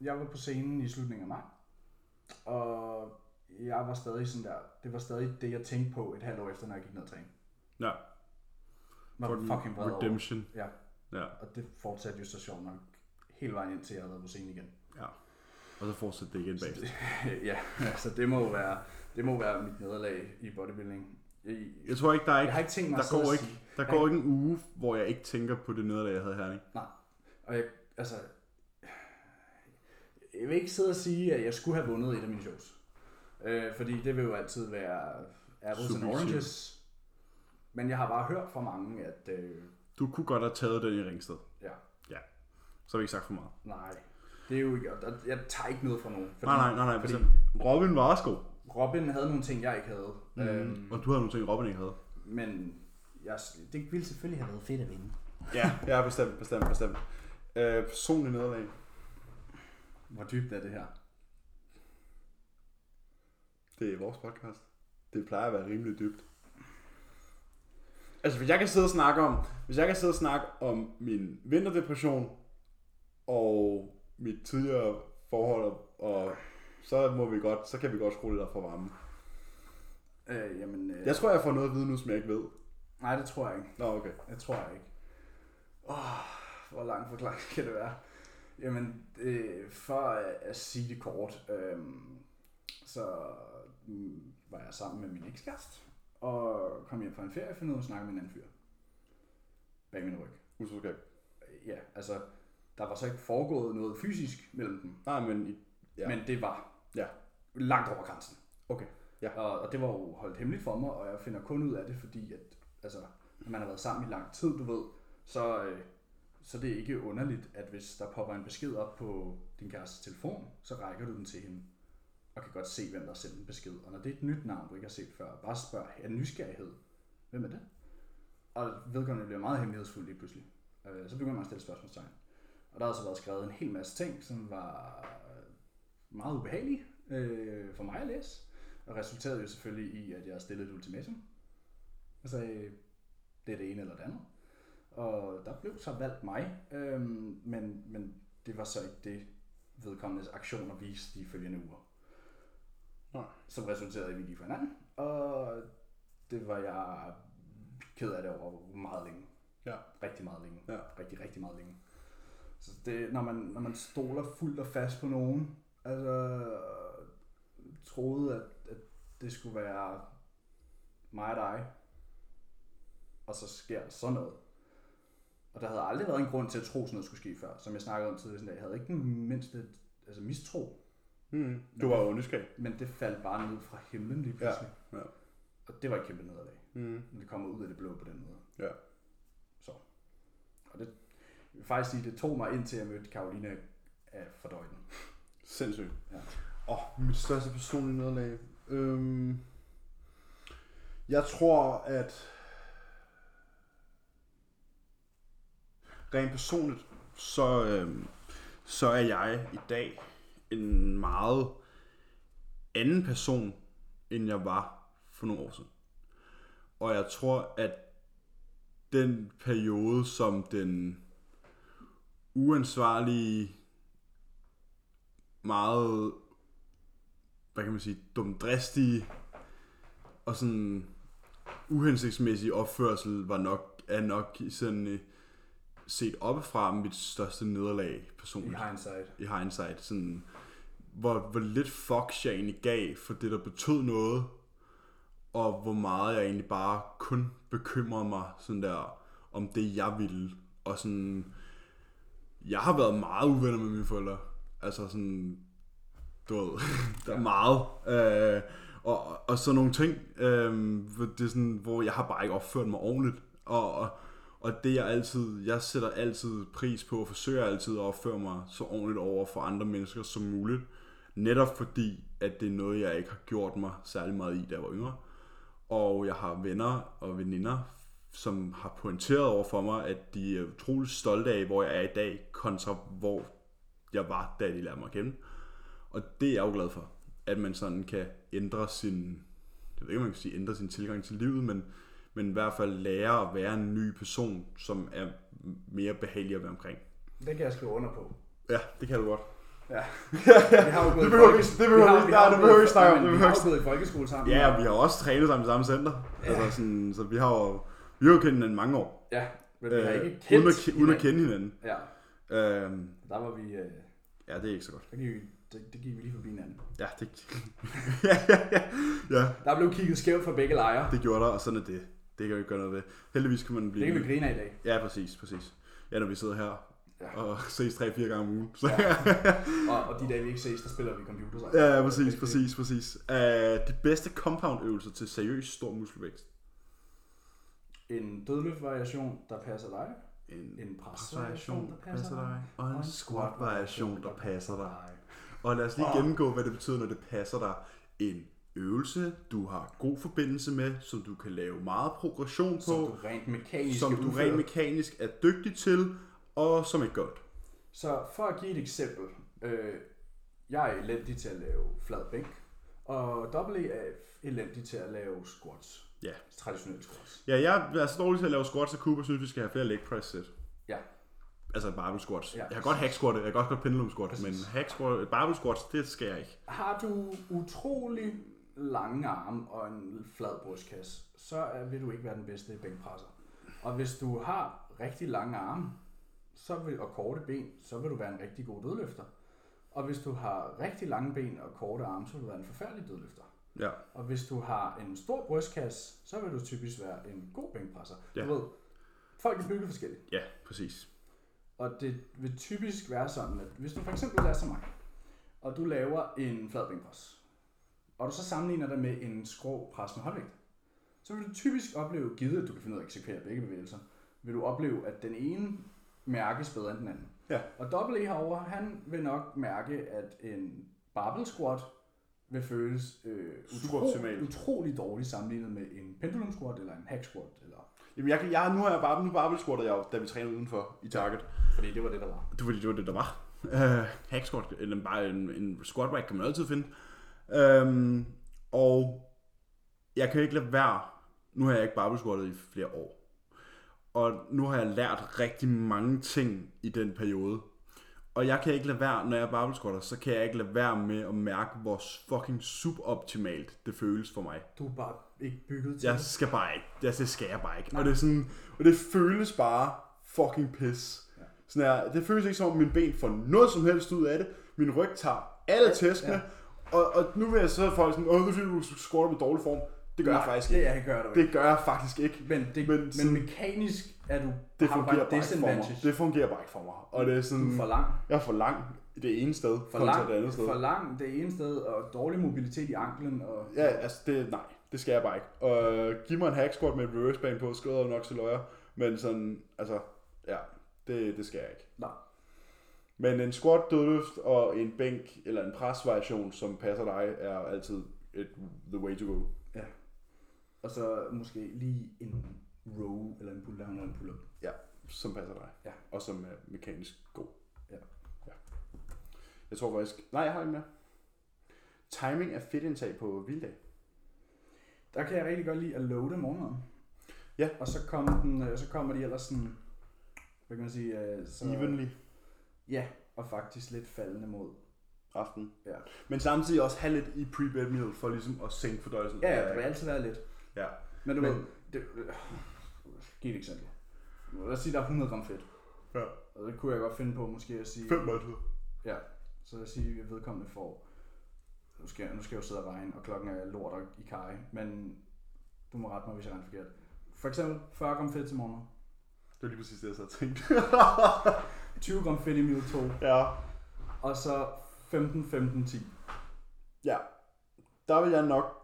Speaker 1: jeg var på scenen i slutningen af maj, og jeg var stadig sådan der, det var stadig det, jeg tænkte på et halvt år efter, når jeg gik ned og træne.
Speaker 2: Ja.
Speaker 1: Var
Speaker 2: For den
Speaker 1: fucking vred over. det.
Speaker 2: Redemption.
Speaker 1: Ja,
Speaker 2: Ja.
Speaker 1: og det fortsatte jo så sjovt nok hele vejen indtil jeg havde været på scenen igen.
Speaker 2: ja. Og så fortsætter det igen bag.
Speaker 1: *laughs* ja, altså det må jo være, det må være mit nederlag i bodybuilding. Jeg,
Speaker 2: Jeg tror ikke, der er
Speaker 1: jeg
Speaker 2: ikke,
Speaker 1: har ikke tænkt mig at
Speaker 2: der
Speaker 1: sidde
Speaker 2: går
Speaker 1: og
Speaker 2: ikke,
Speaker 1: sige-
Speaker 2: der går ikke en uge, hvor jeg ikke tænker på det nederlag, jeg havde her. Ikke?
Speaker 1: Nej, og jeg, altså, jeg vil ikke sidde og sige, at jeg skulle have vundet et af mine shows. Øh, fordi det vil jo altid være apples and
Speaker 2: Subjektivt.
Speaker 1: oranges. Men jeg har bare hørt fra mange, at øh,
Speaker 2: Du kunne godt have taget den i Ringsted.
Speaker 1: ja,
Speaker 2: Ja. Så har vi ikke sagt for meget.
Speaker 1: nej, det er jo ikke, og- og jeg tager ikke noget fra nogen. Fordi
Speaker 2: Nej, nej, nej, nej.
Speaker 1: fordi-
Speaker 2: Fordi... Robin var også god.
Speaker 1: Robin havde nogle ting, jeg ikke havde. Mm. Øhm,
Speaker 2: Og du havde nogle ting, Robin ikke havde.
Speaker 1: Men jeg, det ville selvfølgelig have været fedt at vinde.
Speaker 2: Ja, ja bestemt, bestemt, bestemt. Øh, personlig nederlag.
Speaker 1: Hvor dybt er det her?
Speaker 2: Det er vores podcast. Det plejer at være rimelig dybt. Altså, hvis jeg kan sidde og snakke om, hvis jeg kan sidde og snakke om min vinterdepression og mit tidligere forhold, og- og så må vi godt, så kan vi godt skrue lidt op for varmen.
Speaker 1: Øh, jamen, øh,
Speaker 2: Jeg tror, jeg får noget at vide nu, som jeg ikke ved.
Speaker 1: nej, det tror jeg ikke.
Speaker 2: Nå, okay.
Speaker 1: Det tror jeg ikke. Åh, hvor lang forklaring kan det være? Jamen, øh, for at, at sige det kort, øh, så mm, var jeg sammen med min ekskæreste, og kom hjem fra en ferie og fandt ud af at snakke med en anden fyr. Bag min ryg.
Speaker 2: Utroskab.
Speaker 1: Øh, Ja, altså, der var så ikke foregået noget fysisk mellem dem,
Speaker 2: Nej, men... i-
Speaker 1: ja.
Speaker 2: Ja.
Speaker 1: men det var
Speaker 2: Ja.
Speaker 1: langt over grænsen.
Speaker 2: Okay. Ja.
Speaker 1: Og, og det var jo holdt hemmeligt for mig, og jeg finder kun ud af det, fordi at, altså, når man har været sammen i lang tid, du ved, så, øh, så det er ikke underligt, at hvis der popper en besked op på din kærestes telefon, så rækker du den til hende, og kan godt se, hvem der har sendt en besked. Og når det er et nyt navn, du ikke har set før, bare spørg af nysgerrighed, hvem er det? Og vedkommende bliver meget hemmelighedsfuld lige pludselig. Øh, så begynder man at stille spørgsmålstegn. Og der har så været skrevet en hel masse ting, som var meget ubehagelige øh, for mig at læse. Og resulterede jo selvfølgelig i, at jeg stillede et ultimatum. Og sagde, det er det ene eller det andet. Og der blev så valgt mig, øhm, men, men det var så ikke det, vedkommendes aktioner viste de følgende uger.
Speaker 2: Nej.
Speaker 1: Som resulterede i, at vi gik fra hinanden, og det var jeg ked af det over meget længe.
Speaker 2: Ja.
Speaker 1: Rigtig meget længe.
Speaker 2: Ja.
Speaker 1: Rigtig, rigtig meget længe. Så det, når, man, når man stoler fuldt og fast på nogen, altså troede, at, at det skulle være mig og dig, og så sker der sådan noget. Og der havde aldrig været en grund til at tro, sådan noget skulle ske før, som jeg snakkede om tidligere sådan dag. Jeg havde ikke den mindste altså mistro,
Speaker 2: Mm. Du var jo nysgerrig.
Speaker 1: men det faldt bare ned fra himlen lige pludselig. Ja.
Speaker 2: Ja.
Speaker 1: Og det var et kæmpe nederlag,
Speaker 2: Mm.
Speaker 1: når det kommer ud af det blå på den måde.
Speaker 2: ja.
Speaker 1: Så. Og det jeg vil faktisk sige, det tog mig indtil jeg mødte Karolina af fordøjden.
Speaker 2: Sindssygt.
Speaker 1: Ja.
Speaker 2: Åh, oh, mit største personlige nederlag. Øhm, jeg tror, at rent personligt, så, øhm, så er jeg i dag en meget anden person, end jeg var for nogle år siden. Og jeg tror, at den periode, som den uansvarlige meget, hvad kan man sige, dumdristige og sådan uhensigtsmæssige opførsel var nok, er nok i sådan øh, set oppefra mit største nederlag
Speaker 1: I
Speaker 2: personligt
Speaker 1: hindsight.
Speaker 2: i hindsight, sådan, hvor, hvor lidt fucks jeg egentlig gav for det, der betød noget, og hvor meget jeg egentlig bare kun bekymrede mig sådan der, om det, jeg ville. Og sådan, jeg har været meget uvenner med mine forældre. Altså sådan, du ved, *laughs* der er meget. Øh, og, og sådan nogle ting, øh, hvor det er sådan, hvor jeg har bare ikke opført mig ordentligt. Og, og, og det jeg altid, jeg sætter altid pris på, og forsøger altid at opføre mig så ordentligt over for andre mennesker som muligt. Netop fordi, at det er noget, jeg ikke har gjort mig særlig meget i, da jeg var yngre. Og jeg har venner og veninder, som har pointeret over for mig, at de er utrolig stolte af, hvor jeg er i dag, kontra hvor jeg var, da de lærte mig at kende. Og det er jeg jo glad for, at man sådan kan ændre sin, jeg ved ikke, om man kan sige ændre sin tilgang til livet, men, men i hvert fald lære at være en ny person, som er mere behagelig at være omkring.
Speaker 1: Det kan jeg skrive under
Speaker 2: *laughs*
Speaker 1: på.
Speaker 2: Ja, det kan du godt.
Speaker 1: Ja. Vi har jo gået
Speaker 2: det
Speaker 1: i
Speaker 2: behøver vi
Speaker 1: folke-
Speaker 2: ikke, det behøver vi
Speaker 1: har-
Speaker 2: ikke, nej,
Speaker 1: har
Speaker 2: det behøver vi
Speaker 1: gået i-
Speaker 2: ikke snakke om,
Speaker 1: men
Speaker 2: det
Speaker 1: Vi
Speaker 2: behøver
Speaker 1: har
Speaker 2: vi
Speaker 1: jo gået i folkeskole sammen.
Speaker 2: Ja, og vi har også trænet sammen i samme center. Ja. Altså sådan, så vi har jo, vi har jo kendt hinanden mange år. Øh,
Speaker 1: ja men vi har ikke kendt
Speaker 2: uden, at, ke- uden at
Speaker 1: hinanden.
Speaker 2: kende hinanden.
Speaker 1: Ja,
Speaker 2: Øh,
Speaker 1: der var vi... Øh,
Speaker 2: ja, det er ikke så godt.
Speaker 1: der gik, vi- det, det gik vi lige forbi hinanden.
Speaker 2: Ja, det, *laughs* ja, ja, ja, ja,
Speaker 1: Der blev kigget skævt fra begge lejre.
Speaker 2: det gjorde der, og sådan er det. Det kan vi ikke gøre noget ved. Heldigvis kan man
Speaker 1: Det
Speaker 2: blive...
Speaker 1: kan vi grine af i dag.
Speaker 2: Ja, præcis, præcis. Ja, når vi sidder her
Speaker 1: Ja.
Speaker 2: og *laughs* ses 3-4 gange om ugen. Så,
Speaker 1: Og, og de dage, vi ikke ses, der spiller vi computer sammen.
Speaker 2: *laughs* ja, ja, præcis,
Speaker 1: *laughs*
Speaker 2: præcis, præcis. Uh, de bedste compound-øvelser til seriøs stor muskelvækst.
Speaker 1: En dødløftvariation, der passer dig. En presvariation, der passer dig.
Speaker 2: Og en
Speaker 1: en
Speaker 2: squat-variation, der passer dig.
Speaker 1: Nej.
Speaker 2: Og lad os lige
Speaker 1: Åh.
Speaker 2: gennemgå, hvad det betyder, når det passer dig. En øvelse, du har god forbindelse med, som du kan lave meget progression på,
Speaker 1: Som du rent mekanisk
Speaker 2: som
Speaker 1: skal
Speaker 2: du
Speaker 1: udføre.
Speaker 2: rent mekanisk er dygtig til, og som er godt.
Speaker 1: Så for at give et eksempel. Øh, jeg er elendig til at lave flad bænk. Og dobbelt er elendig til at lave squats.
Speaker 2: Ja.
Speaker 1: Traditionelle squats.
Speaker 2: Ja, jeg er så dårlig til at lave squats, og Cooper synes, vi skal have flere leg press set.
Speaker 1: Ja,
Speaker 2: Altså barbell squats.
Speaker 1: Ja,
Speaker 2: jeg kan godt hack squat, jeg kan også godt pendulum squat, men hack squat, barbell squats, det skal jeg ikke.
Speaker 1: Har du utrolig lange arme og en flad brystkasse, så er- vil du ikke være den bedste bænkpresser. Og hvis du har rigtig lange arme så vil, og korte ben, så vil du være en rigtig god dødløfter. Og hvis du har rigtig lange ben og korte arme, så vil du være en forfærdelig dødløfter.
Speaker 2: Ja.
Speaker 1: Og hvis du har en stor brystkasse, så vil du typisk være en god bænkpresser.
Speaker 2: Ja.
Speaker 1: Du ved, folk er bygget forskelligt.
Speaker 2: Ja, præcis.
Speaker 1: Og det vil typisk være sådan, at hvis du for eksempel er som mig, og du laver en fladbænkpres, og du så sammenligner dig med en skrå pres med håndvægt, så vil du typisk opleve, givet at du kan finde ud af at eksekvere begge bevægelser, vil du opleve, at den ene mærkes bedre end den anden.
Speaker 2: Ja.
Speaker 1: Og dobbelt E herovre, han vil nok mærke, at en barbell squat vil føles øh,
Speaker 2: Suboptimal.
Speaker 1: utro, utrolig dårligt sammenlignet med en pendulum squat eller en hack squat. Eller,
Speaker 2: Jamen, jeg, kan- jeg, nu har jeg bare, nu barbell squatter jeg jo, da vi træner udenfor i Target.
Speaker 1: fordi det var det, der var.
Speaker 2: Det var det, det, var det der var. Uh, hack squat, eller bare en, en squat rack, kan man altid finde. Um, og jeg kan ikke lade være, nu har jeg ikke barbell squattet i flere år. Og nu har jeg lært rigtig mange ting i den periode. Og jeg kan ikke lade være, når jeg barbell squatter, så kan jeg ikke lade være med at mærke, hvor fucking suboptimalt det føles for mig.
Speaker 1: Du er bare ikke bygget til
Speaker 2: Jeg skal bare ikke. Jeg, det skal jeg bare ikke. Og det, er sådan, og det føles bare fucking pis. Sådan her, det føles ikke som om mine ben får noget som helst ud af det. Min ryg tager alle tæskene. Og, og nu vil jeg så folk sådan, åh, det er fordi, du squatter med dårlig form. Det gør Nej, jeg faktisk ikke.
Speaker 1: det er, gør du ikke.
Speaker 2: Det gør jeg faktisk ikke.
Speaker 1: Men, det,
Speaker 2: men
Speaker 1: men, men
Speaker 2: sådan-
Speaker 1: mekanisk er du,
Speaker 2: Det
Speaker 1: har du
Speaker 2: fungerer
Speaker 1: bare
Speaker 2: bare ikke for mig.
Speaker 1: disadvantage.
Speaker 2: Det fungerer bare ikke for mig. Og det er
Speaker 1: Du er
Speaker 2: sådan,
Speaker 1: for lang.
Speaker 2: jeg er for lang det ene sted,
Speaker 1: For
Speaker 2: kontra
Speaker 1: lang,
Speaker 2: det andet sted.
Speaker 1: for lang det ene sted, og dårlig mobilitet i anklen. Og,
Speaker 2: Ja, altså det, nej, det skal jeg bare ikke. Og øh, giv mig en hack squat med et reverse bane på, skrider nok til løjer. Men sådan, altså, ja, det, det skal jeg ikke.
Speaker 1: nej.
Speaker 2: Men en squat dødløft og en bænk eller en presvariation, som passer dig, er altid et, the way to go.
Speaker 1: Ja. Og så måske lige en row, eller en pull-down, eller en pull-up.
Speaker 2: Ja, som passer dig.
Speaker 1: Ja.
Speaker 2: Og som er mekanisk god.
Speaker 1: Ja.
Speaker 2: ja. Jeg tror faktisk... Nej, jeg har ikke mere. Timing af fedtindtag på hviledag.
Speaker 1: Der kan jeg rigtig godt lide at loade morgenmaden.
Speaker 2: Ja.
Speaker 1: Og så, kom den, øh, så kommer de ellers sådan, hvad kan man sige, øh, så,
Speaker 2: Evenly.
Speaker 1: Ja, og faktisk lidt faldende mod.
Speaker 2: Aften.
Speaker 1: Ja,
Speaker 2: Men samtidig også have lidt i pre-bed meal for ligesom at sænke fordøjelsen.
Speaker 1: ja, ja det vil altid være lidt.
Speaker 2: ja.
Speaker 1: Men du
Speaker 2: Men-
Speaker 1: Men... ved, det, øh, giv et eksempel. Lad os sige, der er 100 gram fedt.
Speaker 2: ja.
Speaker 1: Og det kunne jeg godt finde på måske at sige...
Speaker 2: Fem måltider.
Speaker 1: Ja, så lad os sige, at vedkommende får... Nu skal, jeg, nu skal jeg jo sidde og regne, og klokken er lort og i kaj, men du må rette mig, hvis jeg regner forkert. For eksempel 40 gram fedt til morgen,
Speaker 2: Det var lige præcis det, jeg så tænkte. *laughs*
Speaker 1: 20 gram fedt i meal 2,
Speaker 2: ja.
Speaker 1: og så 15, 15, 10.
Speaker 2: Ja. Der vil jeg nok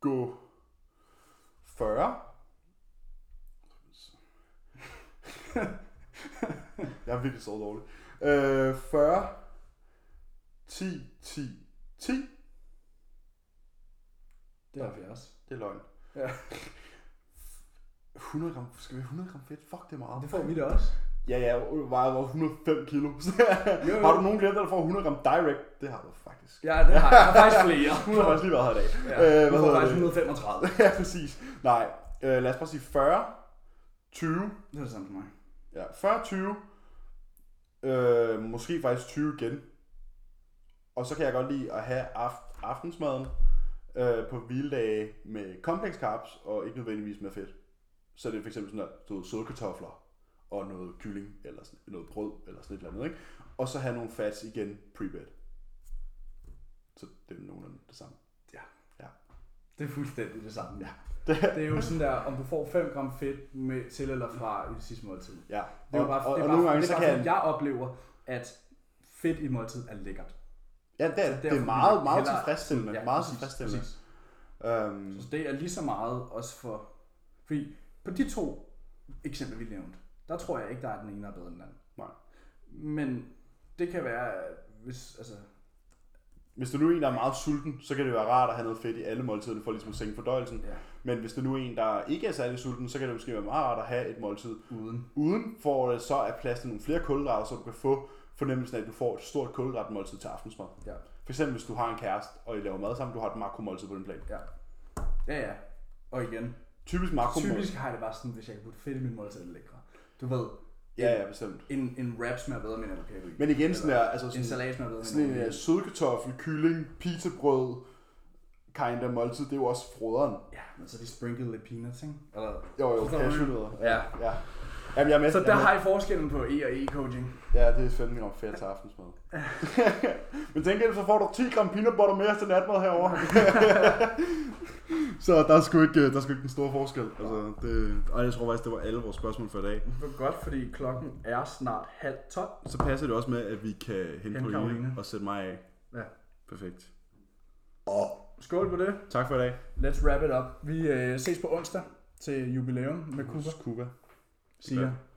Speaker 2: gå 40. *laughs* jeg er virkelig sovet dårligt. Øh, 40. 10, 10, 10.
Speaker 1: Det er 70.
Speaker 2: Det er løgn.
Speaker 1: Ja.
Speaker 2: 100 gram, skal vi have 100 gram fedt? Fuck, det er meget.
Speaker 1: Det får vi da også.
Speaker 2: Ja, ja, jeg vejer over 105 kilo. Så
Speaker 1: Jo, jo.
Speaker 2: har du nogen klienter, der får 100 gram direct? Det har du faktisk.
Speaker 1: Ja, det har jeg. jeg har faktisk
Speaker 2: *laughs*
Speaker 1: flere.
Speaker 2: Hun har faktisk lige været her i dag.
Speaker 1: Ja,
Speaker 2: Øh,
Speaker 1: du
Speaker 2: hvad
Speaker 1: får
Speaker 2: hedder
Speaker 1: faktisk
Speaker 2: det?
Speaker 1: 135.
Speaker 2: *laughs* ja, præcis. Nej, øh, lad os bare sige 40, 20,
Speaker 1: Det er det samme for mig.
Speaker 2: ja, 40, 20, øh, måske faktisk 20 igen. Og så kan jeg godt lide at have aft- aftensmaden øh, på hviledage med kompleks carbs og ikke nødvendigvis med fedt. Så det er for eksempel sådan der, du ved, søde kartofler og noget kylling eller sådan, noget brød eller sådan et eller andet, ikke? Og så have nogle fats igen pre-bed. Så det er nogenlunde det samme.
Speaker 1: Ja.
Speaker 2: Ja.
Speaker 1: Det er fuldstændig det samme. Ja.
Speaker 2: Det,
Speaker 1: Det er jo sådan der, om du får 5 gram fedt med, til eller fra i det sidste måltid.
Speaker 2: Ja,
Speaker 1: Det er jo bare,
Speaker 2: og,
Speaker 1: det er bare,
Speaker 2: og nogle gange
Speaker 1: det
Speaker 2: så
Speaker 1: er bare
Speaker 2: kan
Speaker 1: fordi, jeg oplever, at fedt i måltid er lækkert.
Speaker 2: Ja, det er,
Speaker 1: Så
Speaker 2: det
Speaker 1: derfor
Speaker 2: er
Speaker 1: vil
Speaker 2: meget,
Speaker 1: jeg
Speaker 2: meget
Speaker 1: hellere-
Speaker 2: tilfredsstillende. Ja, meget
Speaker 1: præcis,
Speaker 2: tilfredsstillende.
Speaker 1: præcis.
Speaker 2: Øhm,
Speaker 1: Så det er lige så meget også for... Fordi på de to eksempler, vi nævnte, der tror jeg ikke, der er den ene, der er bedre end den anden.
Speaker 2: nej.
Speaker 1: Men det kan være, at hvis... Altså,
Speaker 2: Hvis du nu er en, der er meget sulten, så kan det være rart at have noget fedt i alle måltiderne for ligesom at sænke fordøjelsen.
Speaker 1: ja,
Speaker 2: Men hvis du nu er en, der ikke er særlig sulten, så kan det måske være meget rart at have et måltid
Speaker 1: uden.
Speaker 2: uden, for at så er plads til nogle flere kulhydrater, så du kan få fornemmelsen af, at du får et stort kulhydratmåltid til aftensmad.
Speaker 1: Ja,
Speaker 2: For eksempel hvis du har en kæreste, og I laver mad sammen, du har et makromåltid på din plan.
Speaker 1: ja. Ja, ja. Og igen,
Speaker 2: Typisk makromåltid.
Speaker 1: typisk har jeg det bare sådan, hvis jeg kan putte fedt i min måltid, er det lækre. Du ved,
Speaker 2: Ja, ja, bestemt.
Speaker 1: en, en wrap smager bedre med en avocado i.
Speaker 2: Men igen, sådan der, altså
Speaker 1: En
Speaker 2: sådan,
Speaker 1: salat smager bedre med
Speaker 2: Sådan
Speaker 1: en øh,
Speaker 2: en
Speaker 1: avocado i.
Speaker 2: uh, sødkartoffel, kylling, pizzabrød, kind of måltid, det er jo også froderen.
Speaker 1: Ja, men så er de sprinkled lidt peanuts, ikke? Eller,
Speaker 2: Jo, jo,
Speaker 1: Forstår du?
Speaker 2: cashewnødder.
Speaker 1: Ja.
Speaker 2: ja. Jamen, jeg er med.
Speaker 1: Så Altså,
Speaker 2: jeg
Speaker 1: der
Speaker 2: er med.
Speaker 1: har I forskellen på E og E-coaching.
Speaker 2: Ja, det er fandme om fedt til *laughs* aftensmad. Men tænk ellers, så får du 10 gram peanut butter mere til natmad herovre. *laughs* så der er sgu ikke, øh, der er sgu ikke den store forskel. Altså, det, og jeg tror faktisk, det var alle vores spørgsmål for i dag.
Speaker 1: Det var godt, fordi klokken er snart halv tolv.
Speaker 2: Så passer det også med, at vi kan hente
Speaker 1: Hente Karoline.
Speaker 2: og sætte mig af.
Speaker 1: Ja.
Speaker 2: Perfekt. Og
Speaker 1: Skål på det.
Speaker 2: tak for i dag.
Speaker 1: Let's wrap it up. Vi øh, ses på onsdag til jubilæum med Kuba.
Speaker 2: Cuba.
Speaker 1: Siger